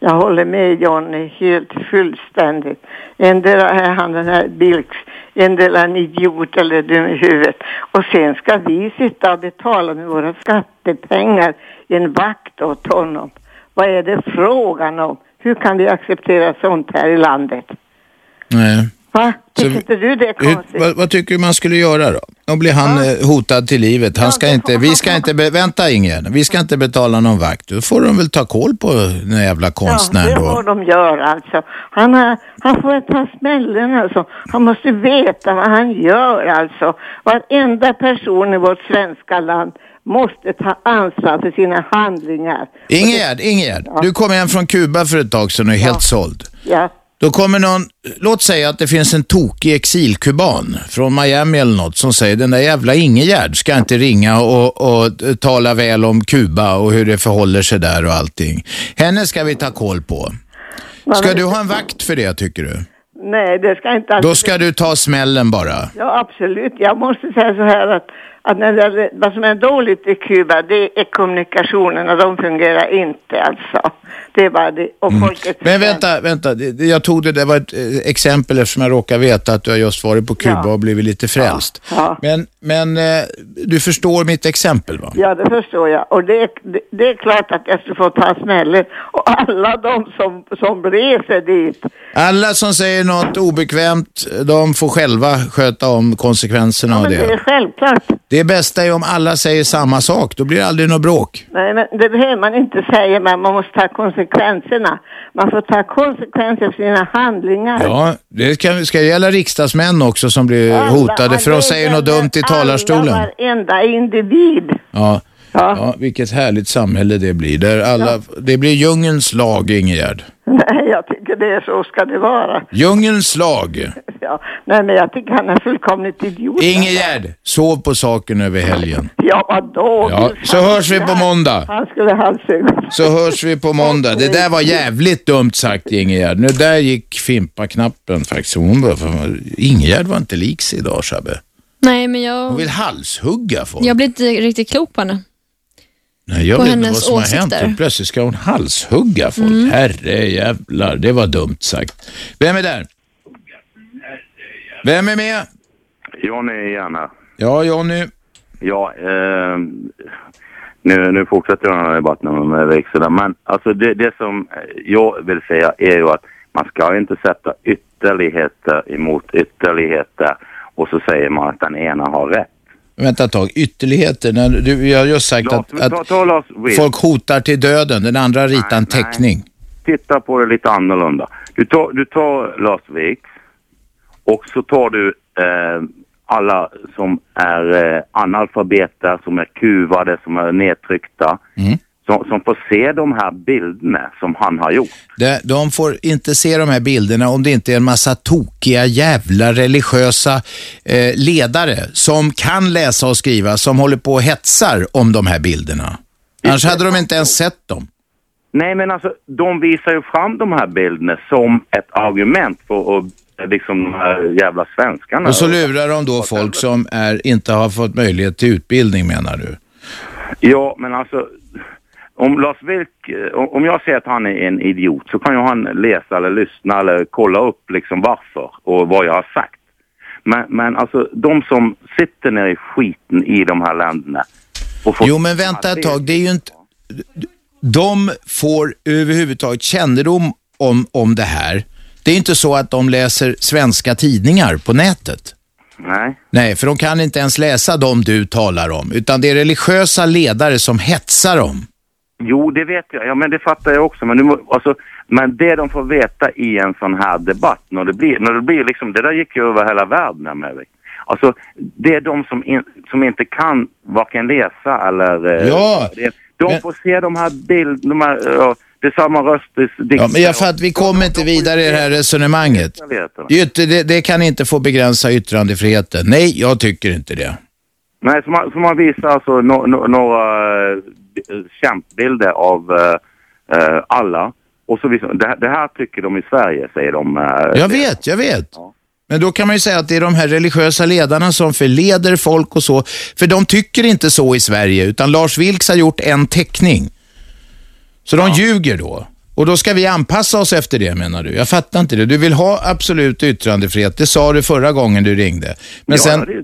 S38: Jag håller med Johnny helt fullständigt. Endera är han den här Bilks, endera är en idiot eller dum i huvudet. Och sen ska vi sitta och betala med våra skattepengar en vakt åt honom. Vad är det frågan om? Hur kan vi acceptera sånt här i landet?
S2: Nej.
S38: Va?
S2: Så
S38: Tycker
S2: vi-
S38: inte du det är
S2: Hur,
S38: konstigt?
S2: vad, vad tycker du man skulle göra då? Då blir han eh, hotad till livet. Han ska inte, vi ska inte, be, vänta Ingegerd, vi ska inte betala någon vakt. Då får de väl ta koll på den jävla konstnären
S38: Ja, det
S2: då.
S38: får de göra alltså. Han, har, han får ta smällen alltså. Han måste veta vad han gör alltså. Varenda person i vårt svenska land måste ta ansvar för sina handlingar.
S2: Ingegerd, Ingegerd, du kom hem från Kuba för ett tag sedan och är helt såld.
S38: Ja,
S2: Då kommer någon, låt säga att det finns en tokig exilkuban från Miami eller något som säger den där jävla Ingegerd ska inte ringa och, och tala väl om Kuba och hur det förhåller sig där och allting. Henne ska vi ta koll på. Ska du ha en vakt för det tycker du?
S38: nej det ska inte
S2: Då ska du ta smällen bara.
S38: Ja, absolut. Jag måste säga så här att, att när det, gäller- vad som är dåligt i Kuba, det är kommunikationerna. De fungerar inte alltså. Det är bara det. Och folket...
S2: Mm. Men vänta, vänta. Det- det- Jag tog det, det var ett eh, exempel eftersom jag råkar veta att du har just varit på Kuba och blivit lite frälst. Men, men eh, du förstår mitt exempel va?
S38: Ja, det förstår jag. Och det, det, det är klart att jag skulle få ta smällen. Och alla de som, som reser dit.
S2: Alla som säger något obekvämt, de får själva sköta om konsekvenserna av
S38: Men det är
S2: det.
S38: självklart.
S2: Det Det bästa är om alla säger samma sak, då blir det aldrig något bråk.
S38: Nej, men det behöver man inte säga, men man måste ta konsekvenserna. Man får ta konsekvenser för sina handlingar.
S2: Ja, det ska, ska gälla riksdagsmän också som blir hotade för de säger något dumt i talarstolen.
S38: Alla, varenda individ.
S2: Ja. Ja. vilket härligt samhälle det blir. Där alla, Det blir djungelns lag, Ingegärd.
S38: Nej, jag tycker det är så ska det vara.
S2: Djungelns lag.
S38: Ja. Nej, men jag tycker han är fullkomligt idiot.
S2: Ingegärd, sov på saken över helgen.
S38: Ja, vadå?
S2: Ja, så hörs vi på måndag.
S38: Han skulle halshugga.
S2: Så hörs vi på måndag. Det där var jävligt dumt sagt, Ingegärd. Nu där gick Fimpa-knappen faktiskt. Hon bara, fan, Ingegärd var inte lik sig idag, Shabbe.
S3: Nej, men jag...
S2: Hon vill halshugga folk.
S3: Jag blir inte riktigt klok på henne.
S2: Nej, jag
S3: på
S2: vet inte vad
S3: hennes
S2: som har hänt.
S3: åsikter.
S2: Och Plötsligt ska hon halshugga folk.
S3: Mm.
S2: Herre jävlar, det var dumt sagt. Vem är där? Vem är med?
S22: Johnny gärna.
S2: Ja, Johnny.
S22: Ja, eh, nu, nu fortsätter den här debatten om växlarna. Men alltså det, det som jag vill säga är ju att man ska inte sätta ytterligheter emot ytterligheter och så säger man att den ena har rätt.
S2: Vänta ett tag, ytterligheter. När du, jag har just sagt att,
S22: ta-
S2: att
S22: ta Lars Vilks.
S2: folk hotar till döden. Den andra ritar en teckning.
S22: Titta på det lite annorlunda. Du tar, du tar Las Vegas och så tar du eh, alla som är eh, analfabeter, som är kuvade, som är nedtryckta. Som, som får se de här bilderna som han har gjort.
S2: De, de får inte se de här bilderna om det inte är en massa tokiga jävla religiösa eh, ledare som kan läsa och skriva, som håller på och hetsar om de här bilderna. Annars hade de inte ens sett dem.
S22: Nej, men alltså de visar ju fram de här bilderna som ett argument för att, liksom de här jävla svenskarna.
S2: Och så lurar de då folk som är, inte har fått möjlighet till utbildning menar du?
S22: Ja, men alltså om Lars Vilk, eh, om om jag säger att han är en idiot så kan ju han läsa eller lyssna eller kolla upp liksom varför och vad jag har sagt. Men, men alltså de som sitter nere i skiten i de här länderna. Och får-
S2: Jo, men vänta ett tag. Det är ju inte... De får överhuvudtaget kännedom om, om det här. Det är inte så att de läser svenska tidningar på nätet.
S22: Nej.
S2: Nej, för de kan inte ens läsa de du talar om, utan det är religiösa ledare som hetsar dem.
S22: Jo, det vet jag. Ja, men det fattar jag också. Men, nu, må- alltså, men det de får veta i en sån här debatt, när det blir, när det blir liksom, det där gick ju över hela världen. Här, alltså, det är de som, in, som inte kan varken läsa eller... eh,
S2: Ja,
S22: det, de får se de här bilderna, de här, eh, ja, det är samma röst, det, det,
S2: Ja, men jag fattar, vi kommer inte vidare i det här resonemanget. Det, är ju inte- det, det kan inte få begränsa yttrandefriheten. Nej, jag tycker inte det.
S22: Nej, så man, så man visar alltså no, no, några eh, kämpbilder av eh, eh, alla. Och så visar det, här- det här tycker de i Sverige, säger de. eh,
S2: Jag vet, jag vet. Men då kan man ju säga att det är de här religiösa ledarna som förleder folk och så. För de tycker inte så i Sverige, utan Lars Vilks har gjort en teckning. Så de ljuger då. Och då ska vi anpassa oss efter det menar du? Jag fattar inte det. Du vill ha absolut yttrandefrihet. Det sa du förra gången du ringde. Men
S22: Ja,
S2: sen...
S22: det är-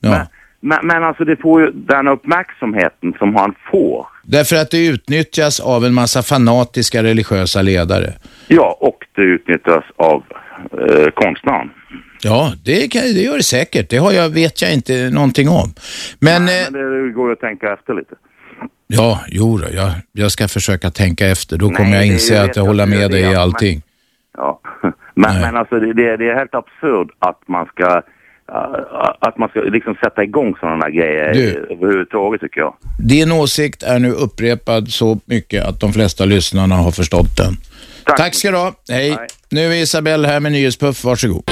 S2: Ja.
S22: Men, men alltså det får ju den uppmärksamheten som han får.
S2: Därför att det utnyttjas av en massa fanatiska religiösa ledare.
S22: Ja, och det utnyttjas av eh, konstnären.
S2: Ja, det, kan, det gör det säkert. Det har jag, vet jag inte någonting om. Men... eh,
S22: Nej, men det går ju att tänka efter lite.
S2: Ja, jo då, jag, jag ska försöka tänka efter. Då kommer
S22: Nej,
S2: jag
S22: det
S2: inse
S22: vet
S2: att jag
S22: jag
S2: håller
S22: att du
S2: med
S22: gör
S2: dig
S22: det,
S2: i
S22: ja,
S2: allting.
S22: Ja. Men, men alltså det, det, det är helt absurd att man ska eh, att man ska liksom sätta igång sådana här grejer
S2: Du.
S22: överhuvudtaget tycker jag.
S2: Din åsikt är nu upprepad så mycket att de flesta lyssnarna har förstått den. Tack, ska du ha. Hej. Nu är Isabelle här med Nyhetspuff. Varsågod.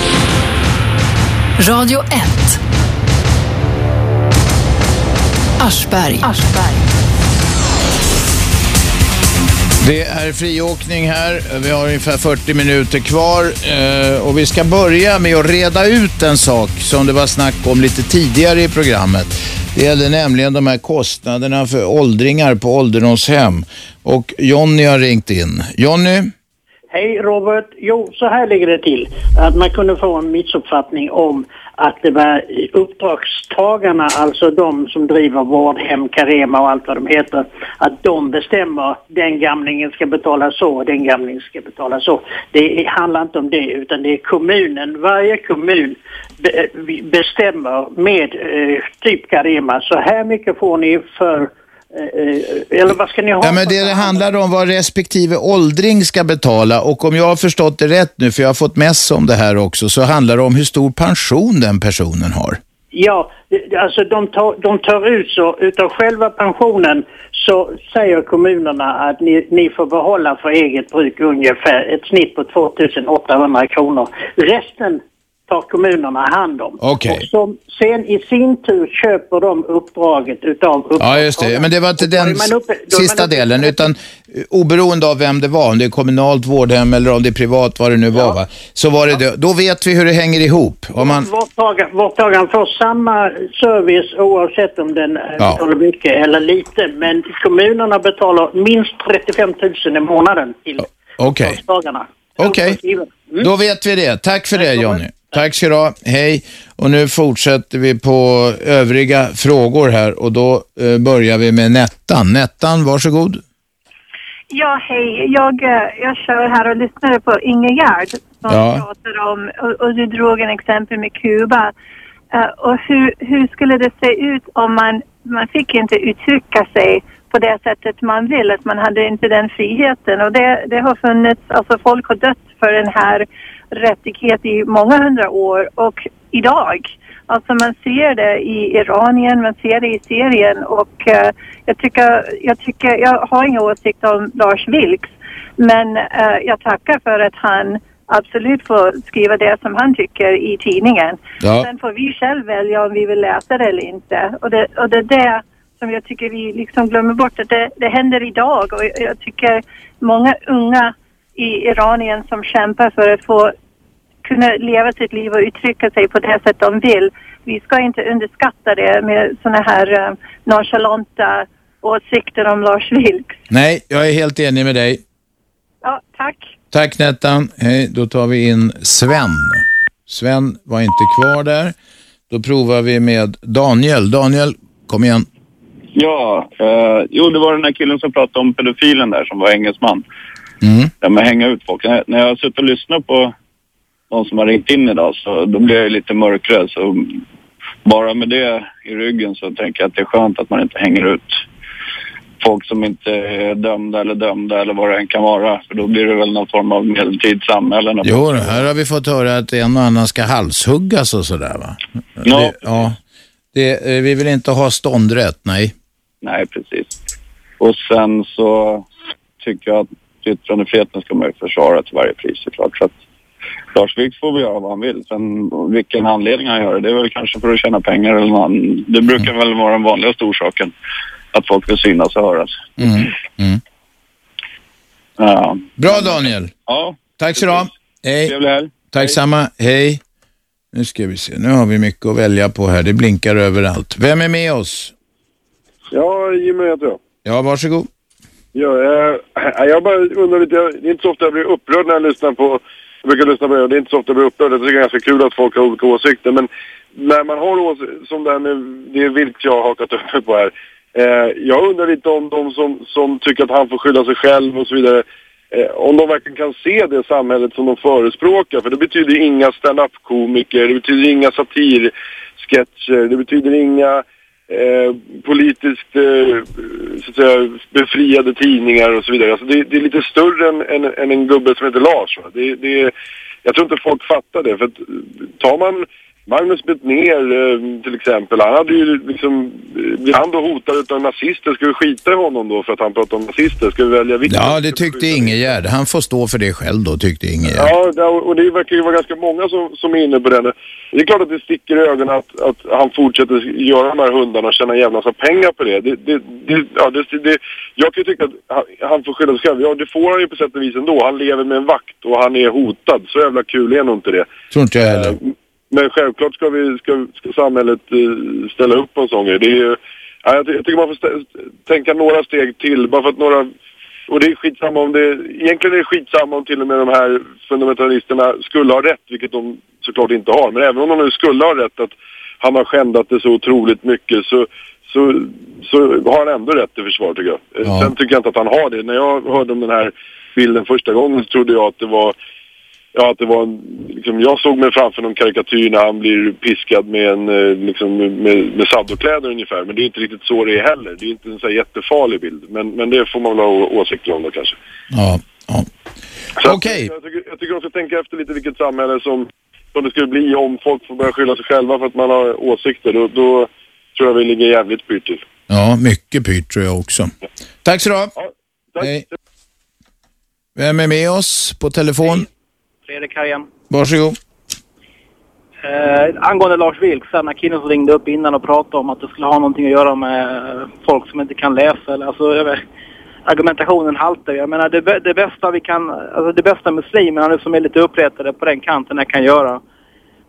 S1: Radio 1. Aschberg.
S2: Det är friåkning här. Vi har ungefär 40 minuter kvar eh, och vi ska börja med att reda ut en sak som det var snack om lite tidigare i programmet. Det gäller nämligen de här kostnaderna för åldringar på ålderdomshem. Och Jonny har ringt in. Jonny?
S39: Hej Robert. Jo, så här ligger det till. Att man kunde få en missuppfattning om att det var uppdragstagarna, alltså de som driver vårdhem, Carema och allt vad de heter, att de bestämmer den gamlingen ska betala så och den gamlingen ska betala så. Det handlar inte om det, utan det är kommunen. Varje kommun be- bestämmer med eh, typ Carema, så här mycket får ni för eh, eh, eller vad ska ni ha?
S2: Ja, men det det handlar om vad respektive åldring ska betala och om jag har förstått det rätt nu, för jag har fått mess om det här också, så handlar det om hur stor pension den personen har.
S39: Ja, det- alltså de tar, de tar ut så, utav själva pensionen så säger kommunerna att ni, ni får behålla för eget bruk ungefär ett snitt på 2800 kronor. Resten tar kommunerna hand om.
S2: Okej.
S39: Och som sen i sin tur köper de uppdraget utav
S2: Ja, just det. Men det var inte den
S39: man uppe- då är man
S2: sista
S39: uppe-
S2: delen, utan eh, oberoende av vem det var, om det är kommunalt vårdhem eller om det är privat, vad det nu var, va? så var det det. Då vet vi hur det hänger ihop. Om man...
S39: Vårdtagaren, vårdtagaren får samma service oavsett om den eh,
S2: Ja.
S39: betalar mycket eller lite. Men kommunerna betalar minst 35 000 i månaden till
S2: Okej.
S39: vårdtagarna.
S2: Okej,
S39: Mm.
S2: då vet vi det. Tack för det Jonny. Tack ska du ha. Hej. Och nu fortsätter vi på övriga frågor här och då eh, börjar vi med Nettan. Nettan, varsågod.
S40: Ja, hej. Jag, eh, jag kör här och lyssnade på Ingegärd som
S2: Ja.
S40: pratar om, och, och du drog en exempel med Kuba. Eh, och hur, hur skulle det se ut om man, man fick inte uttrycka sig på det sättet man vill, att man hade inte den friheten. Och det, det har funnits, alltså folk har dött för den här rättigheten i många hundra år och idag. Alltså man ser det i Iranien, man ser det i Syrien och eh, jag, tycker, jag, tycker, jag har inga åsikter om Lars Vilks men eh, jag tackar för att han absolut får skriva det som han tycker i tidningen.
S37: Ja.
S40: Sen får vi själv välja om vi vill läsa det eller inte. Och det, och det är det som jag tycker vi liksom glömmer bort att det, det händer idag och jag- jag tycker många unga i Iranien som kämpar för att få kunna leva sitt liv och uttrycka sig på det sätt de vill. Vi ska inte underskatta det med sådana här eh, nonchalanta åsikter om Lars Vilks.
S2: Nej, jag är helt enig med dig.
S40: Ja, tack.
S2: Tack Nettan. Hej, då tar vi in Sven. Sven var inte kvar där. Då provar vi med Daniel. Daniel, kom igen.
S20: Ja, eh, jo det var den här killen som pratade om pedofilen där som var engelsman.
S2: Mm.
S20: Det med att hänga ut folk. När, när jag har suttit och lyssnat på de som har ringt in idag så då blir jag lite mörkrädd. Så bara med det i ryggen så tänker jag att det är skönt att man inte hänger ut folk som inte är dömda eller dömda eller vad det än kan vara. För då blir det väl någon form av medeltidssamhälle.
S2: Jo, här har vi fått höra att en och annan ska halshuggas och sådär va?
S20: Ja.
S2: Det, ja. Det, eh, vi vill inte ha ståndrätt, nej.
S20: Nej, precis. Och sen så tycker jag att yttrandefriheten ska man ju försvara till varje pris såklart. Så att Lars Vilks får väl göra vad han vill. Sen vilken anledning han gör det, det är väl kanske för att tjäna pengar eller något annat. Det brukar väl vara den vanligaste orsaken. Att folk vill synas och höras. Ja.
S2: Mm, Bra Daniel.
S20: Ja.
S2: Tack så du ha. Hej.
S20: Trevlig helg.
S2: Tack samma. Hej. Nu ska vi se. Nu har vi mycket att välja på här. Det blinkar överallt. Vem är med oss?
S41: Ja, Jimmy heter jag.
S2: Ja, varsågod.
S41: Ja, eh, jag bara undrar lite, jag- det är inte så ofta jag blir upprörd när jag lyssnar på, jag brukar lyssna på det, och det är inte så ofta jag blir upprörd. Jag tycker det är ganska kul att folk har olika åsikter, men när man har åsikter, som det här med det vilt jag har hakat upp mig på här. Eh, jag undrar lite om de som, som tycker att han får skylla sig själv och så vidare, eh, om de verkligen kan se det samhället som de förespråkar. För det betyder inga stand-up-komiker, det betyder inga satirsketcher, det betyder inga eh, politiskt eh, så att säga, befriade tidningar och så vidare. Alltså det, det är lite större än, än, än en gubbe som heter Lars. Va? Det, det, jag tror inte folk fattar det. För att, eh, tar man Magnus Bettner eh, till exempel, han hade ju liksom, eh, blir han då hotad av nazister, ska vi skita i honom då för att han pratar om nazister? Ska vi välja vilka?
S2: Ja, det tyckte Ingegärd. Han får stå för det själv då, tyckte Ingegärd.
S41: Ja, det- och det verkar ju vara ganska många som, som är inne på den. Det är klart att det sticker i ögonen att, att han fortsätter göra de här hundarna och tjäna en jävla massa pengar på det. det, det, det, ja, det, det jag kan ju tycka att han, han får skylla sig själv. Ja, det får han ju på sätt och vis ändå. Han lever med en vakt och han är hotad. Så jävla kul är nog inte det.
S2: Tror inte jag heller.
S41: Men självklart ska, vi, ska, ska samhället eh, ställa upp på en sån grej. Det är ju, ja, jag, ty- jag tycker man får stä- tänka några steg till. Bara för att några Och det är skitsamma om det, egentligen är det skitsamma om till och med de här fundamentalisterna skulle ha rätt, vilket de såklart inte har. Men även om de nu skulle ha rätt att han har skändat det så otroligt mycket så, så, så har han ändå rätt till försvar tycker jag. Eh,
S29: Ja.
S41: Sen tycker jag inte att han har det. När jag hörde om den här bilden första gången så trodde jag att det var Ja, att det var en, liksom, jag såg mig framför någon karikatyr när han blir piskad med en, eh, liksom, med, med saddokläder ungefär. Men det är inte riktigt så det är heller. Det är inte en så här jättefarlig bild. Men, men det får man väl ha å- åsikter om då kanske.
S2: Ja.
S41: Så okay. jag, tycker, jag tycker de ska tänka efter lite vilket samhälle som, som det skulle bli om folk får börja skylla sig själva för att man har åsikter. Då, då tror jag vi ligger jävligt pyrt till.
S2: Ja, mycket pyrt tror jag också. Tack så du ha. Hej. Vem är med oss på telefon?
S28: Fredrik här igen.
S2: Varsågod.
S28: Eh, angående Lars Vilks, här, McKinnon som ringde upp innan och pratade om att det skulle ha någonting att göra med eh, folk som inte kan läsa. Eller, alltså, jag vet, argumentationen haltar. Jag menar det, bä- det bästa vi kan, alltså det bästa muslimerna nu som är lite uppretade på den kanten här kan göra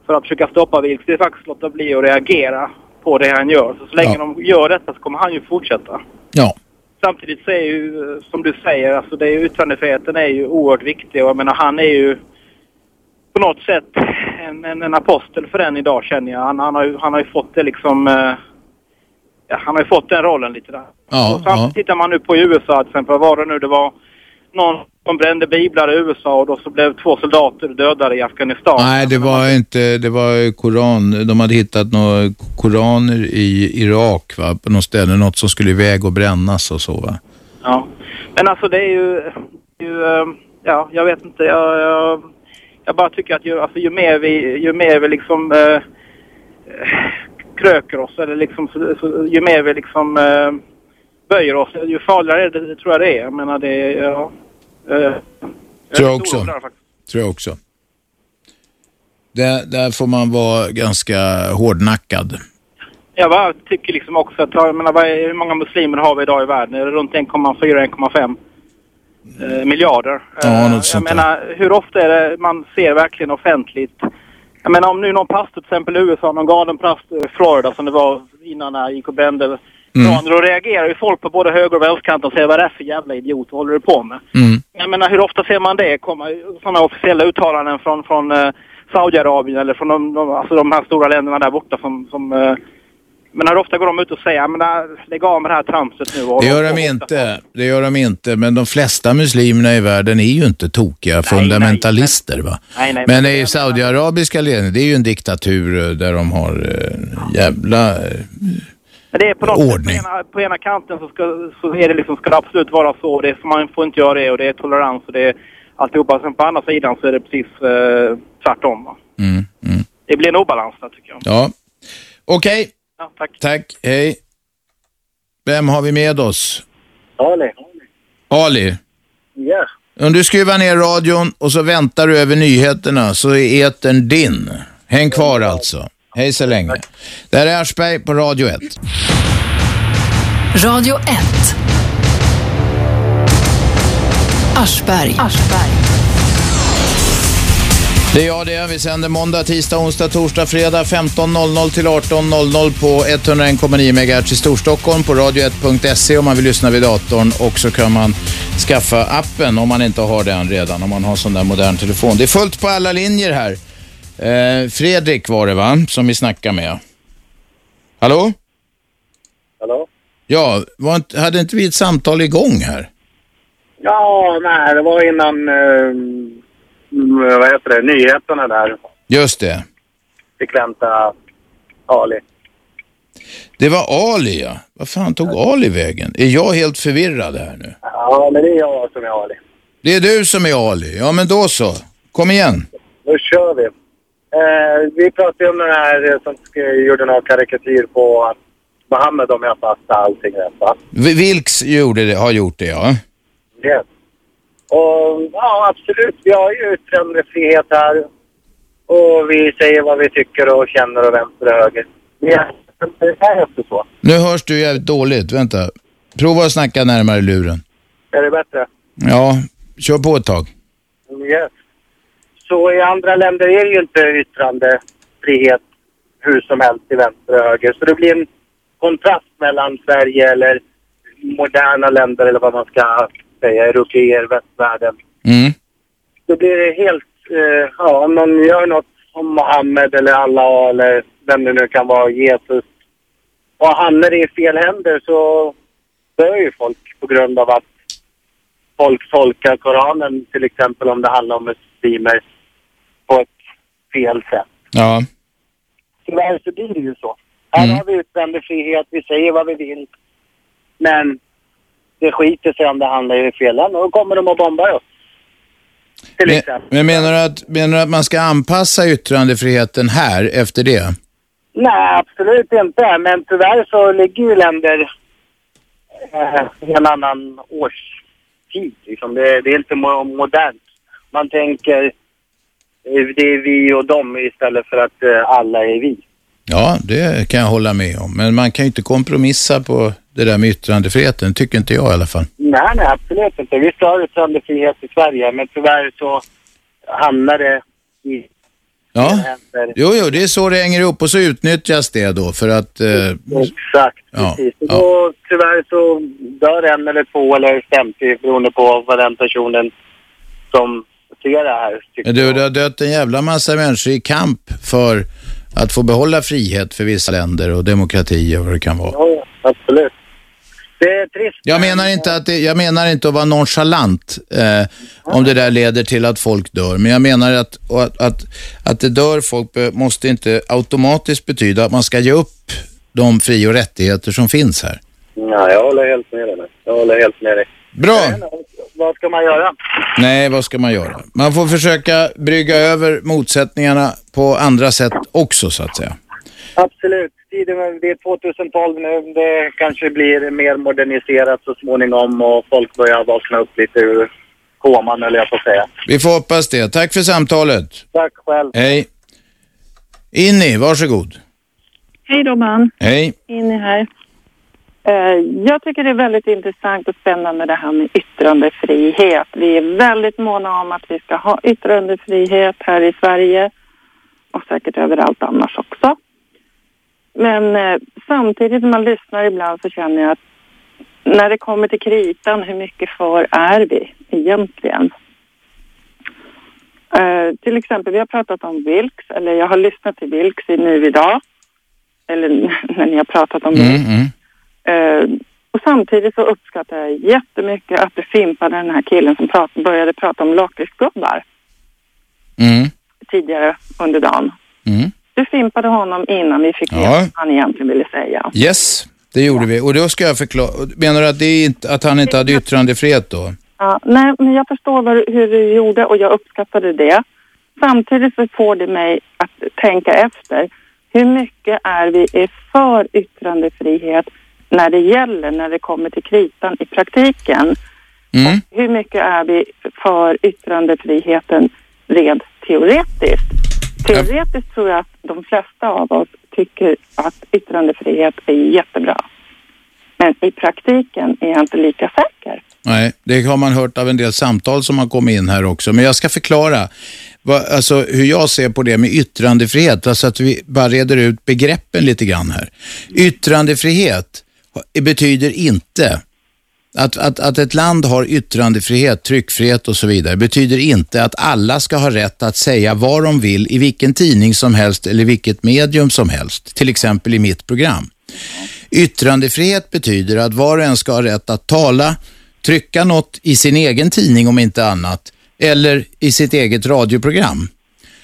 S28: för att försöka stoppa Vilks, det är faktiskt att låta bli att reagera på det han gör. Så, så länge de gör detta så kommer han ju fortsätta.
S2: Ja.
S28: Samtidigt så är ju, eh, som du säger, alltså det är ju, yttrandefriheten är ju oerhört viktig och jag menar han är ju på något sätt en, en, en apostel för den idag känner jag. Han, han, har, ju, han har ju fått det liksom... Eh, ja, han har ju fått den rollen lite där.
S2: Ja, ja.
S28: Samtidigt tittar man nu på i USA till exempel, vad var det nu det var någon som brände biblar i USA och då så blev två soldater dödade i Afghanistan.
S2: Nej, det var inte, det var koran, de hade hittat några koraner i Irak va, på något ställe, något som skulle iväg och brännas och så va.
S28: Ja. Men alltså det är ju... Det är ju eh, ja, jag vet inte. Jag, jag, jag bara tycker att ju, alltså, ju mer vi, ju mer vi liksom eh, eh, kröker oss eller liksom, så, så, ju mer vi liksom eh, böjer oss, ju farligare är det, det tror jag det är. Jag menar det är... Ja, eh,
S2: Tror
S28: är
S2: jag också.
S28: orolig där faktiskt.
S2: Tror jag också. Där, där får man vara ganska hårdnackad.
S28: Jag bara tycker liksom också att, jag menar, vad är, hur många muslimer har vi idag i världen? Är det runt 1,4-1,5 eh, miljarder?
S2: Ja, något
S28: Jag
S2: sånt där.
S28: menar, hur ofta är det man ser verkligen offentligt? Jag menar om nu någon pastor till exempel i USA, någon galen pastor i Florida som det var innan han gick och brände
S2: Mm,
S28: koraner, då reagerar ju folk på både höger och vänsterkanten och säger vad är det för jävla idiot, vad håller du på med?
S2: Mm.
S28: Jag menar hur ofta ser man det komma, sådana officiella uttalanden från, från eh, Saudiarabien eller från de, de, alltså de här stora länderna där borta som, som eh, men hur ofta går de ut och säger, "Ja, men eh, lägg av med det här tramset nu. Och
S2: Det gör de inte, det gör de inte, men de flesta muslimerna i världen är ju inte tokiga fundamentalister va.
S28: Nej, nej,
S2: Men i saudiarabiska ledningen, det är ju en diktatur eh, där de har eh, jävla... Eh,
S28: Men det är på, något sätt, på,
S2: Ordning.
S28: ena, på ena kanten så ska, så är det liksom, ska det absolut vara så. Det är, för man får inte göra det och det är tolerans och det är alltihopa. Sen på andra sidan så är det precis eh, tvärtom. Va?
S2: Mm,
S28: Det blir en obalans där tycker jag.
S2: ja. Okej.
S28: tack.
S2: Tack, hej. Vem har vi med oss?
S42: Ali.
S2: Ali.
S42: Ja.
S2: Om du skruvar ner radion och så väntar du över nyheterna så är etern din. Häng kvar alltså. Hej så länge. Det här är Aschberg på Radio 1.
S1: Radio 1. Aschberg.
S2: Det är jag det. Vi sänder måndag, tisdag, onsdag, torsdag, fredag 15.00 till 18.00 på 101,9 MHz i Storstockholm på radio1.se om man vill lyssna vid datorn och så kan man skaffa appen om man inte har den redan, om man har sån där modern telefon. Det är fullt på alla linjer här. Eh, Fredrik var det va, som vi snackade med. Hallå?
S42: Hallå?
S2: Ja, var inte, hade inte vi ett samtal igång här?
S42: Ja, nej, det var innan, eh, mm, vad heter det, nyheterna där.
S2: Just det.
S42: Fick vänta Ali.
S2: Det var Ali ja. Vad fan tog Ali vägen? Är jag helt förvirrad här nu?
S42: Ja, men det är jag som är Ali.
S2: Det är du som är Ali. Ja, men då så. Kom igen.
S42: Då kör vi. Eh, vi pratade ju om den här eh, som sk- gjorde någon karikatyr på att Mohammed om jag fattar allting rätt va?
S2: V- Vilks gjorde det, har gjort det, ja.
S42: Yes. Och ja, absolut. Vi har ju yttrandefrihet här. Och vi säger vad vi tycker och känner och vänster och höger. Ja, det är efter så.
S2: Nu hörs du jävligt dåligt. Vänta. Prova att snacka närmare luren.
S42: Är det bättre?
S2: Ja, kör på ett tag.
S42: Mm, Yes. Så i andra länder är det ju inte yttrandefrihet hur som helst till vänster och höger. Så det blir en kontrast mellan Sverige eller moderna länder eller vad man ska säga, européer, västvärlden.
S2: Mm.
S42: Då blir det helt, eh, ja, om någon gör något om Mohammed eller Allah eller vem det nu kan vara, Jesus. Och hamnar det i fel händer så dör ju folk på grund av att folk tolkar Koranen, till exempel om det handlar om muslimer, på ett fel sätt.
S2: Ja.
S42: Tyvärr så blir det ju så. Här har vi utvändig frihet, vi säger vad vi vill. Men det skiter sig om det handlar i fel land. Då kommer de att bomba oss. Till
S2: Men,
S42: exempel.
S2: men menar, du att, menar du att man ska anpassa yttrandefriheten här efter det?
S42: Nej, absolut inte. Men tyvärr så ligger ju länder eh, i en annan årstid. Liksom. Det, det är inte mo- modernt. Man tänker eh, det är vi och dem istället för att eh, alla är vi.
S2: Ja, det kan jag hålla med om. Men man kan ju inte kompromissa på det där med yttrandefriheten, tycker inte jag i alla fall.
S42: Nej, nej, absolut inte. Vi ska ha yttrandefrihet i Sverige, men tyvärr så hamnar det i
S2: Ja.
S42: händer.
S2: Jo, jo, det är så det hänger ihop och så utnyttjas det då för att... Eh,
S42: Exakt,
S2: ja,
S42: precis. Och
S2: ja.
S42: då, tyvärr så dör en eller två eller 50 beroende på vad den personen som ser det här tycker.
S2: Men Du, det har dött en jävla massa människor i kamp för att få behålla frihet för vissa länder och demokrati och vad det kan vara.
S42: Ja, absolut. Det är trist.
S2: Jag menar inte att, det, jag menar inte att vara nonchalant eh, om det där leder till att folk dör. Men jag menar att, och att, att, att det dör folk be, måste inte automatiskt betyda att man ska ge upp de fri och rättigheter som finns här.
S42: Nej, jag håller helt med dig. Jag håller helt med dig. eh,
S2: Bra.
S42: Vad ska man göra?
S2: Nej, vad ska man göra? Man får försöka brygga över motsättningarna på andra sätt också så att säga.
S42: Absolut. Tiden, det är 2012 nu. Det kanske blir mer moderniserat så småningom och folk börjar vakna upp lite ur koman, eller jag får säga.
S2: Vi får hoppas det. Tack för samtalet.
S42: Tack själv.
S2: Hej. Inni, varsågod.
S43: Hej Robban,
S2: Hej.
S43: Inne här. Eh, Jag tycker det är väldigt intressant och spännande det här med yttrandefrihet. Vi är väldigt måna om att vi ska ha yttrandefrihet här i Sverige och säkert överallt annars också. Men eh, samtidigt när man lyssnar ibland så känner jag att när det kommer till kritan, hur mycket för är vi egentligen? Eh, till exempel, vi har pratat om Vilks, eller jag har lyssnat till Vilks i nu idag. Eller när ni har pratat
S2: Mm,
S43: om det. Eh, och samtidigt så uppskattar jag jättemycket att du fimpade den här killen som prat, började prata om lakritsgubbar
S2: Mm.
S43: tidigare under dagen.
S2: Mm.
S43: Du fimpade honom innan vi fick veta
S2: Ja.
S43: vad han egentligen ville säga.
S2: Yes, det gjorde vi. Och då ska jag förklara. Menar du att, det är inte, att han inte hade yttrandefrihet då?
S43: Ja, nej, men jag förstår vad, du- hur du gjorde och jag uppskattade det. Samtidigt så får det mig att tänka efter. Hur mycket är vi är för yttrandefrihet när det gäller, när det kommer till kritan i praktiken?
S2: Mm.
S43: Hur mycket är vi för yttrandefriheten rent teoretiskt? Teoretiskt tror jag att de flesta av oss tycker att yttrandefrihet är jättebra. Men i praktiken är jag inte lika säker.
S2: Nej, det har man hört av en del samtal som har kommit in här också. Men jag ska förklara vad, alltså, hur jag ser på det med yttrandefrihet. Alltså att vi bara reder ut begreppen lite grann här. Yttrandefrihet betyder inte att, att, att ett land har yttrandefrihet, tryckfrihet och så vidare betyder inte att alla ska ha rätt att säga vad de vill i vilken tidning som helst eller vilket medium som helst, till exempel i mitt program. Yttrandefrihet betyder att var och en ska ha rätt att tala, trycka något i sin egen tidning om inte annat, eller i sitt eget radioprogram.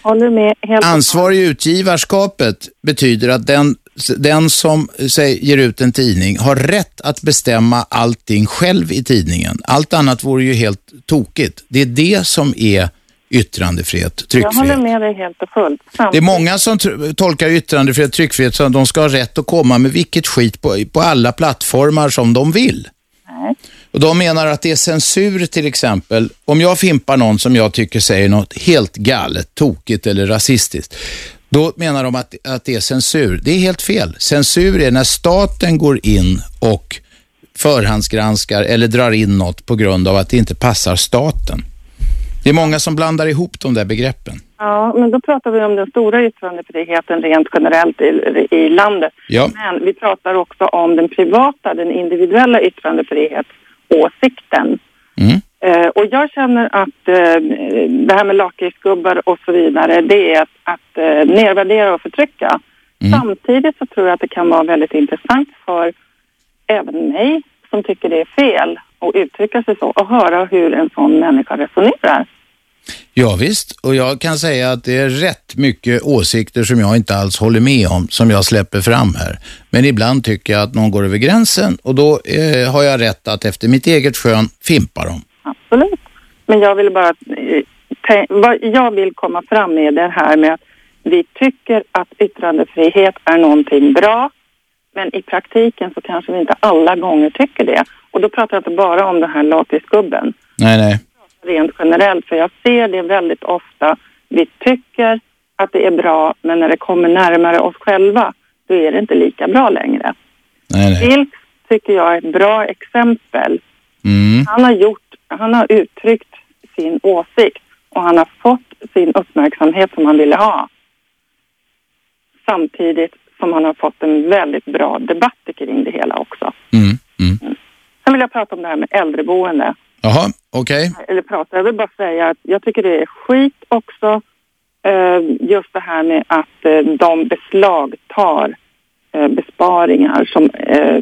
S43: Håller med helt
S2: Ansvar i utgivarskapet betyder att den, den som säg, ger ut en tidning har rätt att bestämma allting själv i tidningen. Allt annat vore ju helt tokigt. Det är det som är yttrandefrihet,
S43: Jag håller
S2: tryckfrihet.
S43: med dig helt och fullt.
S2: Det är många som tr- tolkar yttrandefrihet, tryckfrihet som att de ska ha rätt att komma med vilket skit på, på alla plattformar som de vill. Och de menar att det är censur till exempel, om jag fimpar någon som jag tycker säger något helt galet, tokigt eller rasistiskt. Då menar de att, att det är censur. Det är helt fel. Censur är när staten går in och förhandsgranskar eller drar in något på grund av att det inte passar staten. Det är många som blandar ihop de där begreppen.
S43: Ja, men då pratar vi om den stora yttrandefriheten rent generellt i, i landet.
S2: Ja.
S43: Men vi pratar också om den privata, den individuella yttrandefrihetsåsikten.
S2: Mm.
S43: Eh, och jag känner att eh, det här med lakritsgubbar och så vidare, det är att, att eh, nedvärdera och förtrycka.
S2: Mm.
S43: Samtidigt så tror jag att det kan vara väldigt intressant för även mig som tycker det är fel att uttrycka sig så och höra hur en sån människa resonerar.
S2: Ja, visst. och jag kan säga att det är rätt mycket åsikter som jag inte alls håller med om, som jag släpper fram här. Men ibland tycker jag att någon går över gränsen och då eh, har jag rätt att efter mitt eget skön fimpa dem.
S43: Absolut. Men jag vill bara... eh, tän- Vad jag vill komma fram med det här med att vi tycker att yttrandefrihet är någonting bra, men i praktiken så kanske vi inte alla gånger tycker det. Och då pratar jag inte bara om den här lakritsgubben,
S2: Nej, nej.
S43: rent generellt, för jag ser det väldigt ofta. Vi tycker att det är bra, men när det kommer närmare oss själva, då är det inte lika bra längre.
S2: Nej, nej.
S43: Vilks tycker jag är ett bra exempel
S2: Mm.
S43: han har, gjort, han har uttryckt sin åsikt och han har fått sin uppmärksamhet som han ville ha. Samtidigt som han har fått en väldigt bra debatt kring det hela också.
S2: Mm,
S43: Sen vill jag prata om det här med äldreboende.
S2: Jaha, okej.
S43: Eller prata, jag vill bara säga att jag tycker det är skit också eh, just det här med att eh, de beslagtar eh, besparingar som eh,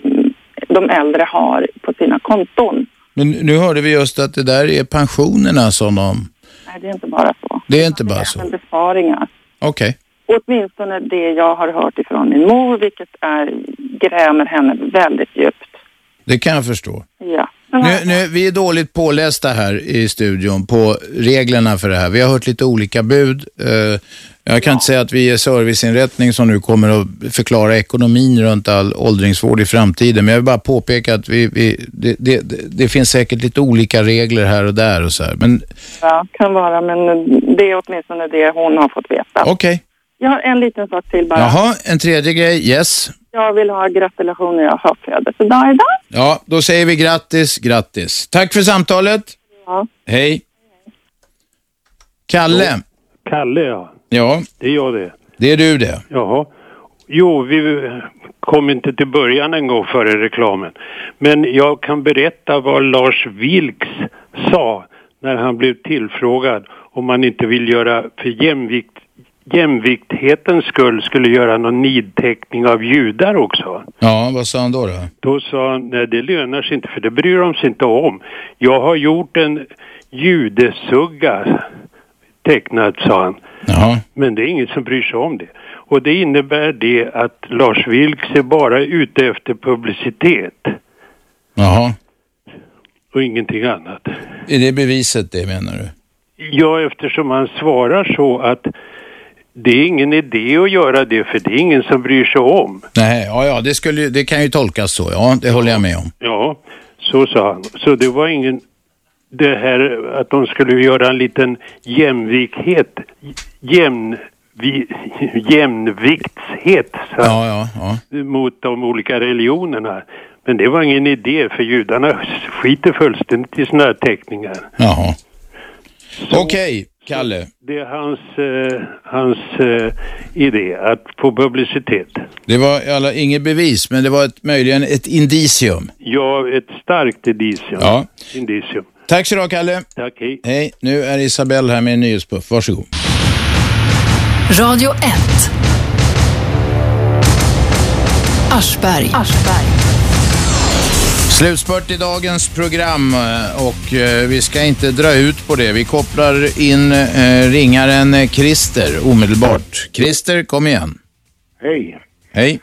S43: de äldre har på sina konton.
S2: Men nu hörde vi just att det där är pensionerna som de...
S43: Nej, det är inte bara så.
S2: Det är inte bara
S43: Men
S2: så.
S43: besparingar.
S2: Okej.
S43: Åtminstone det jag har hört ifrån min mor, vilket är, grämer henne väldigt djupt.
S2: Det kan jag förstå.
S43: Ja.
S2: Nu, nu, vi är dåligt pålästa här i studion på reglerna för det här. Vi har hört lite olika bud. Eh, Jag kan inte säga att vi är serviceinrättning som nu kommer att förklara ekonomin runt all åldringsvård i framtiden. Men jag vill bara påpeka att vi, vi, det, det, det- det finns säkert lite olika regler här och där och så här. Men
S43: Ja, kan vara, men det är åtminstone det hon har fått veta.
S2: okej.
S43: Jag har en liten sak till bara.
S2: Jaha, en tredje grej. Yes.
S43: Jag vill ha gratulationer, jag har födelsedag idag.
S2: Ja, då säger vi grattis, grattis. Tack för samtalet.
S43: Ja.
S2: Hej. Kalle.
S29: Kalle, ja.
S2: Ja,
S29: Det är jag det.
S2: det är du det.
S29: Jaha. Jo, vi kom inte till början en gång före reklamen. Men jag kan berätta vad Lars Vilks sa när han blev tillfrågad om man inte vill göra för jämvikt, jämvikthetens skull skulle göra någon nidteckning av judar också.
S2: Ja, vad sa han då? då?
S29: Då sa han, nej det lönar sig inte för det bryr de sig inte om. Jag har gjort en judesugga tecknad, sa han. Men det är ingen som bryr sig om det. Och det innebär det att Lars Vilks är bara ute efter publicitet
S2: Jaha.
S29: och ingenting annat.
S2: Är det beviset det menar du?
S29: Ja, eftersom han svarar så att det är ingen idé att göra det för det är ingen som bryr sig om.
S2: Nej, ja, ja, det, skulle, ju- det kan ju tolkas så. Ja, det håller jag med om.
S29: Ja, så sa han. Så det var ingen... Det här att de skulle göra en liten jämvikhet, jämn, vi, jämviktshet så att- mot de olika religionerna. Men det var ingen idé för judarna skiter fullständigt i sådana här teckningar.
S2: Jaha. Okej, Kalle.
S29: Det är hans, eh, hans eh, idé att få publicitet.
S2: Det var i alla, inget bevis, men det var ett, möjligen ett indicium.
S29: Ja, ett starkt indicium.
S2: Ja.
S29: indicium.
S2: Tack så du ha, Kalle.
S29: Tack, hej.
S2: Hej, nu är Isabelle här med en nyhetspuff. Varsågod.
S1: Radio 1. Aschberg.
S2: Slutspurt i dagens program eh, och eh, vi ska inte dra ut på det. Vi kopplar in eh, ringaren eh, Christer omedelbart. Christer, kom igen.
S44: Hej.
S2: Hej.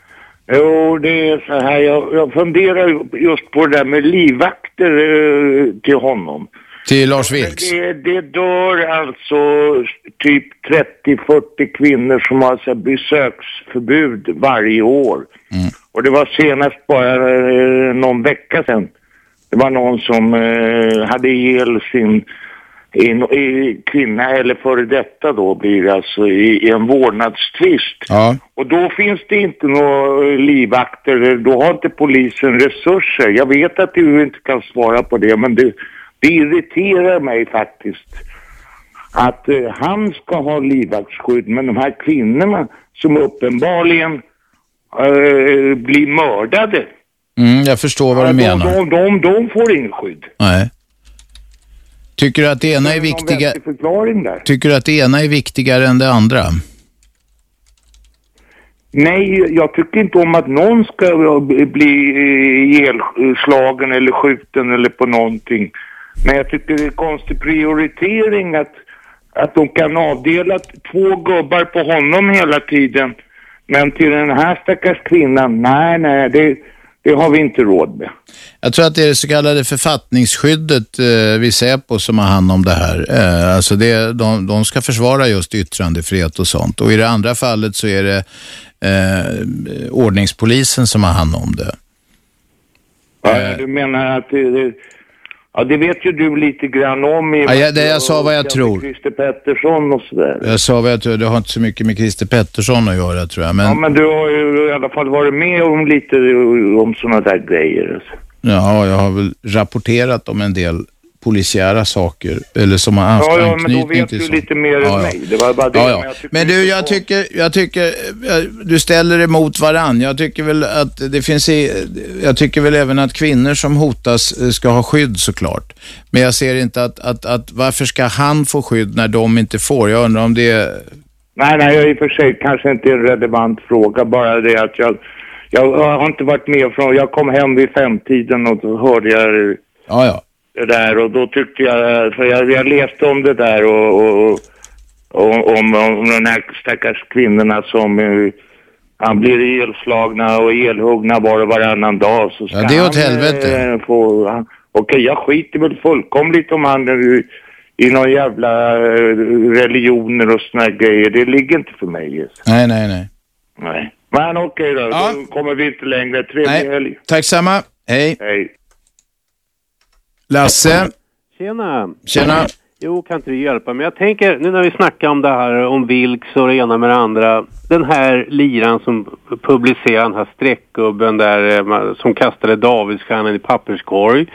S44: Jo, det är så här. Jag, jag funderar ju just på det där med livvakter eh, till honom.
S2: Till Lars Vilks.
S44: Det, det dör alltså typ 30-40 kvinnor som har så här besöksförbud varje år. Och det var senast bara eh, någon vecka sedan. Det var någon som eh, hade ihjäl sin in, i, kvinna, eller före detta då blir det alltså, i, i en vårdnadstvist.
S2: Ja.
S44: Och då finns det inte några eh, livvakter, då har inte polisen resurser. Jag vet att du inte kan svara på det, men det, det irriterar mig faktiskt. Att eh, han ska ha livvaktsskydd, men de här kvinnorna som uppenbarligen eh, blir mördade,
S2: Mm, jag förstår vad du
S44: de,
S2: menar.
S44: de, de, de får inget skydd.
S2: Nej. Tycker du att det ena är
S44: någon
S2: viktiga...
S44: vettig förklaring där?
S2: Tycker du att det ena är viktigare än det andra?
S44: Nej, jag tycker inte om att någon ska bli eh, ihjälslagen eller skjuten eller på någonting. Men jag tycker det är konstig prioritering att, att de kan avdela t- två gubbar på honom hela tiden. Men till den här stackars kvinnan, nej, nej, det, det har vi inte råd med.
S2: Jag tror att det är det så kallade författningsskyddet eh, vid Säpo som har hand om det här. Eh, alltså det, de, de ska försvara just yttrandefrihet och sånt. Och i det andra fallet så är det eh, ordningspolisen som har hand om det. Eh.
S44: Ja, du menar att det, det, ja, det vet ju du lite grann om. I
S2: Ja, jag- det jag sa vad jag
S44: och-
S2: tror.
S44: Christer Pettersson och sådär.
S2: Jag sa väl att det har inte så mycket med Christer Pettersson att göra tror jag. Men,
S44: Ja, men du har ju i alla fall varit med om lite om sådana där grejer.
S2: Ja, jag har väl rapporterat om en del polisiära saker, eller som har haft
S44: Ja, ja, men då
S2: anknytning
S44: vet
S2: till
S44: du
S2: sånt.
S44: lite mer
S2: Ja, ja.
S44: än mig. Det var bara det.
S2: Ja,
S44: Men
S2: ja.
S44: jag tycker-
S2: Men du, jag tycker, jag tycker, jag- du ställer emot varann. Jag tycker väl att det finns, i, jag tycker väl även att kvinnor som hotas eh, ska ha skydd såklart. Men jag ser inte att, att, att varför ska han få skydd när de inte får? Jag undrar om det är,
S44: Nej, nej, jag i och för sig kanske inte en relevant fråga. Bara det att jag, jag har inte varit med från... Jag kom hem vid femtiden och då hörde jag
S2: ja, ja.
S44: det där och då tyckte jag... För jag, jag läste om det där och... och, och och- om, om de här stackars kvinnorna som eh, han blir elslagna och elhuggna var och varannan dag. Så ska
S2: Ja, det är åt
S44: han,
S2: helvete.
S44: eh, Få, han, okej, jag skiter väl fullkomligt om han är i någon jävla eh, religioner och såna här grejer. Det ligger inte för mig. Just.
S2: Nej, nej, nej.
S44: Nej. Men okej då, då kommer vi inte längre. Trevlig
S2: Nej.
S44: helg.
S2: Tack samma. Hej.
S44: Hej.
S2: Lasse.
S45: Tjena!
S2: Tjena.
S45: Jo, kan inte du hjälpa mig? Jag tänker, nu när vi snackar om det här, om Vilks och det ena med det andra. Den här liran som publicerar den här streckgubben där, eh, man- som kastade Davidsstjärnan i papperskorg.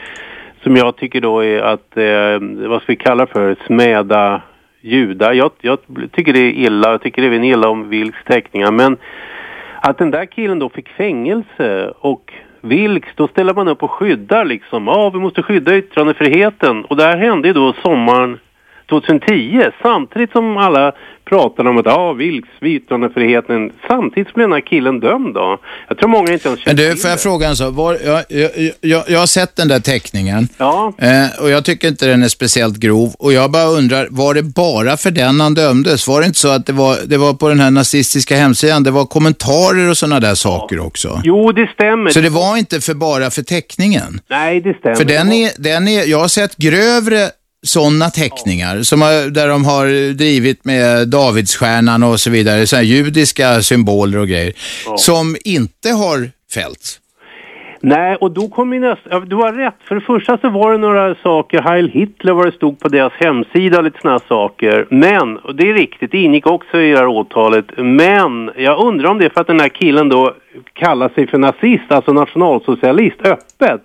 S45: Som jag tycker då är att, eh, vad ska vi kalla för, smäda judar. Jag, jag tycker det är illa, jag tycker det är en illa om Vilks teckningar. Men att den där killen då fick fängelse och Vilks, då ställer man upp och skyddar liksom. Ja, vi måste skydda yttrandefriheten. Och det här hände ju då sommaren 2010 samtidigt som alla pratade om att ja, Vilks, yttrandefriheten. Samtidigt som den här killen dömd då. Jag tror många inte ens
S2: Men du, får jag fråga en sak? Var, jag, jag, jag, jag har sett den där teckningen
S45: Ja.
S2: eh, och jag tycker inte den är speciellt grov. Och jag bara undrar, var det bara för den han dömdes? Var det inte så att det var, det var på den här nazistiska hemsidan, det var kommentarer och sådana där saker också?
S45: Jo, det stämmer.
S2: Så det var inte för bara för teckningen?
S45: Nej, det stämmer.
S2: För den är, den är, jag har sett grövre sådana teckningar som har, där de har drivit med Davidsstjärnan och så vidare, så här judiska symboler och grejer, som inte har fällts.
S45: Nej, och då kom ju nästa... ja, Du har rätt. För det första så var det några saker, Heil Hitler vad det stod på deras hemsida och lite sådana saker. Men, och det är riktigt, det ingick också i det här åtalet. Men, jag undrar om det är för att den här killen då kallar sig för nazist, alltså nationalsocialist, öppet.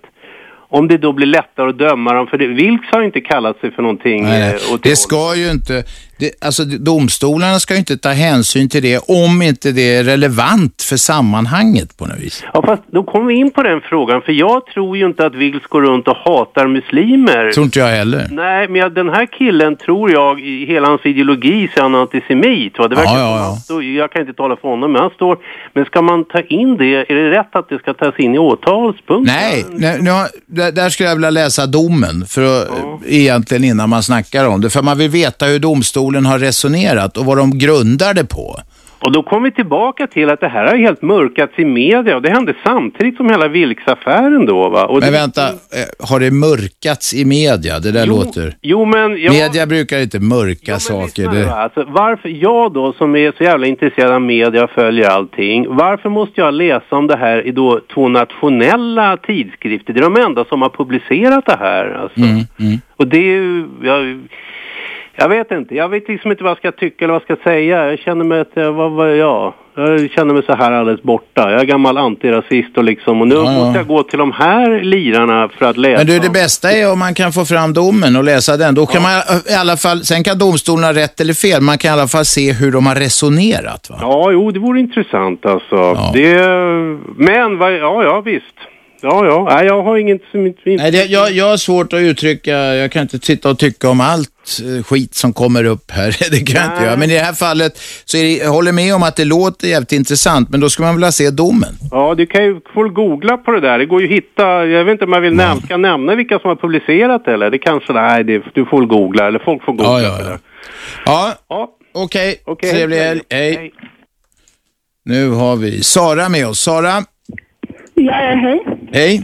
S45: Om det då blir lättare att döma dem, för det, Vilks har ju inte kallat sig för någonting. eh,
S2: Nej,
S45: åt
S2: det ska ju inte, det, alltså domstolarna ska ju inte ta hänsyn till det om inte det är relevant för sammanhanget på något vis.
S45: Ja, fast då kommer vi in på den frågan, för jag tror ju inte att Vilks går runt och hatar muslimer.
S2: Tror inte jag heller.
S45: Nej, men jag- den här killen tror jag, i hela hans ideologi så är han antisemit. Va? Det verkar
S2: Ja, ja,
S45: som
S2: ja.
S45: han står- Jag kan inte tala för honom, men han står... Men ska man ta in det, är det rätt att det ska tas in i åtalspunkten?
S2: Nej, nej nu har, där, där skulle jag vilja läsa domen för att, egentligen innan man snackar om det. För man vill veta hur domstolen har resonerat och vad de grundar det på.
S45: Och då kommer vi tillbaka till att det här har helt mörkats i media och det hände samtidigt som hela Vilks-affären då va? Och
S2: Men
S45: det,
S2: vänta, eh, har det mörkats i media? Det där låter...
S45: Jo, men... Jag...
S2: Media brukar inte mörka saker.
S45: lyssna nu, va?
S2: Det...
S45: Alltså, varför jag då som är så jävla intresserad av media och följer allting, varför måste jag läsa om det här i då två nationella tidskrifter? Det är de enda som har publicerat det här. Alltså.
S2: Mm,
S45: Och det är ju, jag, jag vet inte, jag vet liksom inte vad jag ska tycka eller vad jag ska säga. Jag känner mig att, jag- vad var jag? Jag känner mig så här alldeles borta. Jag är gammal antirasist och liksom, och nu måste jag gå till de här lirarna för att läsa.
S2: Men du, det bästa är om man kan få fram domen och läsa den. Då kan man i alla fall, sen kan domstolen ha rätt eller fel, man kan i alla fall se hur de har resonerat. Va?
S45: Ja, jo, det vore intressant alltså. Det, men, vad, ja, ja, visst.
S15: Ja, ja. Nej, jag har inget som inte...
S2: Nej, det, jag, jag har svårt att uttrycka, jag kan inte sitta och tycka om allt eh, skit som kommer upp här. Det kan jag inte göra. Men i det här fallet så är det, jag håller med om att det låter jävligt intressant, men då ska man vilja se domen.
S15: Ja, du kan ju få googla på det där. Det går ju att hitta... Jag vet inte om jag vill näm- ska nämna vilka som har publicerat det eller. Det kanske... Nej, det, du får googla. Eller folk får googla på det.
S2: Ja, okej.
S15: Okej.
S2: Trevlig helg. Hej. Nu har vi Sara med oss. Sara,
S46: Ja, ja, hej.
S2: hej.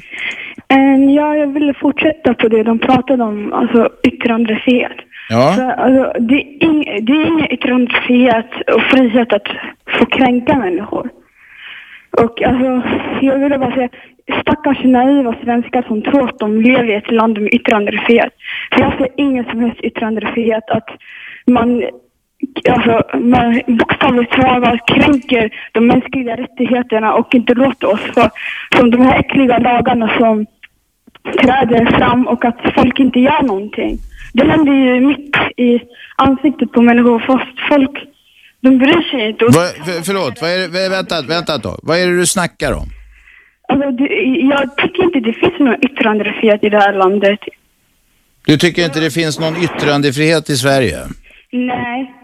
S46: Ehm, Ja, jag ville fortsätta på det de pratade om, alltså yttrandefrihet.
S2: Ja,
S46: Så, alltså, det, är ing, det är ingen yttrandefrihet och frihet att få kränka människor. Och alltså, jag ville bara säga, stackars naiva svenskar som tror att de lever i ett land med yttrandefrihet. För jag ser ingen som helst yttrandefrihet att man, alltså, man bokstavligt talat kränker de mänskliga rättigheterna och inte låter oss få, som de här äckliga lagarna som träder fram och att folk inte gör någonting. Det händer ju mitt i ansiktet på människor fast folk, de bryr sig inte. Och,
S2: Va, för, förlåt, vad är, det- vä- vänta, vänta ett tag. Vad är det du snackar om?
S46: alltså, det, jag tycker inte det finns någon yttrandefrihet i det här landet.
S2: Du tycker inte det finns någon yttrandefrihet i Sverige?
S46: Nej.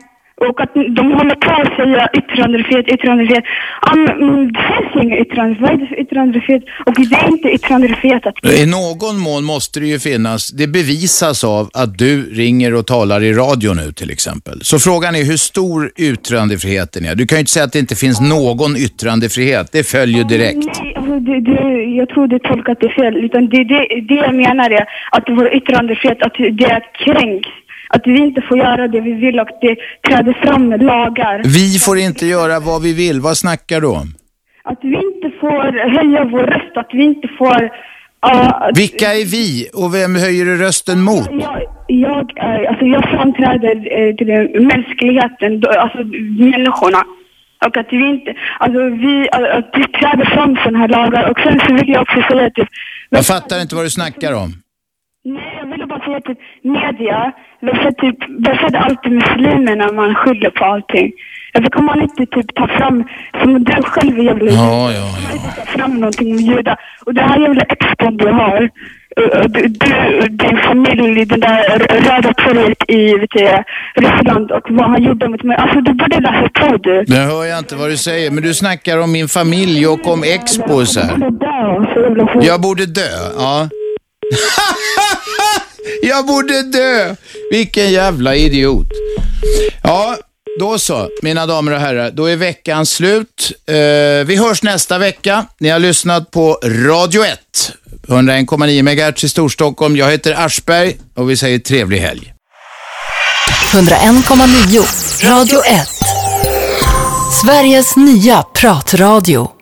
S46: Och att de håller på att säga yttrandefrihet, yttrandefrihet. Ja, men, mm, det finns ingen yttrandefrihet. Vad är det för yttrandefrihet? Och det är inte yttrandefrihet att...
S2: I någon mån måste det ju finnas, det bevisas av att du ringer och talar i radio nu till exempel. Så frågan är hur stor yttrandefriheten är. Du kan ju inte säga att det inte finns någon yttrandefrihet, det följer direkt.
S46: Nej, alltså, det, det, jag tror det tolkat det fel. Utan det, det, det jag menar är att vår yttrandefrihet, att det kränks. Att vi inte får göra det vi vill och det träder fram med lagar.
S2: Vi får inte göra vad vi vill, vad snackar du om?
S46: Att vi inte får höja vår röst, att vi inte får... ja,
S2: Vilka är vi och vem höjer du rösten mot?
S46: Jag, eh, alltså jag framträder eh, till den mänskligheten, då- alltså människorna. Och att vi inte, alltså vi, alltså, att vi träder fram sådana här lagar. Och sen så vill jag också säga till,
S2: Jag fattar inte vad du snackar om.
S46: nej jag ville bara säga till media, varför typ, varför är det alltid muslimerna man skyller på allting? Varför kan man inte typ ta fram, som du själv är jävla
S2: Ja, ja,
S46: ta fram någonting om judar. Och det här jävla expan du har, eh, du, du, din familj, den där röda torget i vet du, Ryssland och vad han gjorde mot mig. Alltså du borde läsa på du.
S2: Nu hör jag inte vad du säger, men du snackar om min familj och om Expo och så här. Jag borde dö, ja. jag borde dö! Vilken jävla idiot. Ja, då så, mina damer och herrar. Då är veckan slut. Eh, vi hörs nästa vecka. Ni har lyssnat på Radio 1, 101,9 MHz i Storstockholm. Jag heter Aschberg och vi säger trevlig helg.
S1: 101,9. Radio 1. Sveriges nya pratradio.